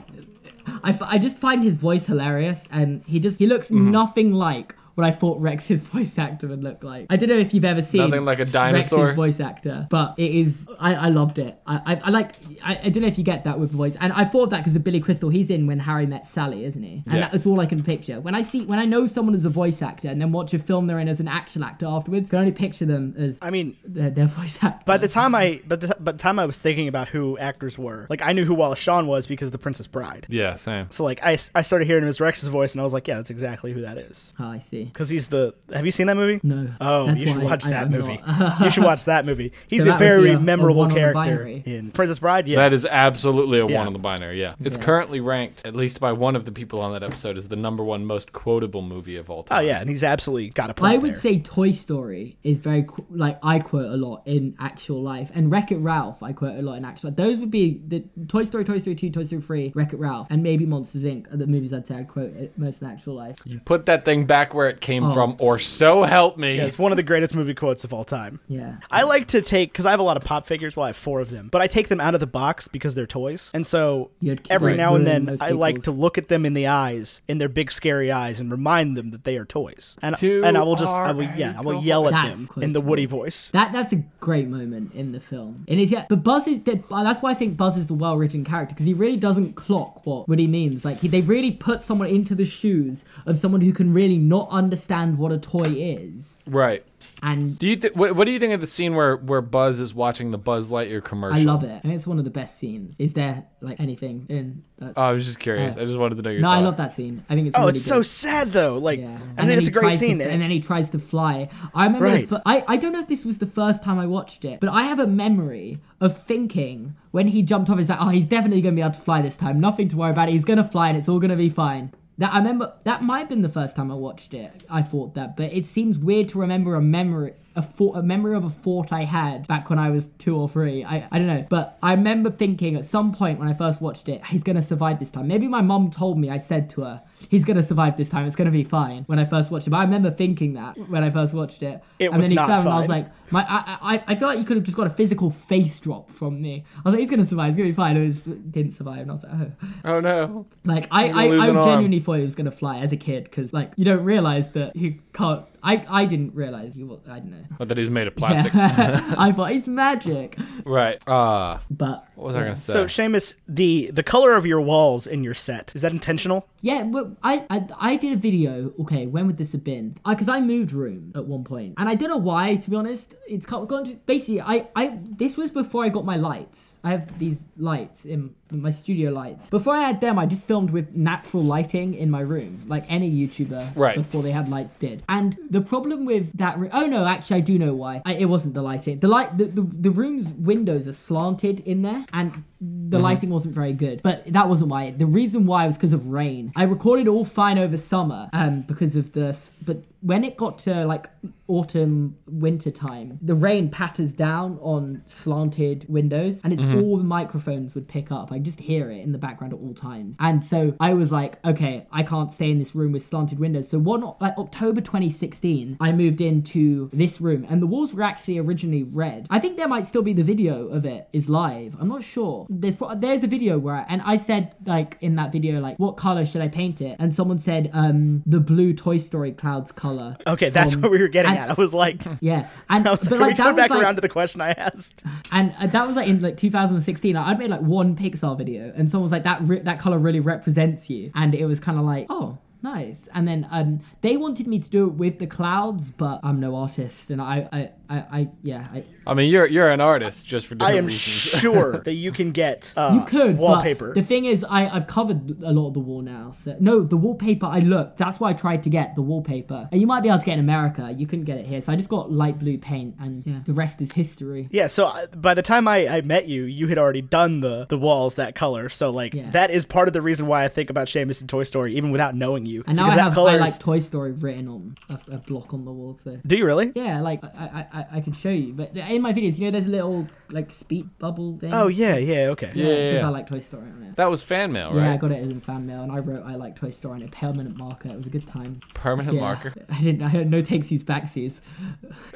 Speaker 4: I, f- I just find his voice hilarious, and he just he looks
Speaker 1: Mm-hmm.
Speaker 4: nothing like what I thought Rex's voice actor would look like. I don't know if you've ever seen
Speaker 1: Nothing like a dinosaur.
Speaker 4: Rex's voice actor, but it is. I, I loved it. I, I, I like. I, I don't know if you get that with voice, and I thought of that because of Billy Crystal. He's in When Harry Met Sally, isn't he? And
Speaker 1: Yes.
Speaker 4: that is all I can picture. When I see, when I know someone as a voice actor, and then watch a film they're in as an action actor afterwards, I can only picture them as
Speaker 3: I mean,
Speaker 4: their, their voice actor.
Speaker 3: By the time I, but the, by the time I was thinking about who actors were, like I knew who Wallace Shawn was because of The Princess Bride.
Speaker 1: Yeah, same.
Speaker 3: So like I, I started hearing Ms. Rex's voice and I was like, yeah, that's exactly who that is.
Speaker 4: oh, I see.
Speaker 3: Because he's the. Have you seen that movie?
Speaker 4: No.
Speaker 3: Oh,
Speaker 4: That's
Speaker 3: you should
Speaker 4: why
Speaker 3: watch
Speaker 4: I-
Speaker 3: that
Speaker 4: I'm
Speaker 3: movie.
Speaker 4: not.
Speaker 3: you should watch that movie. He's
Speaker 4: So
Speaker 3: a
Speaker 4: that would be
Speaker 3: very
Speaker 4: a- a
Speaker 3: memorable
Speaker 4: one on the
Speaker 3: character
Speaker 4: binary.
Speaker 3: in Princess Bride. Yeah.
Speaker 1: That is absolutely a
Speaker 3: Yeah.
Speaker 1: one on the binary. Yeah, it's
Speaker 4: Yeah.
Speaker 1: currently ranked, at least by one of the people on that episode, as the number one most quotable movie of all
Speaker 3: oh
Speaker 1: time.
Speaker 3: yeah, and he's absolutely got a point.
Speaker 4: I would
Speaker 3: there.
Speaker 4: say Toy Story is very qu- like I quote a lot in actual life, and Wreck It Ralph I quote a lot in actual. life. Those would be the Toy Story, Toy Story Two, Toy Story Three, Wreck It Ralph, and maybe Monsters Inc. are the movies I'd say I would quote it most in actual life.
Speaker 1: You put that thing back where it came
Speaker 4: Ah. Oh.
Speaker 1: from, or so help me.
Speaker 3: Yeah, it's one of the greatest movie quotes of all time.
Speaker 4: Yeah.
Speaker 3: I like to take because I have a lot of pop figures. Well, I have four of them, but I take them out of the box because they're toys, and so
Speaker 4: You'd
Speaker 3: every
Speaker 4: ruin
Speaker 3: now and then
Speaker 4: most
Speaker 3: I like to
Speaker 4: people's-
Speaker 3: look at them in the eyes, in their big scary eyes, and remind them that they are toys. And
Speaker 1: You
Speaker 3: and I will just I
Speaker 1: are
Speaker 3: will
Speaker 1: a
Speaker 3: yeah I will
Speaker 1: toy.
Speaker 3: yell at
Speaker 4: That's
Speaker 3: them
Speaker 4: quite
Speaker 3: in the
Speaker 4: cool.
Speaker 3: Woody voice.
Speaker 4: That that's a great moment in the film, and it's yeah. But Buzz is that, that's why I think Buzz is a well-written character because he really doesn't clock what what he means. Like he, they really put someone into the shoes of someone who can really not understand what a toy is,
Speaker 1: Right.
Speaker 4: and
Speaker 1: Do you th- what, what do you think of the scene where where Buzz is watching the Buzz Lightyear commercial?
Speaker 4: I love it. And it's one of the best scenes. Is there like anything in? Uh,
Speaker 1: Oh, I was just curious. I just wanted to know your.
Speaker 4: no, I
Speaker 1: thought.
Speaker 4: love that scene. I think it's
Speaker 3: Oh,
Speaker 4: really
Speaker 3: it's so
Speaker 4: good.
Speaker 3: sad though. Like
Speaker 4: Yeah.
Speaker 3: I mean,
Speaker 4: then
Speaker 3: it's
Speaker 4: he
Speaker 3: a great
Speaker 4: tries to-
Speaker 3: scene.
Speaker 4: and then
Speaker 3: it's-
Speaker 4: he tries to fly. I remember.
Speaker 3: Right.
Speaker 4: the fir- I I don't know if this was the first time I watched it, but I have a memory of thinking when he jumped off, is like, oh, he's definitely going to be able to fly this time. Nothing to worry about. He's going to fly, and it's all going to be fine. That I remember. That might have been the first time I watched it. I thought that, but it seems weird to remember a memory. A, thought, a memory of a thought I had back when I was two or three. I, I don't know. But I remember thinking at some point when I first watched it, he's going to survive this time. Maybe my mom told me, I said to her, he's going to survive this time. It's going to be fine when I first watched it. But I remember thinking that when I first watched it.
Speaker 3: It
Speaker 4: and
Speaker 3: was
Speaker 4: then he
Speaker 3: not
Speaker 4: fell, and I was
Speaker 3: fine.
Speaker 4: like, my, I, I, I feel like you could have just got a physical face drop from me. I was like, he's going to survive. He's going to be fine. And it just didn't survive. And I was like, oh.
Speaker 1: Oh no.
Speaker 4: Like I,
Speaker 1: gonna
Speaker 4: I,
Speaker 1: lose
Speaker 4: I
Speaker 1: an arm.
Speaker 4: genuinely thought he was gonna fly as a kid because like you don't realize that he can't. I, I didn't realize you. were- I don't know.
Speaker 1: But that he's made of plastic.
Speaker 4: I thought he's magic,
Speaker 1: Right. Uh,
Speaker 4: but
Speaker 1: what was I going to say?
Speaker 3: So Seamus, the the color of your walls in your set is that intentional?
Speaker 4: Yeah, well, I, I I did a video. Okay, when would this have been? Because I moved room at one point, and I don't know why. To be honest, it's kind of gone. To, basically, I I this was before I got my lights. I have these lights in my studio lights. Before I had them, I just filmed with natural lighting in my room, like any YouTuber
Speaker 1: Right.
Speaker 4: before they had lights did. And the problem with that room. Oh no, actually, I do know why. I, it wasn't the lighting. The light the, the the room's windows are slanted in there, and the lighting wasn't very good. But that wasn't why. The reason why was because of rain. I recorded all fine over summer um, because of this, but when it got to like autumn winter time the rain patters down on slanted windows and it's all the microphones would pick up i just hear it in the background at all times and so i was like okay i can't stay in this room with slanted windows so one like october 2016 i moved into this room and the walls were actually originally red i think there might still be the video of it is live i'm not sure there's pro- there's a video where I, and i said like in that video like what color should i paint it and someone said um the blue toy story clouds color
Speaker 3: Okay, that's
Speaker 4: from-
Speaker 3: what we were getting
Speaker 4: and-
Speaker 3: at. I was like,
Speaker 4: yeah, and
Speaker 3: I was
Speaker 4: but
Speaker 3: like,
Speaker 4: like
Speaker 3: can we go
Speaker 4: that was
Speaker 3: back
Speaker 4: like,
Speaker 3: around to the question I asked?
Speaker 4: and uh, that was like in like 2016. Like, I'd made like one Pixar video, and someone was like, "That re- that color really represents you," and it was kind of like, "Oh, nice." And then um, they wanted me to do it with the clouds, but I'm no artist, and I I I, I yeah, I,
Speaker 1: I mean, you're you're an artist just for
Speaker 3: I
Speaker 1: different
Speaker 3: am
Speaker 1: reasons.
Speaker 3: sure that you can get uh,
Speaker 4: you could but
Speaker 3: wallpaper.
Speaker 4: the thing is, I I've covered a lot of the wall now. So no, the wallpaper. I looked. That's why I tried to get the wallpaper. And you might be able to get it in America. You couldn't get it here, so I just got light blue paint, and the rest is history.
Speaker 3: yeah, so I, by the time I, I met you, you had already done the the walls that color. So like
Speaker 4: Yeah.
Speaker 3: that is part of the reason why I think about Seamus and Toy Story, even without knowing you.
Speaker 4: And now I
Speaker 3: because that
Speaker 4: have I
Speaker 3: color is-
Speaker 4: like Toy Story written on a, a block on the wall. So
Speaker 3: Do you really?
Speaker 4: yeah, like I, I- I I can show you. But in my videos, you know, there's a little like speed bubble thing.
Speaker 3: Oh yeah, yeah, okay.
Speaker 1: Yeah, yeah,
Speaker 4: it says
Speaker 1: yeah.
Speaker 4: I like Toy Story on it.
Speaker 1: That was fan mail,
Speaker 4: Yeah, I
Speaker 1: right?
Speaker 4: got it in fan mail, and I wrote I like Toy Story on a permanent marker. It was a good time.
Speaker 1: Permanent
Speaker 4: Yeah.
Speaker 1: marker.
Speaker 4: I didn't. I had no takesies, backsies.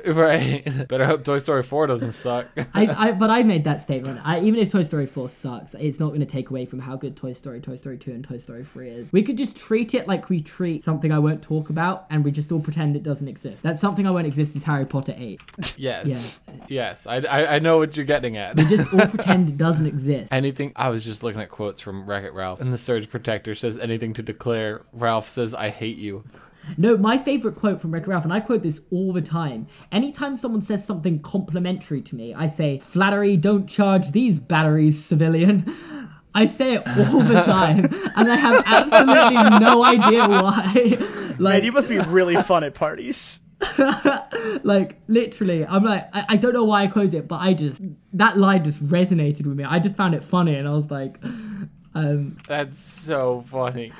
Speaker 1: Right. Better hope Toy Story 4 doesn't suck.
Speaker 4: I, I, but I made that statement. I, even if Toy Story 4 sucks, it's not going to take away from how good Toy Story, Toy Story 2, and Toy Story 3 is. We could just treat it like we treat something I won't talk about, and we just all pretend it doesn't exist. That something I won't exist is Harry Potter 8.
Speaker 1: yes. Yes. I, I, I know what you're getting at.
Speaker 4: Just all pretend it doesn't exist.
Speaker 1: Anything. I was just looking at quotes from Wreck It Ralph, and the Surge Protector says anything to declare. Ralph says, I hate you.
Speaker 4: No, my favorite quote from Wreck-It Ralph, and I quote this all the time. Anytime someone says something complimentary to me, I say, "Flattery don't charge these batteries, civilian." I say it all the time, and I have absolutely no idea why.
Speaker 3: And
Speaker 4: like,
Speaker 3: you must be really fun at parties.
Speaker 4: like literally, I'm like, I, I don't know why I quote it, but I just that line just resonated with me. I just found it funny, and I was like, um,
Speaker 1: That's so funny.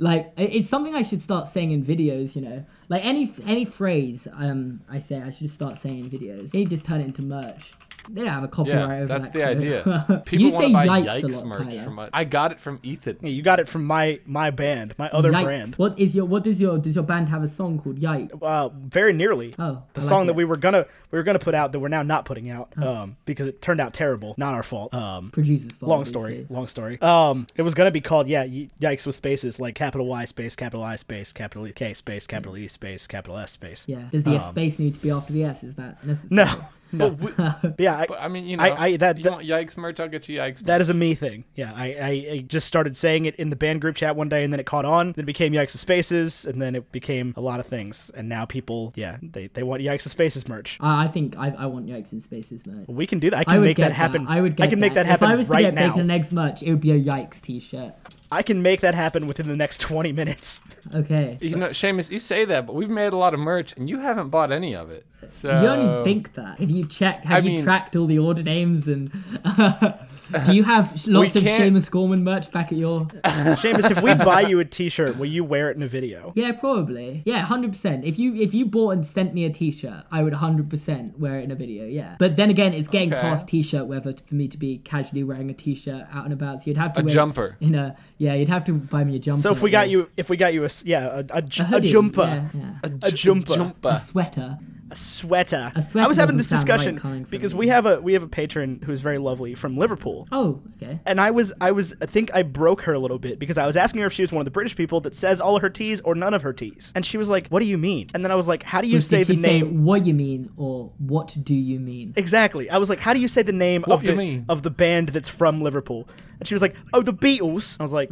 Speaker 4: like it- it's something I should start saying in videos, you know. Like any any phrase um I say I should start saying in videos. They just turn it into merch. They don't have a copyright
Speaker 1: Yeah,
Speaker 4: over
Speaker 1: that's
Speaker 4: that
Speaker 1: the
Speaker 4: shit.
Speaker 1: idea. People
Speaker 4: you
Speaker 1: want
Speaker 4: say
Speaker 1: to buy
Speaker 4: yikes,
Speaker 1: Yikes,
Speaker 4: a lot,
Speaker 1: merch
Speaker 4: Tyler.
Speaker 1: from us. I got it from Ethan.
Speaker 3: Yeah, you got it from my my band, my other
Speaker 4: Yikes.
Speaker 3: brand.
Speaker 4: What is your what does your does your band have a song called Yikes?
Speaker 3: Uh, very nearly.
Speaker 4: Oh,
Speaker 3: the
Speaker 4: I like
Speaker 3: song that
Speaker 4: it. Oh.
Speaker 3: we were gonna we were gonna put out that we're now not putting out um, because it turned out terrible. Not our fault. Um,
Speaker 4: Producers fault,
Speaker 3: long story.
Speaker 4: obviously.
Speaker 3: Long story. Um, it was gonna be called yeah, y- yikes with spaces like capital Y space capital I space capital E- K space capital E space capital S space.
Speaker 4: Yeah. Does the S space need to be after the S? Is that necessary?
Speaker 3: Um, No. No.
Speaker 1: But, we,
Speaker 3: But yeah. I,
Speaker 1: but I mean, you know,
Speaker 3: I- I- that-
Speaker 1: you
Speaker 3: that-
Speaker 1: want Yikes merch? I'll get you Yikes.
Speaker 3: that is a me thing. Yeah, I, I, I just started saying it in the band group chat one day, and then it caught on. Then it became Yikes of Spaces, and then it became a lot of things. And now people, yeah, they, they want Yikes of Spaces merch.
Speaker 4: I, I think I, I want Yikes in Spaces merch.
Speaker 3: We can do that. I
Speaker 4: I
Speaker 3: can
Speaker 4: would
Speaker 3: make
Speaker 4: get
Speaker 3: that happen.
Speaker 4: I would get
Speaker 3: I can make that
Speaker 4: If I
Speaker 3: happen
Speaker 4: was to
Speaker 3: right
Speaker 4: get
Speaker 3: now.
Speaker 4: bacon and eggs merch, it would be a Yikes t-shirt.
Speaker 3: I can make that happen within the next 20 minutes.
Speaker 4: Okay.
Speaker 1: You know, Seamus, you say that, but we've made a lot of merch, and you haven't bought any of it. So
Speaker 4: You only think that. Have you checked? Have
Speaker 1: I
Speaker 4: you
Speaker 1: mean-
Speaker 4: tracked all the order names? And do you have sh- lots of
Speaker 1: can't-
Speaker 4: Seamus Gorman merch back at your?
Speaker 3: Seamus, if we buy you a t-shirt, will you wear it in a video?
Speaker 4: Yeah, probably. Yeah, hundred percent. If you if you bought and sent me a T-shirt, I would hundred percent wear it in a video. Yeah. But then again, it's getting
Speaker 1: Okay.
Speaker 4: past T-shirt weather t- for me to be casually wearing a T-shirt out and about. So you'd have to
Speaker 1: A
Speaker 4: wear-
Speaker 1: jumper.
Speaker 4: In a yeah, you'd have to buy me a jumper.
Speaker 3: So if we got
Speaker 4: or
Speaker 3: you, if we got you a, s- yeah, a, a, j-
Speaker 4: a,
Speaker 3: a
Speaker 4: hoodie,
Speaker 3: jumper,
Speaker 4: yeah, yeah.
Speaker 3: a jumper,
Speaker 4: a sweater.
Speaker 3: A sweater.
Speaker 4: A sweater
Speaker 3: I was having
Speaker 4: doesn't
Speaker 3: this
Speaker 4: sound right
Speaker 3: discussion
Speaker 4: coming from
Speaker 3: because
Speaker 4: you.
Speaker 3: we have a we have a patron who's very lovely from Liverpool.
Speaker 4: Oh, okay.
Speaker 3: And I was I was I think I broke her a little bit because I was asking her if she was one of the British people that says all of her T's or none of her T's. And she was like, "What do you mean?" And then I was like, "How do you
Speaker 4: Did
Speaker 3: say the
Speaker 4: she say
Speaker 3: name?"
Speaker 4: what you mean or what do you mean?
Speaker 3: Exactly. I was like, "How do you say the name of
Speaker 1: you
Speaker 3: the
Speaker 1: mean?
Speaker 3: of the band that's from Liverpool?" And she was like, "Oh, the Beatles." I was like,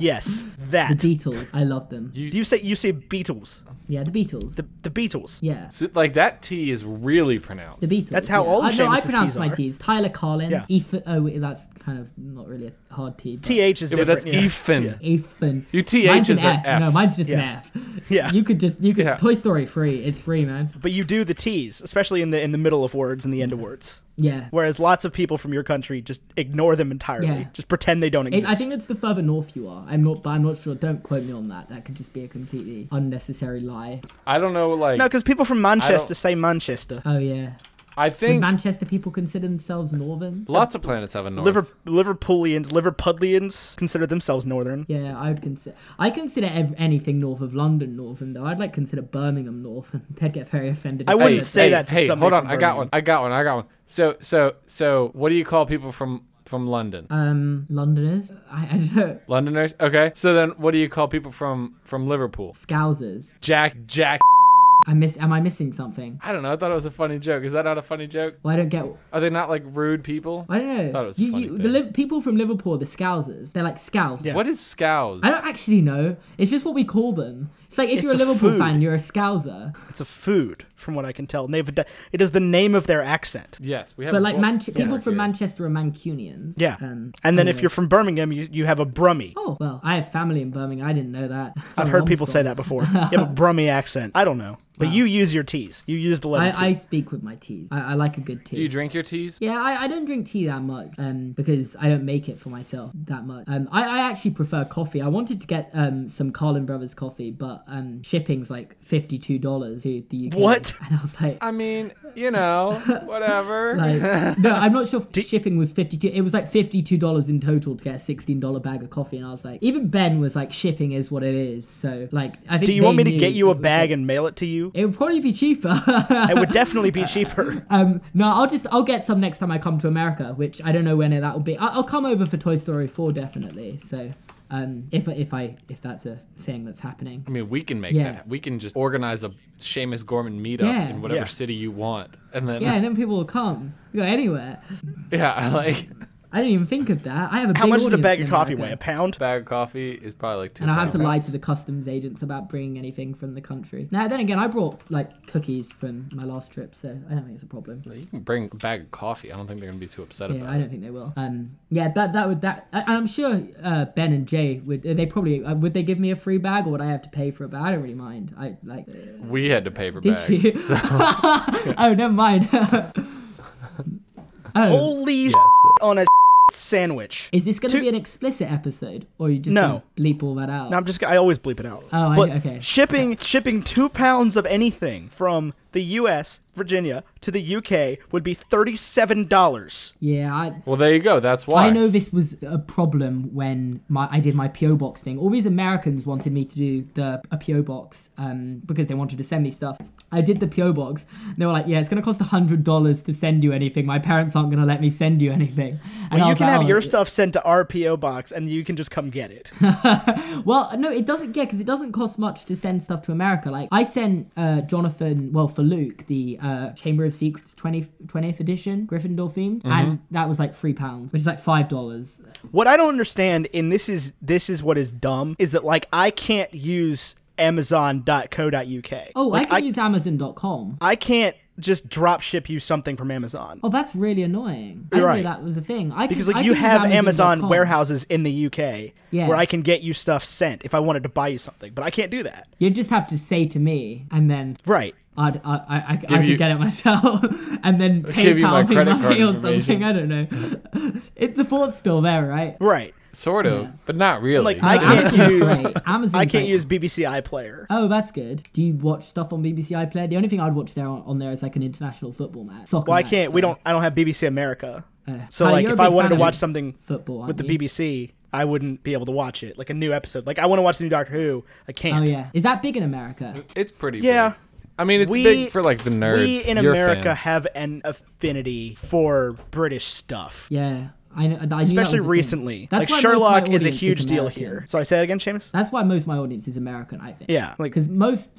Speaker 3: "Yes,
Speaker 4: The
Speaker 3: that."
Speaker 4: Beatles. I love them.
Speaker 3: Do you say you say Beatles?
Speaker 4: Yeah, the Beatles.
Speaker 3: The the Beatles.
Speaker 4: yeah.
Speaker 1: So, like that T is really pronounced.
Speaker 4: The Beatles.
Speaker 3: That's how
Speaker 4: yeah.
Speaker 3: all
Speaker 4: I, no, I
Speaker 3: Seamus's
Speaker 4: pronounce
Speaker 3: Ts
Speaker 4: my
Speaker 3: are.
Speaker 4: T's. Tyler Collin.
Speaker 3: Yeah.
Speaker 4: Ethan. Oh, wait, that's kind of not really a hard T. but-
Speaker 3: TH is
Speaker 1: Yeah, but
Speaker 3: different.
Speaker 1: that's
Speaker 3: yeah.
Speaker 1: Ethan.
Speaker 4: Ethan.
Speaker 1: Your
Speaker 4: Mine's an
Speaker 1: THs are
Speaker 4: F. No,
Speaker 1: Fs.
Speaker 4: mine's just
Speaker 3: Yeah.
Speaker 4: an F.
Speaker 3: Yeah.
Speaker 4: You could just you could
Speaker 1: Yeah.
Speaker 4: Toy Story free. It's free, man.
Speaker 3: But you do the T's, especially in the in the middle of words and the end of words.
Speaker 4: Yeah.
Speaker 3: Whereas lots of people from your country just ignore them entirely.
Speaker 4: Yeah.
Speaker 3: Just pretend they don't
Speaker 4: It,
Speaker 3: exist.
Speaker 4: I think that's the further north you are. I'm not, but I'm not sure. Don't quote me on that. That could just be a completely unnecessary lie.
Speaker 1: I don't know. Like
Speaker 3: no, because people from
Speaker 1: I don't-
Speaker 3: Manchester say Manchester.
Speaker 4: Oh yeah,
Speaker 1: I
Speaker 4: Do
Speaker 1: think
Speaker 4: Manchester people consider themselves northern.
Speaker 1: lots of planets have a north.
Speaker 3: Liver, Liverpoolians, Liverpudlians consider themselves northern.
Speaker 4: Yeah, I would consider. I consider ev- anything north of London northern though. I'd like consider Birmingham northern. They'd get very offended.
Speaker 3: I
Speaker 4: if
Speaker 3: wouldn't
Speaker 4: said
Speaker 3: say
Speaker 1: hey,
Speaker 4: that.
Speaker 3: that to
Speaker 1: hey,
Speaker 3: somebody
Speaker 1: hold on.
Speaker 3: from
Speaker 1: I got
Speaker 3: Birmingham.
Speaker 1: one. I got one. I got one. So so so what do you call people from from London?
Speaker 4: Um, Londoners. I, I don't know.
Speaker 1: Londoners. Okay. So then what do you call people from from Liverpool?
Speaker 4: Scousers.
Speaker 1: Jack Jack.
Speaker 4: I miss. Am I missing something?
Speaker 1: I don't know. I thought it was a funny joke. Is that not a funny joke?
Speaker 4: Well, I don't get.
Speaker 1: Are they not like rude people?
Speaker 4: I don't know.
Speaker 1: Thought it was a
Speaker 4: you,
Speaker 1: funny
Speaker 4: you,
Speaker 1: thing.
Speaker 4: the Liv- people from Liverpool, the Scousers. They're like Scouse.
Speaker 1: What is scouse?
Speaker 4: I don't actually know. It's just what we call them. It's like if
Speaker 3: It's
Speaker 4: you're a
Speaker 3: a
Speaker 4: Liverpool
Speaker 3: food.
Speaker 4: fan, you're a Scouser.
Speaker 3: It's a food, from what I can tell. And they've ad- it is the name of their accent.
Speaker 1: Yes, we have.
Speaker 4: But
Speaker 1: a
Speaker 4: like
Speaker 1: book
Speaker 4: Manche- people
Speaker 1: somewhere
Speaker 4: from
Speaker 1: here.
Speaker 4: Manchester are Mancunians.
Speaker 3: Yeah.
Speaker 4: Um,
Speaker 3: and then if
Speaker 4: anyway.
Speaker 3: you're from Birmingham, you, you have a Brummie.
Speaker 4: Oh well, I have family in Birmingham. I didn't know that.
Speaker 3: I've heard people say that before. You have a Brummie accent. I don't know. But you use your T's. You use the letter
Speaker 4: I, I
Speaker 3: T.
Speaker 4: speak with my teas. I, I like a good tea.
Speaker 1: Do you drink your teas?
Speaker 4: yeah, I, I don't drink tea that much um, because I don't make it for myself that much. Um, I, I actually prefer coffee. I wanted to get um, some Carlin Brothers coffee, but um, shipping's like fifty-two dollars to the UK.
Speaker 3: What?
Speaker 4: And I was like,
Speaker 1: I mean, you know, whatever.
Speaker 4: Like, no, I'm not sure if shipping was 52. It was like $52 in total to get a $16 bag of coffee. And I was like, even Ben was like, shipping is what it is. So, like, I think.
Speaker 3: Do you
Speaker 4: they
Speaker 3: want me to
Speaker 4: knew
Speaker 3: get you
Speaker 4: it
Speaker 3: a
Speaker 4: was,
Speaker 3: bag
Speaker 4: like-
Speaker 3: and mail it to you?
Speaker 4: It would probably be cheaper.
Speaker 3: It would definitely be cheaper.
Speaker 4: um, no, I'll just I'll get some next time I come to America, which I don't know when that will be. I- I'll come over for Toy Story 4 definitely. So, um, if if I if that's a thing that's happening.
Speaker 1: I mean, we can make
Speaker 4: Yeah.
Speaker 1: that. We can just organize a Seamus Gorman meetup
Speaker 4: Yeah.
Speaker 1: in whatever
Speaker 3: Yeah.
Speaker 1: city you want, and then
Speaker 4: Yeah,
Speaker 1: yeah,
Speaker 4: and then people will come. Go anywhere.
Speaker 1: like
Speaker 4: I didn't even think of that. I have a
Speaker 3: How
Speaker 4: big
Speaker 3: much does a
Speaker 4: audience
Speaker 3: bag
Speaker 4: in
Speaker 3: of coffee
Speaker 4: America.
Speaker 3: weigh? A pound?
Speaker 1: bag of coffee is probably like two.
Speaker 4: And I have to
Speaker 1: pounds.
Speaker 4: lie to the customs agents about bringing anything from the country. Now, then again, I brought like cookies from my last trip, so I don't think it's a problem.
Speaker 1: You can bring a bag of coffee. I don't think they're gonna be too upset
Speaker 4: Yeah,
Speaker 1: about
Speaker 4: I
Speaker 1: it.
Speaker 4: don't think they will. Um, yeah, that that would that. I, I'm sure uh, Ben and Jay would. They probably uh, would. They give me a free bag, or would I have to pay for a bag? I don't really mind. I like. uh,
Speaker 1: We had to pay for
Speaker 4: Did
Speaker 1: bags.
Speaker 4: you? oh, never mind. oh,
Speaker 3: Holy s on a sandwich.
Speaker 4: is this going to
Speaker 3: two-
Speaker 4: be an explicit episode, or you just
Speaker 3: No.
Speaker 4: gonna bleep all that out?
Speaker 3: No, I'm just. I always bleep it out.
Speaker 4: Oh, I-
Speaker 3: but
Speaker 4: okay.
Speaker 3: Shipping shipping two pounds of anything from the U.S. Virginia to the U.K. would be thirty-seven dollars.
Speaker 4: yeah, I,
Speaker 1: Well, there you go. That's why.
Speaker 4: I know this was a problem when my I did my PO box thing. All these Americans wanted me to do the a PO box um, because they wanted to send me stuff. I did the PO box. And they were like, "Yeah, it's gonna cost hundred dollars to send you anything. My parents aren't gonna let me send you anything." And I
Speaker 3: You
Speaker 4: was
Speaker 3: can
Speaker 4: like,
Speaker 3: have
Speaker 4: "Oh,
Speaker 3: your
Speaker 4: it-
Speaker 3: stuff sent to our PO box, and you can just come get it.
Speaker 4: Well, no, it doesn't. Yeah, because it doesn't cost much to send stuff to America. Like I sent uh, Jonathan, well, for Luke, the uh, Chamber of Secrets 20, 20th edition Gryffindor themed, and that was like three pounds, which is like five dollars.
Speaker 3: what I don't understand, and this is this is what is dumb, is that like I can't use Amazon.co.uk.
Speaker 4: Oh,
Speaker 3: like,
Speaker 4: I can use Amazon.com.
Speaker 3: I can't just drop ship you something from Amazon.
Speaker 4: Oh, that's really annoying. I
Speaker 3: You're
Speaker 4: didn't
Speaker 3: right.
Speaker 4: know that was a thing. I
Speaker 3: Because
Speaker 4: can,
Speaker 3: like
Speaker 4: I
Speaker 3: you
Speaker 4: can use
Speaker 3: have Amazon
Speaker 4: Amazon.com.
Speaker 3: warehouses in the UK
Speaker 4: Yeah.
Speaker 3: where I can get you stuff sent if I wanted to buy you something, but I can't do that.
Speaker 4: You just have to say to me, and then
Speaker 3: Right.
Speaker 4: I'd, I I, I, I could
Speaker 1: you-
Speaker 4: get it myself, and then PayPal
Speaker 1: give you my
Speaker 4: me
Speaker 1: credit
Speaker 4: money
Speaker 1: card
Speaker 4: or
Speaker 1: information.
Speaker 4: something. I don't know. it, the thought's still there, right?
Speaker 3: Right.
Speaker 1: Sort of, but not really.
Speaker 3: Like I can't
Speaker 4: Amazon's
Speaker 3: use
Speaker 4: great. Amazon's
Speaker 3: I can't
Speaker 4: like-
Speaker 3: use BBC iPlayer.
Speaker 4: Oh, that's good. Do you watch stuff on BBC iPlayer? The only thing I'd watch there on, on there is like an international football match. Soccer
Speaker 3: Well, I
Speaker 4: match,
Speaker 3: can't. We
Speaker 4: sorry.
Speaker 3: don't. I don't have BBC America.
Speaker 4: Uh,
Speaker 3: So
Speaker 4: Tyler,
Speaker 3: like,
Speaker 4: you're a
Speaker 3: if I
Speaker 4: big
Speaker 3: wanted
Speaker 4: fan
Speaker 3: to
Speaker 4: of
Speaker 3: watch something
Speaker 4: football
Speaker 3: with the
Speaker 4: aren't you?
Speaker 3: BBC, I wouldn't be able to watch it. Like a new episode. Like I want to watch the new Doctor Who. I
Speaker 4: Oh
Speaker 3: can't.
Speaker 4: yeah, is that big in America?
Speaker 1: it's pretty.
Speaker 3: Yeah.
Speaker 1: big. I mean, it's
Speaker 3: we-
Speaker 1: big for like the nerds.
Speaker 3: We in
Speaker 1: You're
Speaker 3: America
Speaker 1: fans.
Speaker 3: have an affinity for British stuff.
Speaker 4: Yeah, I know. I knew that
Speaker 3: Especially
Speaker 4: was a thing.
Speaker 3: recently.
Speaker 4: That's
Speaker 3: Like
Speaker 4: why most of my
Speaker 3: Sherlock is a
Speaker 4: audience
Speaker 3: huge deal
Speaker 4: American.
Speaker 3: here. So I say that again, Seamus?
Speaker 4: That's why most of my audience is American, I think.
Speaker 3: Yeah. Like
Speaker 4: Because most,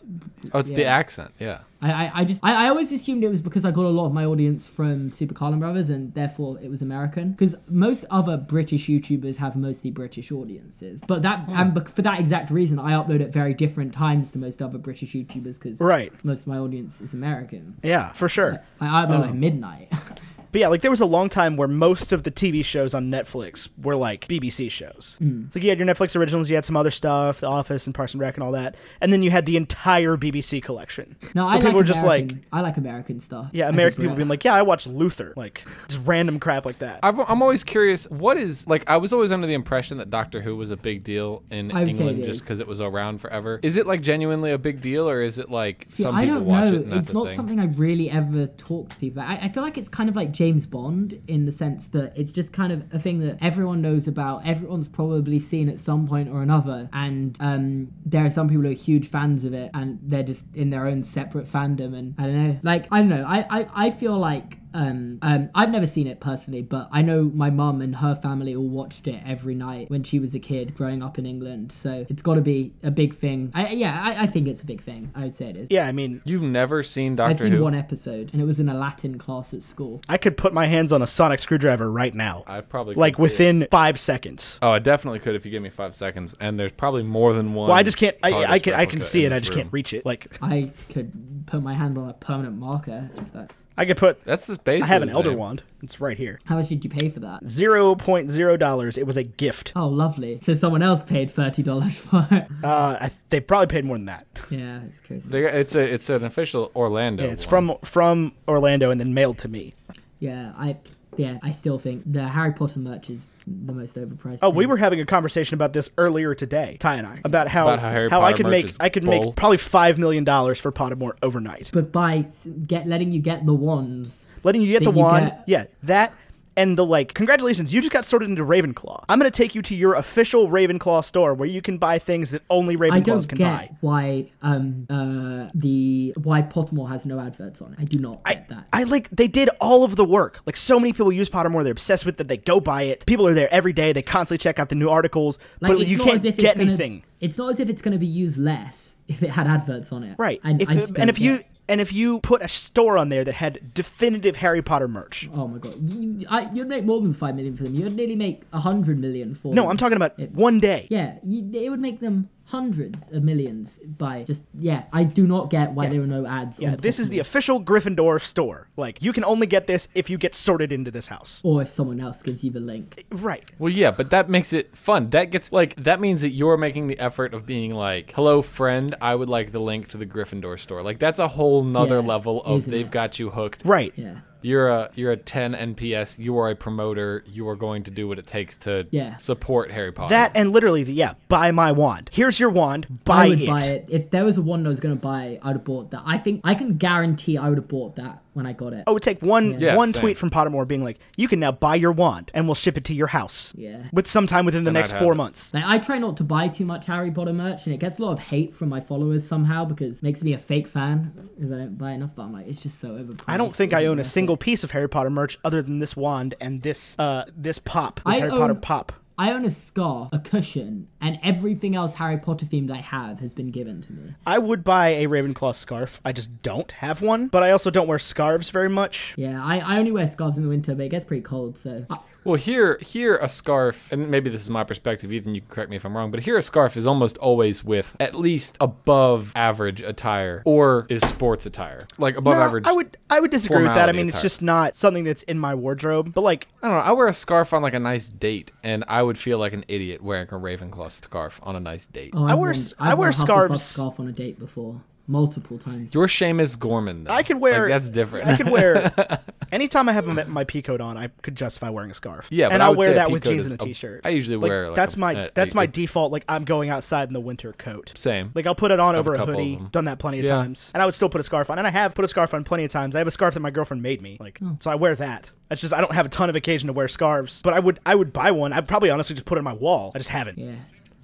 Speaker 1: Oh, it's the
Speaker 4: yeah.
Speaker 1: accent. Yeah.
Speaker 4: I, I, I just, I, I always assumed it was because I got a lot of my audience from Super Carlin Brothers, and therefore it was American. Because most other British YouTubers have mostly British audiences, but that,
Speaker 3: Hmm.
Speaker 4: and bec- for that exact reason, I upload at very different times to most other British YouTubers because
Speaker 3: Right.
Speaker 4: most of my audience is American.
Speaker 3: Yeah, for sure.
Speaker 4: I I upload
Speaker 3: Oh.
Speaker 4: at midnight.
Speaker 3: But yeah, like there was a long time where most of the TV shows on Netflix were like BBC shows.
Speaker 4: Mm.
Speaker 3: So you had your Netflix originals, you had some other stuff, The Office and Parks and Rec and all that, and then you had the entire BBC collection.
Speaker 4: No,
Speaker 3: so
Speaker 4: I
Speaker 3: people
Speaker 4: like
Speaker 3: were just
Speaker 4: American,
Speaker 3: like,
Speaker 4: I like American stuff.
Speaker 3: yeah,
Speaker 4: as a
Speaker 3: American people
Speaker 4: Brit.
Speaker 3: being like, yeah, I watched Luther, like just random crap like that.
Speaker 1: I've, I'm always curious. What is like? I was always under the impression that Doctor Who was a big deal in
Speaker 4: I would say
Speaker 1: England
Speaker 4: it
Speaker 1: just
Speaker 4: is.
Speaker 1: because it was around forever. Is it like genuinely a big deal, or is it like
Speaker 4: See,
Speaker 1: some
Speaker 4: I
Speaker 1: people
Speaker 4: don't
Speaker 1: watch
Speaker 4: know.
Speaker 1: it? And that's
Speaker 4: it's not
Speaker 1: a thing?
Speaker 4: something I really ever talk to people. I, I feel like it's kind of like James Bond in the sense that it's just kind of a thing that everyone knows about. Everyone's probably seen at some point or another, and um, there are some people who are huge fans of it, and they're just in their own separate fandom. And I don't know. Like I don't know. I I, I feel like. Um, um, I've never seen it personally, but I know my mum and her family all watched it every night when she was a kid growing up in England. So it's got to be a big thing. I, yeah, I, I think it's a big thing. I would say it is.
Speaker 3: yeah, I mean,
Speaker 1: You've never seen
Speaker 4: I've
Speaker 1: Doctor
Speaker 4: seen
Speaker 1: Who?
Speaker 4: one episode, and it was in a Latin class at school.
Speaker 3: I could put my hands on a sonic screwdriver right now.
Speaker 1: I probably
Speaker 3: like
Speaker 1: could do it.
Speaker 3: within five seconds.
Speaker 1: Oh, I definitely could if you give me five seconds. And there's probably more than one.
Speaker 3: Well, I just can't. I, I
Speaker 1: TARDIS
Speaker 3: can. I can
Speaker 1: replica
Speaker 3: see
Speaker 1: in
Speaker 3: it. I
Speaker 1: this
Speaker 3: just
Speaker 1: room.
Speaker 3: can't reach it. Like
Speaker 4: I could put my hand on a permanent marker. If that.
Speaker 3: I could put.
Speaker 1: That's just basically.
Speaker 3: I have an
Speaker 1: the
Speaker 3: elder
Speaker 1: same.
Speaker 3: wand. It's right here.
Speaker 4: How much did you pay for that?
Speaker 3: Zero point zero dollars. It was a gift.
Speaker 4: Oh, lovely. So someone else paid thirty dollars for it.
Speaker 3: Uh, I, they probably paid more than that.
Speaker 4: yeah, it's crazy.
Speaker 1: They- It's a it's an official Orlando.
Speaker 3: Yeah, it's
Speaker 1: one.
Speaker 3: from from Orlando and then mailed to me.
Speaker 4: Yeah, I. Yeah, I still think the Harry Potter merch is the most overpriced.
Speaker 3: Oh, we
Speaker 4: thing.
Speaker 3: were having a conversation about this earlier today, Ty and I, about how
Speaker 1: About how Harry
Speaker 3: I
Speaker 1: Potter
Speaker 3: could
Speaker 1: merch
Speaker 3: make
Speaker 1: is
Speaker 3: I could
Speaker 1: bull.
Speaker 3: make probably five million dollars for Pottermore overnight,
Speaker 4: But by s- get letting you get the wands,
Speaker 3: letting you get
Speaker 4: That
Speaker 3: the
Speaker 4: you
Speaker 3: wand.
Speaker 4: get-
Speaker 3: Yeah, that and the like. Congratulations, you just got sorted into Ravenclaw. I'm gonna take you to your official Ravenclaw store where you can buy things that only
Speaker 4: I don't
Speaker 3: Ravenclaws
Speaker 4: get
Speaker 3: can buy.
Speaker 4: why um uh the why Pottermore has no adverts on it. I do not
Speaker 3: I,
Speaker 4: get that.
Speaker 3: I like they did all of the work. Like so many people use Pottermore, they're obsessed with it. They go buy it. People are there every day. They constantly check out the new articles,
Speaker 4: Like,
Speaker 3: but
Speaker 4: it's
Speaker 3: you
Speaker 4: not
Speaker 3: can't
Speaker 4: as if it's
Speaker 3: get
Speaker 4: gonna-
Speaker 3: anything.
Speaker 4: It's not as if it's going to be used less if it had adverts on it.
Speaker 3: Right.
Speaker 4: And
Speaker 3: if,
Speaker 4: I just
Speaker 3: and
Speaker 4: don't
Speaker 3: if you
Speaker 4: get-
Speaker 3: and if you put a store on there that had definitive Harry Potter merch.
Speaker 4: Oh my god, you, I, you'd make more than five million for them. You'd nearly make a hundred million for.
Speaker 3: No,
Speaker 4: them.
Speaker 3: I'm talking about one day.
Speaker 4: Yeah, you, it would make them hundreds of millions by just yeah. I do not get why there are no ads.
Speaker 3: Yeah,
Speaker 4: on
Speaker 3: this is the
Speaker 4: Pottermore.
Speaker 3: official Gryffindor store. Like you can only get this if you get sorted into this house.
Speaker 4: Or if someone else gives you the link.
Speaker 3: Right.
Speaker 1: Well, yeah, but that makes it fun. That gets like that means that you're making the effort of being like, "Hello, friend, I would like the link to the Gryffindor store." Like that's a whole nother
Speaker 4: Yeah,
Speaker 1: level of
Speaker 4: isn't
Speaker 1: they've
Speaker 4: it?
Speaker 1: got you hooked.
Speaker 3: Right.
Speaker 4: Yeah.
Speaker 1: You're a you're a 10 NPS. You are a promoter. You are going to do what it takes to
Speaker 4: Yeah.
Speaker 1: support Harry Potter.
Speaker 3: That and literally the yeah, buy my wand. Here's your wand. Buy,
Speaker 4: I would buy it if there was a one I was going to buy. I'd have bought that. I think I can guarantee I would have bought that when I got it.
Speaker 3: I would take one
Speaker 1: Yeah,
Speaker 3: one
Speaker 1: same.
Speaker 3: tweet from Pottermore being like, "You can now buy your wand, and we'll ship it to your house."
Speaker 4: Yeah.
Speaker 3: With sometime within the
Speaker 1: I'd
Speaker 3: next
Speaker 1: have
Speaker 3: four
Speaker 1: it.
Speaker 3: months.
Speaker 4: Like I try not to buy too much Harry Potter merch, and it gets a lot of hate from my followers somehow because it makes me a fake fan because I don't buy enough. But I'm like, it's just so overpriced.
Speaker 3: I don't think I
Speaker 4: It's
Speaker 3: own a
Speaker 4: worth it.
Speaker 3: single piece of Harry Potter merch other than this wand and this uh this pop, this
Speaker 4: I
Speaker 3: Harry Potter
Speaker 4: own-
Speaker 3: pop.
Speaker 4: I own a scarf, a cushion, and everything else Harry Potter themed I have has been given to me.
Speaker 3: I would buy a Ravenclaw scarf. I just don't have one, but I also don't wear scarves very much.
Speaker 4: Yeah, I, I only wear scarves in the winter, but it gets pretty cold, so I,
Speaker 1: Well, here, here a scarf, and maybe this is my perspective. Ethan, you can correct me if I'm wrong, but here a scarf is almost always with at least above average attire, or is sports attire like above
Speaker 3: No,
Speaker 1: average.
Speaker 3: I would I would disagree with that. I
Speaker 1: formality
Speaker 3: mean, it's
Speaker 1: attire.
Speaker 3: just not something that's in my wardrobe. But like,
Speaker 1: I don't know. I wear a scarf on like a nice date, and I would feel like an idiot wearing a Ravenclaw scarf on a nice date.
Speaker 4: oh, I've
Speaker 3: I wear
Speaker 4: worn-
Speaker 3: s-
Speaker 4: I've
Speaker 3: I wear
Speaker 4: worn a Hufflepuff
Speaker 3: scarves.
Speaker 4: scarf on a date before multiple times.
Speaker 1: You're Seamus Gorman. Though.
Speaker 3: I could wear
Speaker 1: Like, that's different.
Speaker 3: I could wear anytime I have my, my pea coat on, I could justify wearing a scarf.
Speaker 1: Yeah, but
Speaker 3: and
Speaker 1: I
Speaker 3: I'll
Speaker 1: would
Speaker 3: wear
Speaker 1: say a
Speaker 3: that
Speaker 1: pea
Speaker 3: with
Speaker 1: coat
Speaker 3: jeans
Speaker 1: is
Speaker 3: and
Speaker 1: a-
Speaker 3: a t-shirt.
Speaker 1: I usually
Speaker 3: Like,
Speaker 1: wear, like,
Speaker 3: that's
Speaker 1: a-
Speaker 3: my
Speaker 1: a-
Speaker 3: that's
Speaker 1: a-
Speaker 3: my
Speaker 1: a-
Speaker 3: default. Like I'm going outside in the winter coat.
Speaker 1: Same.
Speaker 3: Like I'll put it on over a,
Speaker 1: couple of
Speaker 3: hoodie.
Speaker 1: them.
Speaker 3: Done that plenty of
Speaker 1: Yeah.
Speaker 3: times, and I would still put a scarf on. And I have put a scarf on plenty of times. I have a scarf that my girlfriend made me. Like
Speaker 1: Oh.
Speaker 3: so, I wear that. That's just I don't have a ton of occasion to wear scarves, but I would I would buy one. I'd probably honestly just put it on my wall. I just haven't.
Speaker 4: yeah.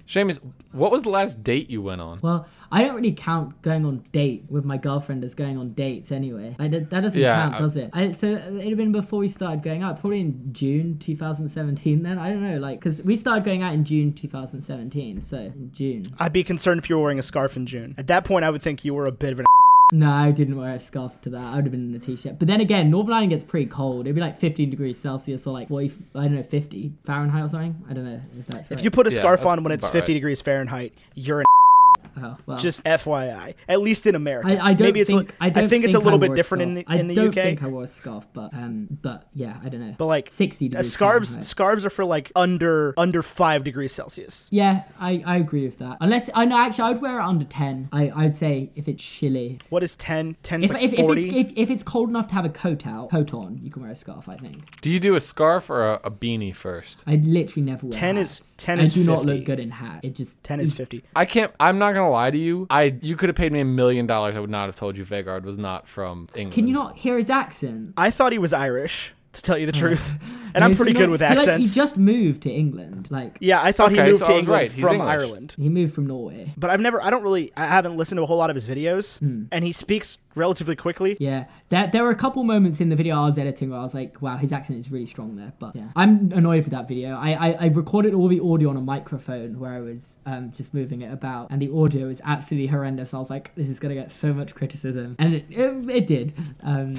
Speaker 1: Seamus, what was the last date you went on?
Speaker 4: Well, I don't really count going on date with my girlfriend as going on dates anyway. I, that, that doesn't
Speaker 1: Yeah,
Speaker 4: count,
Speaker 1: I-
Speaker 4: does it? I, so it'd have been before we started going out, probably in June 2017. Then I don't know, like, because we started going out in June 2017. So in June.
Speaker 3: I'd be concerned if you were wearing a scarf in June. At that point, I would think you were a bit of an.
Speaker 4: No, I didn't wear a scarf to that. I would have been in a t-shirt. But then again, Northern Ireland gets pretty cold. It'd be like 15 degrees Celsius or like 40, I don't know, 50 Fahrenheit or something. I don't know if that's right.
Speaker 3: If you put a
Speaker 1: Yeah,
Speaker 3: scarf
Speaker 1: that's
Speaker 3: on when it's
Speaker 1: about
Speaker 3: 50
Speaker 1: right.
Speaker 3: degrees Fahrenheit, you're an.
Speaker 4: oh, well.
Speaker 1: Uh-huh.
Speaker 3: Just FYI, at least in America.
Speaker 4: I, I don't
Speaker 3: Maybe it's a-
Speaker 4: think I, don't
Speaker 3: think it's a little
Speaker 4: I
Speaker 3: bit
Speaker 4: wore
Speaker 3: different in
Speaker 4: scarf.
Speaker 3: the
Speaker 4: I
Speaker 3: in the
Speaker 4: don't
Speaker 3: UK.
Speaker 4: think I wore a scarf, but um, but yeah, I don't know.
Speaker 3: but like
Speaker 4: 60
Speaker 3: uh,
Speaker 4: degrees
Speaker 3: scarves
Speaker 4: Fahrenheit.
Speaker 3: scarves are for like under under five degrees Celsius.
Speaker 4: Yeah, I, I agree with that. Unless I know actually I would wear it under 10. I I'd say if it's chilly.
Speaker 3: What is 10? 10
Speaker 4: If,
Speaker 3: is like
Speaker 4: if, if,
Speaker 3: 40.
Speaker 4: it's, if, if it's cold enough to have a coat out, coat on, you can wear a scarf, I think.
Speaker 1: Do you do a scarf or a, a beanie first?
Speaker 4: I literally never wear
Speaker 3: 10 is-
Speaker 4: hats.
Speaker 3: 10
Speaker 4: I
Speaker 3: is
Speaker 4: do not
Speaker 3: 50.
Speaker 4: look good in hat. It just
Speaker 3: 10 is 50.
Speaker 1: I can't. I'm not gonna lie to you. I you could have paid me a million dollars. I would not have told you Vegard was not from England.
Speaker 4: Can you not hear his accent?
Speaker 3: I thought he was Irish, to tell you the truth. And I'm
Speaker 4: Uh-huh. Is he
Speaker 3: pretty
Speaker 4: not-
Speaker 3: good with
Speaker 4: he, like,
Speaker 3: accents.
Speaker 4: he just moved to England. Like
Speaker 3: yeah, I thought
Speaker 1: Okay,
Speaker 3: he moved
Speaker 1: so I
Speaker 3: to
Speaker 1: was
Speaker 3: England
Speaker 1: right. He's
Speaker 3: from
Speaker 1: English.
Speaker 3: Ireland.
Speaker 4: he moved from Norway.
Speaker 3: But I've never, I don't really, I haven't listened to a whole lot of his videos.
Speaker 4: Hmm.
Speaker 3: And he speaks relatively quickly.
Speaker 4: Yeah, there, there were a couple moments in the video I was editing where I was like, wow, his accent is really strong there. But yeah, I'm annoyed with that video. I, I, I recorded all the audio on a microphone where I was um, just moving it about, and the audio was absolutely horrendous. I was like, this is going to get so much criticism. And it, it, it did,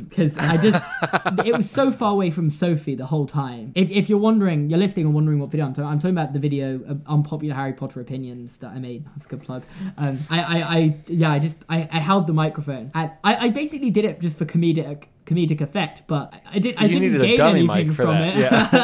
Speaker 4: because I just, it was so far away from Sophie the whole time. If, if you're wondering, you're listening and wondering what video I'm talking I'm talking about the video of Unpopular Harry Potter Opinions that I made. That's a good plug. Um, I, I, I, yeah, I just, I, I held the microphone. And I, I basically did it just for comedic comedic effect, but I- I, did, I
Speaker 1: You
Speaker 4: didn't
Speaker 1: needed a
Speaker 4: gain
Speaker 1: dummy
Speaker 4: anything
Speaker 1: mic for
Speaker 4: from
Speaker 1: that,
Speaker 4: it.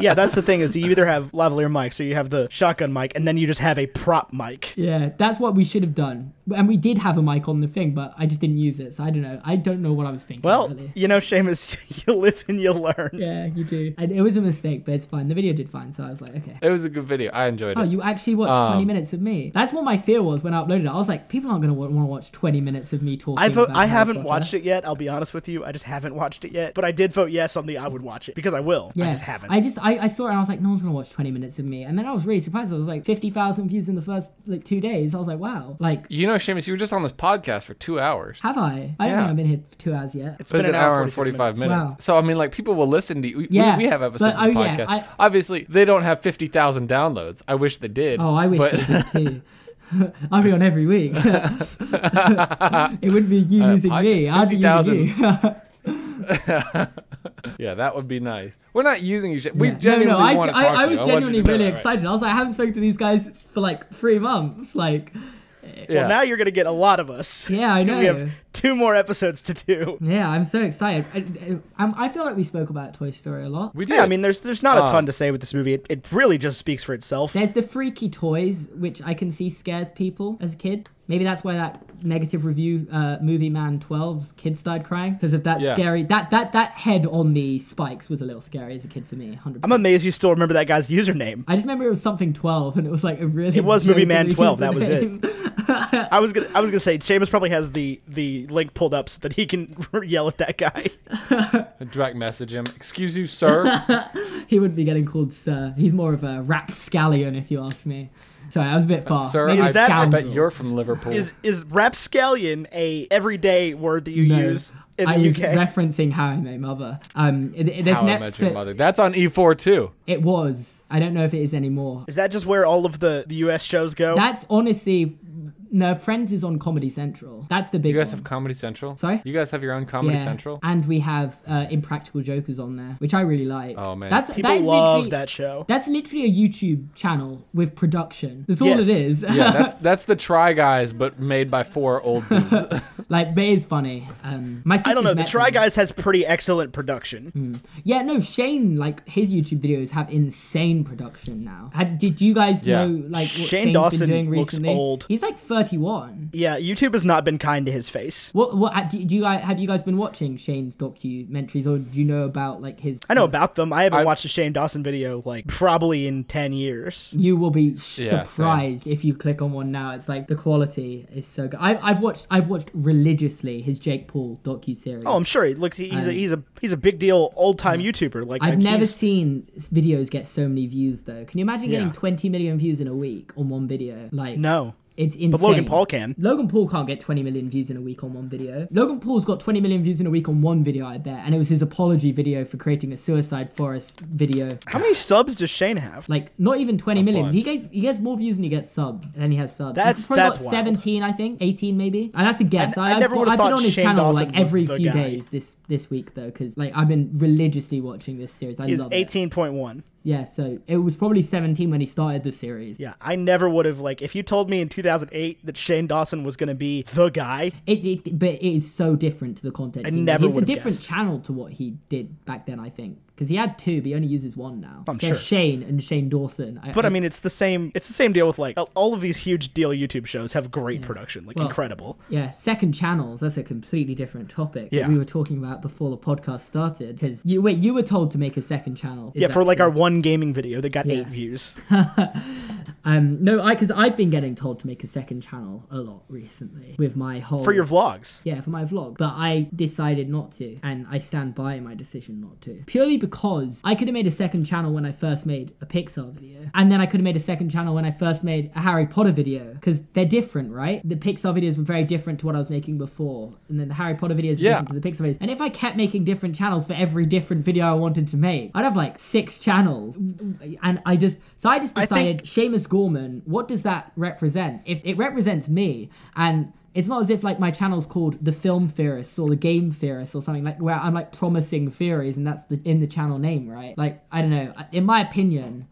Speaker 3: yeah, that's the thing is you either have lavalier mics or you have the shotgun mic, and then you just have a prop mic.
Speaker 4: Yeah, that's what we should have done. And we did have a mic on the thing, but I just didn't use it. So I don't know. I don't know what I was thinking.
Speaker 3: Well,
Speaker 4: really.
Speaker 3: you know, Seamus, you live and you learn.
Speaker 4: yeah, you do. And it was a mistake, but it's fine. The video did fine, so I was like, okay.
Speaker 1: It was a good video. I enjoyed it.
Speaker 4: Oh, you actually watched
Speaker 1: Um,
Speaker 4: 20 minutes of me. That's what my fear was when I uploaded it. I was like, people aren't going to want to watch 20 minutes of me talking.
Speaker 3: I vote.
Speaker 4: about
Speaker 3: I
Speaker 4: Harry
Speaker 3: haven't
Speaker 4: Potter.
Speaker 3: watched it yet. I'll be honest with you. I just haven't watched it yet. But I did vote yes on the I would watch it because I will. I just haven't.
Speaker 4: I just I, I saw it and I was like, no one's gonna watch 20 minutes of me. And then I was really surprised. I was like 50,000 views in the first like two days. I was like, wow. Like,
Speaker 1: You know, Seamus, you were just on this podcast for two hours.
Speaker 4: have I?
Speaker 1: Yeah.
Speaker 4: I don't think I've been here for two hours yet.
Speaker 3: it's
Speaker 1: It was
Speaker 3: been
Speaker 1: an, hour, and
Speaker 3: 46
Speaker 1: 45 minutes.
Speaker 4: Wow.
Speaker 1: So, I mean, like, people will listen to you. We,
Speaker 4: Yeah,
Speaker 1: we, we have
Speaker 4: but-
Speaker 1: episodes
Speaker 4: oh,
Speaker 1: of the
Speaker 4: yeah,
Speaker 1: podcast.
Speaker 4: I-
Speaker 1: Obviously, they don't have 50,000 downloads. I wish they did.
Speaker 4: oh, I wish
Speaker 1: But
Speaker 4: they did too. I'd be on every week. it wouldn't be you
Speaker 1: Uh,
Speaker 4: using me.
Speaker 1: podcast-
Speaker 4: I'd be using
Speaker 1: 50,000.
Speaker 4: you.
Speaker 1: yeah, that would be nice. We're not using you. Sha- We
Speaker 4: Yeah.
Speaker 1: genuinely
Speaker 4: I,
Speaker 1: want to
Speaker 4: I,
Speaker 1: talk to
Speaker 4: I
Speaker 1: you.
Speaker 4: was
Speaker 1: want you
Speaker 4: genuinely
Speaker 1: to know
Speaker 4: really
Speaker 1: that, right?
Speaker 4: excited. I was like, I haven't spoken to these guys for like three months. Like,
Speaker 1: Yeah.
Speaker 3: Well, now you're gonna get a lot of us.
Speaker 4: Yeah, I
Speaker 3: Because we
Speaker 4: know.
Speaker 3: have two more episodes to do.
Speaker 4: yeah, I'm so excited. I, I, I feel like we spoke about Toy Story a lot.
Speaker 1: we did.
Speaker 3: Yeah, I mean, there's there's not a
Speaker 1: Um,
Speaker 3: ton to say with this movie. It, it really just speaks for itself.
Speaker 4: There's the freaky toys, which I can see scares people as a kid. Maybe that's why that negative review, uh, Movie Man 12's kids started crying because of that
Speaker 1: Yeah.
Speaker 4: scary. That that that head on the spikes was a little scary as a kid for me. 100.
Speaker 3: I'm
Speaker 4: percent
Speaker 3: amazed you still remember that guy's username.
Speaker 4: I just remember it was something 12, and it was like a really.
Speaker 3: It was Movie Man
Speaker 4: jokey
Speaker 3: 12, that was it.
Speaker 4: name.
Speaker 3: I was gonna I was gonna say Seamus probably has the the link pulled up so that he can yell at that guy.
Speaker 1: direct message him. Excuse you, sir.
Speaker 4: he wouldn't be getting called sir. He's more of a rapscallion, if you ask me. Sorry, I was a bit far.
Speaker 1: sir,
Speaker 4: Maybe
Speaker 1: I,
Speaker 3: that-
Speaker 1: I bet
Speaker 4: scoundrel.
Speaker 1: you're from Liverpool.
Speaker 3: Is is rapscallion a everyday word that you
Speaker 4: No.
Speaker 3: use in
Speaker 4: I
Speaker 3: the
Speaker 4: was
Speaker 3: UK?
Speaker 4: referencing How I Met Mother. Um, it- it- there's
Speaker 1: How I
Speaker 4: next
Speaker 1: Met Your
Speaker 4: to-
Speaker 1: Mother. That's on E4 too.
Speaker 4: It was. I don't know if it is anymore.
Speaker 3: Is that just where all of the, the US shows go?
Speaker 4: That's honestly no. Friends is on Comedy Central. That's the big.
Speaker 1: You guys
Speaker 4: one.
Speaker 1: have Comedy Central.
Speaker 4: Oh. Sorry?
Speaker 1: You guys have your own Comedy Central.
Speaker 4: and we have uh, Impractical Jokers on there, which I really like.
Speaker 1: Oh, man.
Speaker 4: that's
Speaker 3: People
Speaker 4: that is
Speaker 3: love
Speaker 4: literally-
Speaker 3: that show.
Speaker 4: That's literally a YouTube channel with production. That's all
Speaker 3: Yes.
Speaker 4: it is.
Speaker 1: yeah, that's that's the Try Guys, but made by four old dudes.
Speaker 4: like, but it's funny. Um, my
Speaker 3: I don't know. The
Speaker 4: sister's
Speaker 3: Try
Speaker 4: met them.
Speaker 3: Guys has pretty excellent production.
Speaker 4: Mm. Yeah, no, Shane. Like his YouTube videos have insane production now. Had, did you guys
Speaker 1: Yeah.
Speaker 4: know? Like what
Speaker 3: Shane
Speaker 4: has
Speaker 3: Dawson
Speaker 4: been doing
Speaker 3: looks
Speaker 4: recently?
Speaker 3: old.
Speaker 4: He's like 30 31.
Speaker 3: Yeah, YouTube has not been kind to his face.
Speaker 4: What what uh, do, do you guys have you guys been watching Shane's documentaries or do you know about like his?
Speaker 3: I know about them. I haven't watched a Shane Dawson video like probably in 10 years.
Speaker 4: You will be surprised if you click on one now. It's like the quality is so good. I've, I've watched I've watched religiously his Jake Paul docu series.
Speaker 3: Oh, I'm sure. he- Look, he's a,
Speaker 4: Um,
Speaker 3: he's a he's a big deal old time YouTuber. Like
Speaker 4: Mm. I've
Speaker 3: like,
Speaker 4: never
Speaker 3: he's-
Speaker 4: seen videos get so many views though. Can you imagine getting
Speaker 3: Yeah.
Speaker 4: 20 million views in a week on one video? Like
Speaker 3: No,
Speaker 4: It's insane.
Speaker 3: but Logan Paul can.
Speaker 4: Logan Paul can't get 20 million views in a week on one video. Logan Paul's got 20 million views in a week on one video, I bet, and it was his apology video for creating a suicide forest video.
Speaker 3: How many subs does Shane have?
Speaker 4: Like not even 20 million.
Speaker 1: bunch.
Speaker 4: He gets he gets more views than he gets subs, and he has subs. He's
Speaker 3: That's-
Speaker 4: probably
Speaker 3: that's
Speaker 4: got
Speaker 3: wild.
Speaker 4: 17, I think, 18 maybe. And that's a guess.
Speaker 3: I
Speaker 4: I, have
Speaker 3: never would've
Speaker 4: I've been
Speaker 3: thought
Speaker 4: on his
Speaker 3: Shane
Speaker 4: channel
Speaker 3: Dawson
Speaker 4: like
Speaker 3: was
Speaker 4: every
Speaker 3: the
Speaker 4: few
Speaker 3: guy.
Speaker 4: days this this week though, because like I've been religiously watching this series. I
Speaker 3: He's
Speaker 4: love it.
Speaker 3: 18.1.
Speaker 4: Yeah, so it was probably 17 when he started the series.
Speaker 3: Yeah, I never would have like if you told me in 2008 that Shane Dawson was gonna be the guy.
Speaker 4: It, it but it is so different to the content.
Speaker 3: I
Speaker 4: he made.
Speaker 3: never
Speaker 4: It's a
Speaker 3: would've
Speaker 4: different
Speaker 3: guessed.
Speaker 4: channel to what he did back then, I think, because he had two, but he only uses one now.
Speaker 3: I'm
Speaker 4: There's
Speaker 3: sure.
Speaker 4: Shane and Shane Dawson.
Speaker 3: But I mean, it's the same. It's the same deal with like all of these huge deal YouTube shows have great production, like
Speaker 4: Mm. Well,
Speaker 3: incredible.
Speaker 4: yeah, second channels. That's a completely different topic that
Speaker 3: Yeah.
Speaker 4: we were talking about before the podcast started. Because you wait, you were told to make a second channel. Is
Speaker 3: Yeah,
Speaker 4: that
Speaker 3: for like
Speaker 4: true?
Speaker 3: our one gaming video that got
Speaker 4: Yeah.
Speaker 3: eight views.
Speaker 4: um no, I because I've been getting told to make a second channel a lot recently with my whole
Speaker 3: for your vlogs.
Speaker 4: Yeah, for my vlog. But I decided not to, and I stand by my decision not to. Purely because I could have made a second channel when I first made a Pixar video, and then I could have made a second channel when I first made a Harry Potter video, because they're different, right? The Pixar videos were very different to what I was making before, and then the Harry Potter videos were
Speaker 1: Yeah.
Speaker 4: different to the Pixar videos. And if I kept making different channels for every different video I wanted to make, I'd have like six channels. And I just, so I just
Speaker 3: I think-
Speaker 4: decided Seamus Gorman, what does that represent? If it represents me, and it's not as if like my channel's called the Film Theorist or the Game Theorist or something like where I'm like promising theories, and that's the in the channel name, right? Like I don't know. In my opinion,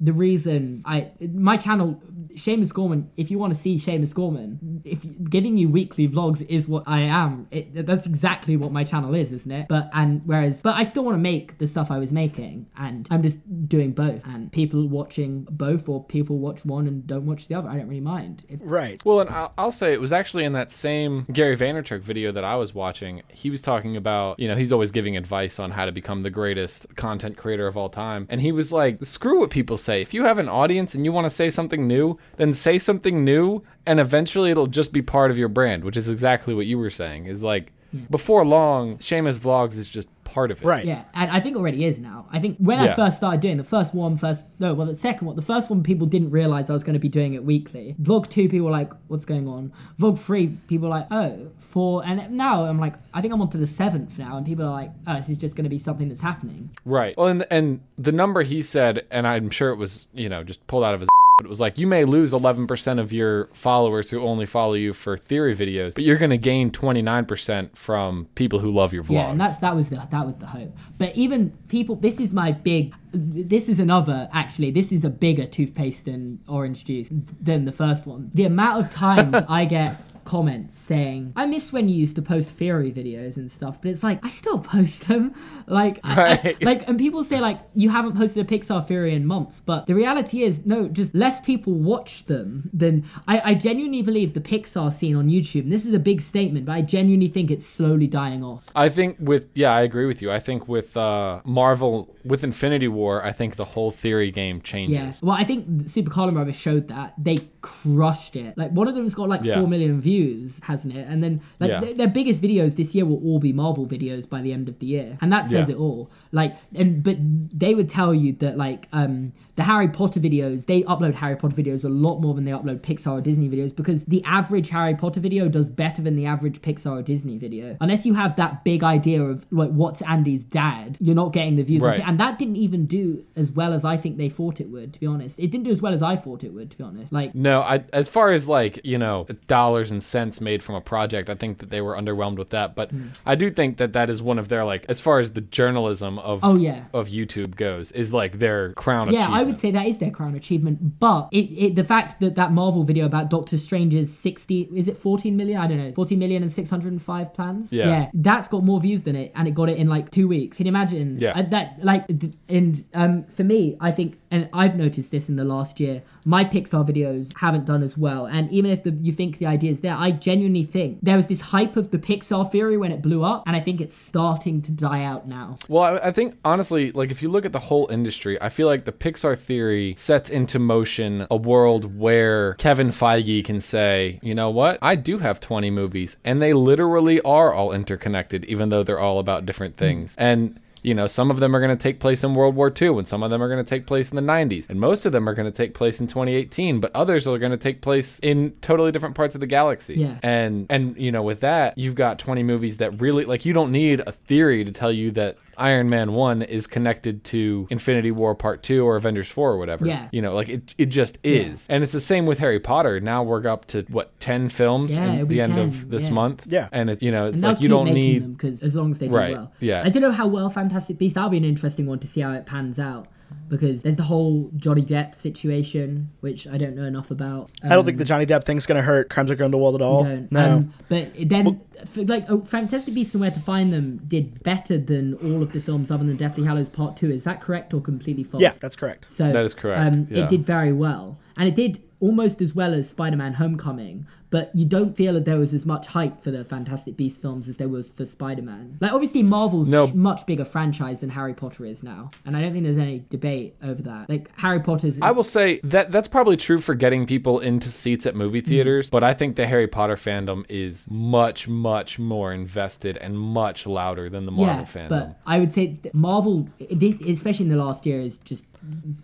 Speaker 4: the reason I my channel Seamus Gorman, if you want to see Seamus Gorman, if giving you weekly vlogs is what I am, it, that's exactly what my channel is, isn't it? But and whereas, but I still want to make the stuff I was making, and I'm just doing both, and people watching both, or people watch one and don't watch the other. I don't really mind. If,
Speaker 3: Right.
Speaker 1: Well, and I'll, I'll say it was actually in that same Gary Vaynerchuk video that I was watching. He was talking about, you know, he's always giving advice on how to become the greatest content creator of all time. And he was like, screw what people say. If you have an audience and you want to say something new, then say something new, and eventually it'll just be part of your brand, which is exactly what you were saying. Is like, before long, Seamus Vlogs is just part of it.
Speaker 3: Right.
Speaker 4: Yeah, and I think already is now. I think when I
Speaker 1: Yeah.
Speaker 4: first started doing the first one, first no, well the second one, the first one people didn't realize I was going to be doing it weekly. Vlog two, people were like, "What's going on?" Vlog three, people were like, "Oh, four, and now I'm like, I think I'm on to the seventh now, and people are like, "Oh, this is just going to be something that's happening."
Speaker 1: Right. Well, and and the number he said, and I'm sure it was you know just pulled out of his, but it was like you may lose 11% of your followers who only follow you for theory videos, but you're going to gain 29% from people who love your vlogs.
Speaker 4: Yeah, and that's that was the that was the hope. But even people, this is my big. This is another actually. This is a bigger toothpaste than orange juice than the first one. The amount of times I get comments saying I miss when you used to post theory videos and stuff but it's like I still post them like I- I-
Speaker 1: Right.
Speaker 4: like and people say like you haven't posted a Pixar theory in months but the reality is no just less people watch them than I, I genuinely believe the Pixar scene on YouTube and this is a big statement but I genuinely think it's slowly dying off
Speaker 1: I think with yeah, I agree with you. I think with uh, Marvel with Infinity War, I think the whole theory game
Speaker 4: Yeah.
Speaker 1: changes.
Speaker 4: Well, I think Super Colin Brothers showed that they crushed it. Like one of them's got like
Speaker 1: Yeah.
Speaker 4: four million views, hasn't it? And then like
Speaker 1: Yeah.
Speaker 4: th- their biggest videos this year will all be Marvel videos by the end of the year, and that says
Speaker 1: Yeah.
Speaker 4: it all. Like, and but they would tell you that like um the Harry Potter videos, they upload Harry Potter videos a lot more than they upload Pixar or Disney videos because the average Harry Potter video does better than the average Pixar or Disney video. Unless you have that big idea of like what's Andy's dad, you're not getting the views. on
Speaker 1: Right.
Speaker 4: Pi- and that didn't even do as well as I think they thought it would. To be honest, it didn't do as well as I thought it would. To be honest, like
Speaker 1: No, I, as far as like, you know, dollars and cents made from a project, I think that they were underwhelmed with that. But
Speaker 4: Hmm.
Speaker 1: I do think that that is one of their, like, as far as the journalism of
Speaker 4: Oh, yeah.
Speaker 1: of YouTube goes, is like their crown
Speaker 4: yeah,
Speaker 1: achievement.
Speaker 4: I would say that is their crown achievement. But it, it the fact that that Marvel video about Doctor Strange's sixty is it fourteen million? I don't know, fourteen million and six hundred and five plans.
Speaker 1: Yeah.
Speaker 4: that's got more views than it, and it got it in like two weeks. Can you imagine?
Speaker 1: Yeah.
Speaker 4: Uh, that like th- and um for me, I think, and I've noticed this in the last year. my Pixar videos haven't done as well. And even if the, you think the idea is there, I genuinely think there was this hype of the Pixar theory when it blew up, and I think it's starting to die out now.
Speaker 1: Well, I, I think honestly, like if you look at the whole industry, I feel like the Pixar theory sets into motion a world where Kevin Feige can say, you know what, I do have 20 movies, and they literally are all interconnected, even though they're all about different things. And you know, some of them are going to take place in World War II, and some of them are going to take place in the 90s, and most of them are going to take place in 2018, but others are going to take place in totally different parts of the galaxy.
Speaker 4: Yeah.
Speaker 1: And and you know, with that, you've got 20 movies that really like you don't need a theory to tell you that Iron Man 1 is connected to Infinity War Part 2 or Avengers 4 or whatever.
Speaker 4: Yeah.
Speaker 1: You know, like it, it just is. And it's the same with Harry Potter. Now we're up to what 10 films
Speaker 4: Yeah,
Speaker 1: at
Speaker 4: it'll be
Speaker 1: the end
Speaker 4: 10,
Speaker 1: of this
Speaker 4: yeah.
Speaker 1: month.
Speaker 3: Yeah.
Speaker 1: And it, you know, it's
Speaker 4: And they'll
Speaker 1: like you
Speaker 4: keep
Speaker 1: don't
Speaker 4: making
Speaker 1: need
Speaker 4: them because as long as they do
Speaker 1: Right,
Speaker 4: well.
Speaker 1: yeah.
Speaker 4: I don't know how well Fantastic Beasts. That'll be an interesting one to see how it pans out because there's the whole Johnny Depp situation, which I don't know enough about. um,
Speaker 3: I don't think the Johnny Depp thing's gonna hurt Crimes of Grindelwald at all.
Speaker 4: don't.
Speaker 3: No.
Speaker 4: Um, but it then, f like, oh, Fantastic Beasts and Where to Find Them did better than all of the films other than Deathly Hallows Part 2. Is that correct or completely false?
Speaker 3: yeah, that's correct.
Speaker 4: So
Speaker 1: That is correct,
Speaker 4: Um,
Speaker 1: yeah.
Speaker 4: It did very well, and it did almost as well as Spider-Man: Homecoming. But you don't feel that there was as much hype for the Fantastic Beast films as there was for Spider-Man. Like obviously, Marvel's
Speaker 1: No.
Speaker 4: a much bigger franchise than Harry Potter is now, and I don't think there's any debate over that. Like Harry Potter's.
Speaker 1: I will say that that's probably true for getting people into seats at
Speaker 4: Mm.
Speaker 1: movie theaters, but I think the Harry Potter fandom is much, much more invested and much louder than the Marvel
Speaker 4: yeah,
Speaker 1: fandom.
Speaker 4: but I would say that Marvel, i- thi- especially in the last year, is just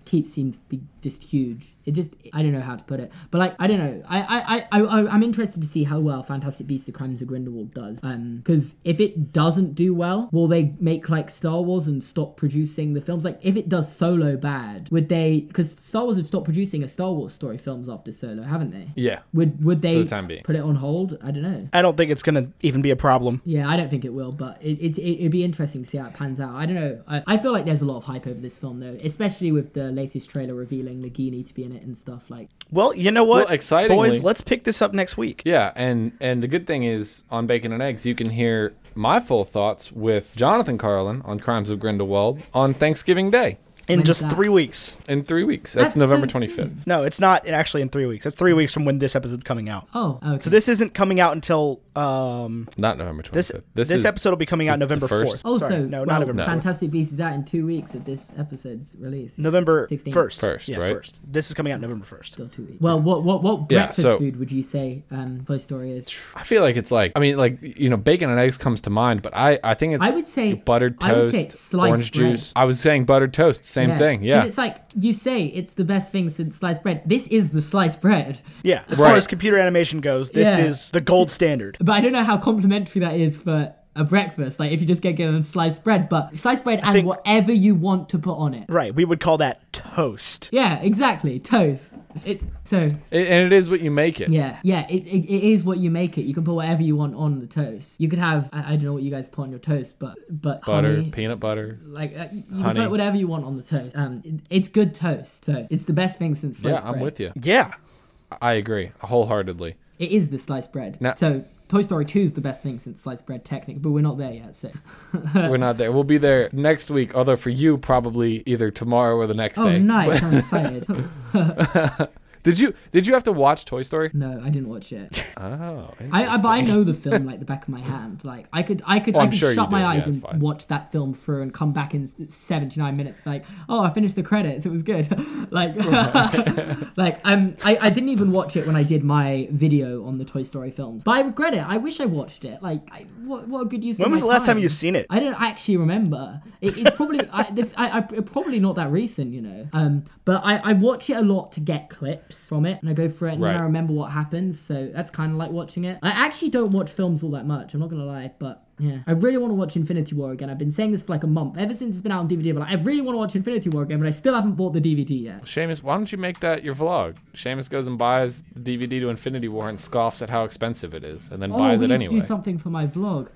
Speaker 4: keeps seems to be just huge. It just I don't know how to put it, but like I don't know. I I I, I I'm interested to see how well Fantastic Beasts: The Crimes of Grindelwald does. Um, because if it doesn't do well, will they make like Star Wars and stop producing the films? Like if it does Solo bad, would they? Because Star Wars have stopped producing a Star Wars story films after Solo, haven't they?
Speaker 1: yeah.
Speaker 4: Would would they
Speaker 1: For the time being.
Speaker 4: put it on hold? I don't know.
Speaker 3: I don't think it's gonna even be a problem.
Speaker 4: Yeah, I don't think it will, but it, it, it, it'd be interesting to see how it pans out. I don't know. I, I feel like there's a lot of hype over this film, though, especially with the latest trailer revealing Nagini to be in it and stuff. Like,
Speaker 3: Well, you know what?
Speaker 1: Well, excitingly-
Speaker 3: boys, let's pick this up next week.
Speaker 1: Yeah, and and the good thing is on Bacon and Eggs, you can hear my full thoughts with Jonathan Carlin on Crimes of Grindelwald on Thanksgiving Day
Speaker 3: In
Speaker 4: When's
Speaker 3: just
Speaker 4: that?
Speaker 3: three weeks.
Speaker 1: in three weeks. That's,
Speaker 4: That's
Speaker 1: November
Speaker 4: so
Speaker 1: twenty fifth.
Speaker 4: soon.
Speaker 3: No, it's not actually in three weeks. It's three weeks from when this episode's coming out.
Speaker 4: oh, okay.
Speaker 3: So this isn't coming out until um
Speaker 1: Not November twenty
Speaker 3: this
Speaker 1: fifth.
Speaker 3: this, episode will be coming out November
Speaker 1: first?
Speaker 3: fourth.
Speaker 4: also,
Speaker 3: no,
Speaker 4: Oh, well,
Speaker 3: not November fourth.
Speaker 4: Fantastic Beasts is out in two weeks of this episode's release.
Speaker 3: November
Speaker 4: 16th.
Speaker 3: first.
Speaker 1: First,
Speaker 3: yeah,
Speaker 1: right?
Speaker 3: first. This is coming out November first.
Speaker 4: Still two weeks. Well, what what what
Speaker 1: Yeah,
Speaker 4: breakfast
Speaker 1: so-
Speaker 4: food would you say um, Toy Story is?
Speaker 1: I feel like it's like I mean like you know bacon and eggs comes to mind, but I I think it's
Speaker 4: I would say-
Speaker 1: buttered
Speaker 4: I would
Speaker 1: toast,
Speaker 4: say it's sliced
Speaker 1: orange
Speaker 4: bread.
Speaker 1: juice. I was saying buttered toast, same thing. Yeah,
Speaker 4: 'Cause It's like you say it's the best thing since sliced bread. This is the sliced bread.
Speaker 3: Yeah. As
Speaker 1: Right.
Speaker 3: far as computer animation goes, this
Speaker 4: Yeah.
Speaker 3: is the gold standard.
Speaker 4: But I don't know how complimentary that is for a breakfast. Like if you just get given sliced bread, but sliced bread and
Speaker 3: think-
Speaker 4: whatever you want to put on it.
Speaker 3: Right. We would call that toast.
Speaker 4: Yeah, exactly. Toast. It so
Speaker 1: It- and it is what you make it.
Speaker 4: yeah yeah it, it, it is what you make it. You can put whatever you want on the toast. You could have I, I don't know what you guys put on your toast, but but
Speaker 1: Butter,
Speaker 4: honey,
Speaker 1: peanut butter.
Speaker 4: like uh, you
Speaker 1: honey.
Speaker 4: can put whatever you want on the toast. Um, it- it's good toast. So it's the best thing since
Speaker 1: Yeah,
Speaker 4: sliced bread.
Speaker 1: I'm with you.
Speaker 3: Yeah.
Speaker 4: Oh
Speaker 1: I agree wholeheartedly.
Speaker 4: It is the sliced bread.
Speaker 1: Now-
Speaker 4: so. Toy Story 2 is the best thing since sliced bread, technically, but we're not there yet, so.
Speaker 1: We're not there. We'll be there next week, although for you probably either tomorrow or the next
Speaker 4: Oh,
Speaker 1: day.
Speaker 4: nice. I'm excited.
Speaker 1: Did you did you have to watch Toy Story?
Speaker 4: No, I didn't watch it.
Speaker 1: Oh,
Speaker 4: I, I but I know the film like the back of my hand. Like I could I could
Speaker 1: Oh,
Speaker 4: I
Speaker 1: I'm
Speaker 4: could
Speaker 1: sure you
Speaker 4: shut my
Speaker 1: do. Yeah,
Speaker 4: eyes
Speaker 1: it's
Speaker 4: and
Speaker 1: fine.
Speaker 4: watch that film through and come back in s- 79 minutes. Like oh I finished the credits. It was good. like like um I, I didn't even watch it when I did my video on the Toy Story films. But I regret it. I wish I watched it. Like I, what what a good use.
Speaker 3: When
Speaker 4: of
Speaker 3: was
Speaker 4: my
Speaker 3: the last time you seen it?
Speaker 4: I don't actually remember. It, it's probably I, the, I, I probably not that recent, you know. Um, but I, I watch it a lot to get clips from it, and I go through it, and
Speaker 1: Right.
Speaker 4: then I remember what happens. So that's kind of like watching it. I actually don't watch films all that much. I'm not gonna lie, but. Yeah, I really want to watch Infinity War again. I've been saying this for like a month, ever since it's been out on DVD. But like, I really want to watch Infinity War again, but I still haven't bought the DVD yet.
Speaker 1: Seamus, why don't you make that your vlog? Seamus goes and buys the DVD to Infinity War and scoffs at how expensive it is, and then
Speaker 4: Oh,
Speaker 1: buys
Speaker 4: we
Speaker 1: it
Speaker 4: need to
Speaker 1: anyway.
Speaker 4: do something for my vlog.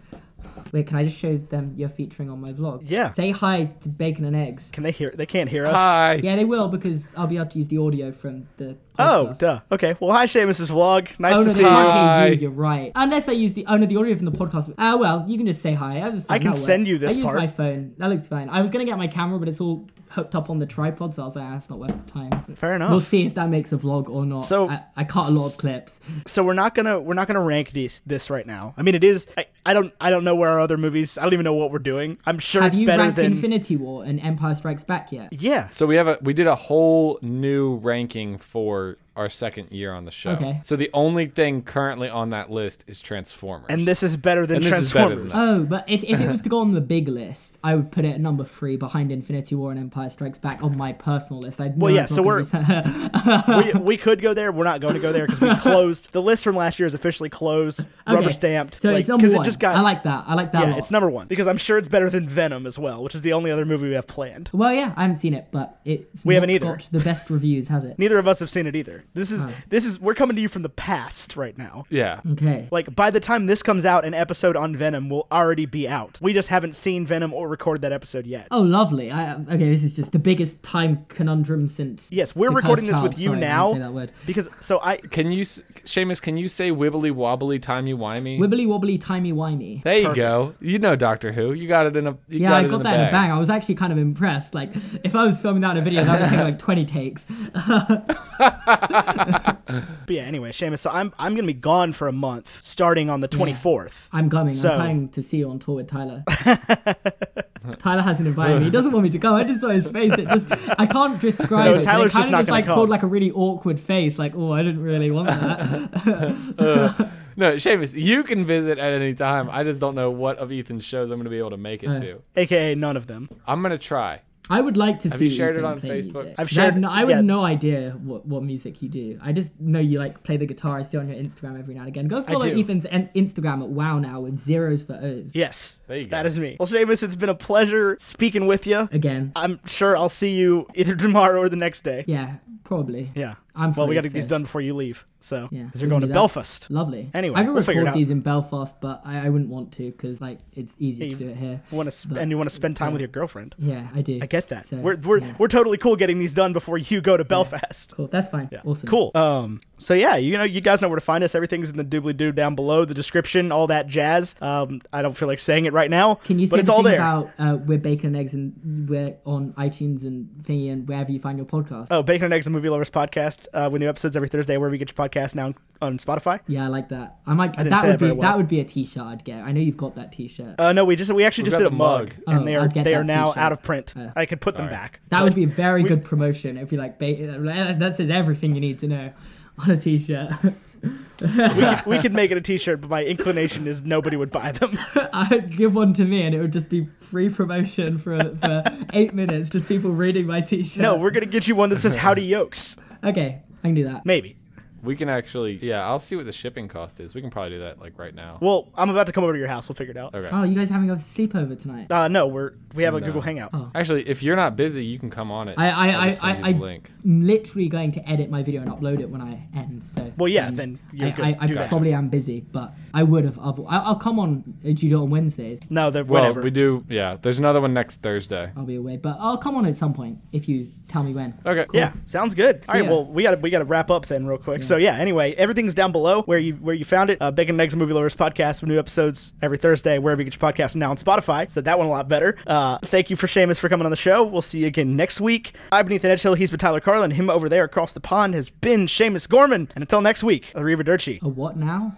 Speaker 4: Wait, can I just show them you're featuring on my vlog?
Speaker 3: Yeah.
Speaker 4: Say hi to Bacon and Eggs.
Speaker 3: Can they hear? They can't hear us.
Speaker 1: Hi.
Speaker 4: Yeah, they will because I'll be able to use the audio from the.
Speaker 3: Oh,
Speaker 4: podcast.
Speaker 3: duh. Okay. Well, hi, Seamus's vlog. Nice
Speaker 4: Oh,
Speaker 3: to
Speaker 4: no,
Speaker 3: see
Speaker 4: no,
Speaker 3: you.
Speaker 4: I
Speaker 1: Hi.
Speaker 4: hate you. You're right. Unless I use the oh no, the audio from the podcast. Ah, well, you can just say hi. I, just
Speaker 3: I can send you this
Speaker 4: I
Speaker 3: part.
Speaker 4: I used my phone. That looks fine. I was gonna get my camera, but it's all hooked up on the tripod, so I was like, ah, it's not worth the time.
Speaker 3: Fair enough.
Speaker 4: We'll see if that makes a vlog or not.
Speaker 3: So-
Speaker 4: I, I cut a lot of clips.
Speaker 3: so we're not gonna we're not gonna rank these this right now. I mean, it is. I, I don't I don't know where our other movies. I don't even know what we're doing. I'm sure
Speaker 4: Have
Speaker 3: it's
Speaker 4: you
Speaker 3: better
Speaker 4: ranked
Speaker 3: than
Speaker 4: Infinity War and Empire Strikes Back yet?
Speaker 3: yeah.
Speaker 1: So we have a we did a whole new ranking for our second year on the show.
Speaker 4: Okay.
Speaker 1: So the only thing currently on that list is Transformers.
Speaker 3: And this is better than
Speaker 1: And this is better than
Speaker 3: Transformers.
Speaker 1: that.
Speaker 4: Oh, but if, if it was to go on the big list, I would put it at number three behind Infinity War and Empire Strikes Back on my personal list. I know
Speaker 3: Well, yeah,
Speaker 4: it's
Speaker 3: so
Speaker 4: not gonna be-
Speaker 3: we, we could go there. We're not going to go there because we closed the list from last year is officially closed, rubber
Speaker 4: Okay,
Speaker 3: stamped.
Speaker 4: So
Speaker 3: like,
Speaker 4: it's number one.
Speaker 3: it just got
Speaker 4: I like that. I like that. a
Speaker 3: yeah,
Speaker 4: lot.
Speaker 3: it's number one because I'm sure it's better than Venom as well, which is the only other movie we have planned.
Speaker 4: Well, yeah, I haven't seen it, but it's
Speaker 3: We
Speaker 4: not
Speaker 3: haven't either.
Speaker 4: got the best reviews, has it?
Speaker 3: Neither of us have seen it either. This is this is we're coming to you from the past right now.
Speaker 1: yeah.
Speaker 4: Okay.
Speaker 3: Like by the time this comes out, an episode on Venom will already be out. We just haven't seen Venom or recorded that episode yet.
Speaker 4: Oh, lovely. I, okay, this is just the biggest time conundrum since.
Speaker 3: Yes, we're
Speaker 4: the cursed
Speaker 3: recording this
Speaker 4: child.
Speaker 3: with you
Speaker 4: Sorry, I didn't
Speaker 3: now
Speaker 4: Say that word.
Speaker 3: because so I
Speaker 1: Can you, s- Seamus? Can you say wibbly wobbly timey wimey?
Speaker 4: Wibbly wobbly timey wimey.
Speaker 1: there you
Speaker 3: Perfect.
Speaker 1: go. You know Doctor Who. You got it in a. You
Speaker 4: Yeah,
Speaker 1: got
Speaker 4: I
Speaker 1: it
Speaker 4: got
Speaker 1: in
Speaker 4: that
Speaker 1: a
Speaker 4: in
Speaker 1: bag.
Speaker 4: a bang. I was actually kind of impressed. Like, if I was filming that in a video, that would take like 20 takes.
Speaker 3: but yeah anyway, Seamus. So I'm I'm gonna be gone for a month starting on the 24th.
Speaker 4: I'm coming.
Speaker 3: So-
Speaker 4: I'm planning to see you on tour with Tyler. Tyler hasn't invited me. He doesn't want me to go. I just saw his face. It just I can't describe
Speaker 3: No,
Speaker 4: it. but
Speaker 3: Tyler's
Speaker 4: it kind
Speaker 3: just
Speaker 4: of
Speaker 3: not
Speaker 4: just
Speaker 3: gonna
Speaker 4: like
Speaker 3: come.
Speaker 4: pulled like a really awkward face. Like, oh, I didn't really want that.
Speaker 1: No, Seamus, you can visit at any time. I just don't know what of Ethan's shows I'm going to be able to make it to.
Speaker 3: AKA none of them.
Speaker 1: I'm going to try.
Speaker 4: I would like to see.
Speaker 1: you shared it
Speaker 4: Ethan
Speaker 1: on
Speaker 4: play
Speaker 1: Facebook?
Speaker 4: music.
Speaker 3: I've
Speaker 4: No, I have
Speaker 3: shared-
Speaker 4: no, I would
Speaker 3: yeah.
Speaker 4: no idea what, what music you do. I just know you like play the guitar. I see on your Instagram every now and again. Go follow
Speaker 3: do.
Speaker 4: Ethan's en- Instagram at Wow Now with zeros for O's.
Speaker 3: Yes.
Speaker 1: There you go.
Speaker 3: That is me. Well, Seamus, it's been a pleasure speaking with you.
Speaker 4: Again,
Speaker 3: I'm sure I'll see you either tomorrow or the next day.
Speaker 4: yeah, probably.
Speaker 3: Yeah.
Speaker 4: I'm
Speaker 3: well, we
Speaker 4: free,
Speaker 3: got to get these
Speaker 4: so-
Speaker 3: done before you leave. So,
Speaker 4: Yeah,
Speaker 3: because
Speaker 4: we
Speaker 3: you're going
Speaker 4: can
Speaker 3: to
Speaker 4: do that.
Speaker 3: Belfast.
Speaker 4: Lovely.
Speaker 3: Anyway,
Speaker 4: I could
Speaker 3: we'll figure it
Speaker 4: record
Speaker 3: out.
Speaker 4: these in Belfast, but I, I wouldn't want to because like it's easier
Speaker 3: Yeah,
Speaker 4: to do it here.
Speaker 3: You wanna sp- and you want to spend time with your girlfriend.
Speaker 4: Yeah, I do.
Speaker 3: I get that.
Speaker 4: So,
Speaker 3: we're we're,
Speaker 4: yeah.
Speaker 3: we're totally cool getting these done before you go to Belfast.
Speaker 4: cool. That's fine. Awesome.
Speaker 3: Cool. Um. So yeah, you know, you guys know where to find us. Everything's in the doobly doo down below, the description, all that jazz. Um. I don't feel like saying it right now.
Speaker 4: Can you say
Speaker 3: But it's all
Speaker 4: anything
Speaker 3: there.
Speaker 4: about uh, we're bacon and eggs and we're on iTunes and thingy and wherever you find your podcast?
Speaker 3: oh, Bacon and Eggs and Movie Lovers podcast. Uh, with new episodes every Thursday, wherever you get your podcast now on Spotify.
Speaker 4: Yeah, I like that. I might.
Speaker 3: didn't
Speaker 4: that
Speaker 3: say
Speaker 4: would
Speaker 3: that
Speaker 4: be
Speaker 3: very well.
Speaker 4: that would be a T-shirt I'd get. I know you've got that T-shirt.
Speaker 3: Uh, no, we just we actually just
Speaker 1: got
Speaker 3: did a
Speaker 1: the
Speaker 3: mug,
Speaker 1: mug.
Speaker 3: and
Speaker 4: Oh,
Speaker 3: they are
Speaker 4: I'd get
Speaker 3: they
Speaker 4: that
Speaker 3: are now
Speaker 4: t-shirt.
Speaker 3: out of print. I could put them back.
Speaker 4: that would be a very good promotion if you like. Ba- that says everything you need to know on a T-shirt.
Speaker 3: we could make it a T-shirt, but my inclination is nobody would buy them.
Speaker 4: I'd give one to me, and it would just be free promotion for for eight minutes. Just people reading my T-shirt.
Speaker 3: No, we're gonna get you one that says "Howdy Yokes,"
Speaker 4: Okay, I can do that.
Speaker 3: maybe.
Speaker 1: We can actually. Yeah, I'll see what the shipping cost is. We can probably do that like right now.
Speaker 3: Well, I'm about to come over to your house. We'll figure it out.
Speaker 1: Okay.
Speaker 4: Oh, you guys having a sleepover tonight?
Speaker 3: Uh, no, we're we have a Google Hangout.
Speaker 4: Oh.
Speaker 1: Actually, if you're not busy, you can come on it.
Speaker 4: I I
Speaker 1: I'll
Speaker 4: I,
Speaker 1: just
Speaker 4: I,
Speaker 1: send you
Speaker 4: I
Speaker 1: the link.
Speaker 4: am literally going to edit my video and upload it when I end. So. Um,
Speaker 3: Well, yeah, then you're
Speaker 4: Mm. I,
Speaker 3: good.
Speaker 4: I, I
Speaker 3: Do that.
Speaker 4: probably am busy, but I would have. Other- I- I'll come on. uh, Do you do it on Wednesdays?
Speaker 3: No, they're
Speaker 1: Well,
Speaker 3: whatever.
Speaker 1: we do. Yeah, there's another one next Thursday.
Speaker 4: I'll be away, but I'll come on at some point if you tell me when.
Speaker 1: Okay.
Speaker 3: Yeah, sounds good. All right,
Speaker 4: ya.
Speaker 3: well, we gotta we gotta wrap up then real quick. So yeah, anyway, everything's down below where you where you found it. Uh, Bacon and Eggs Movie Lovers podcast with new episodes every Thursday wherever you get your podcast now on Spotify. Said that one a lot better. Uh, thank you for Seamus for coming on the show. We'll see you again next week. I've been Ethan Edgehill. He's been Tyler Carlin. Him over there across the pond has been Seamus Gorman. And until next week, Arrivederci.
Speaker 4: A what now?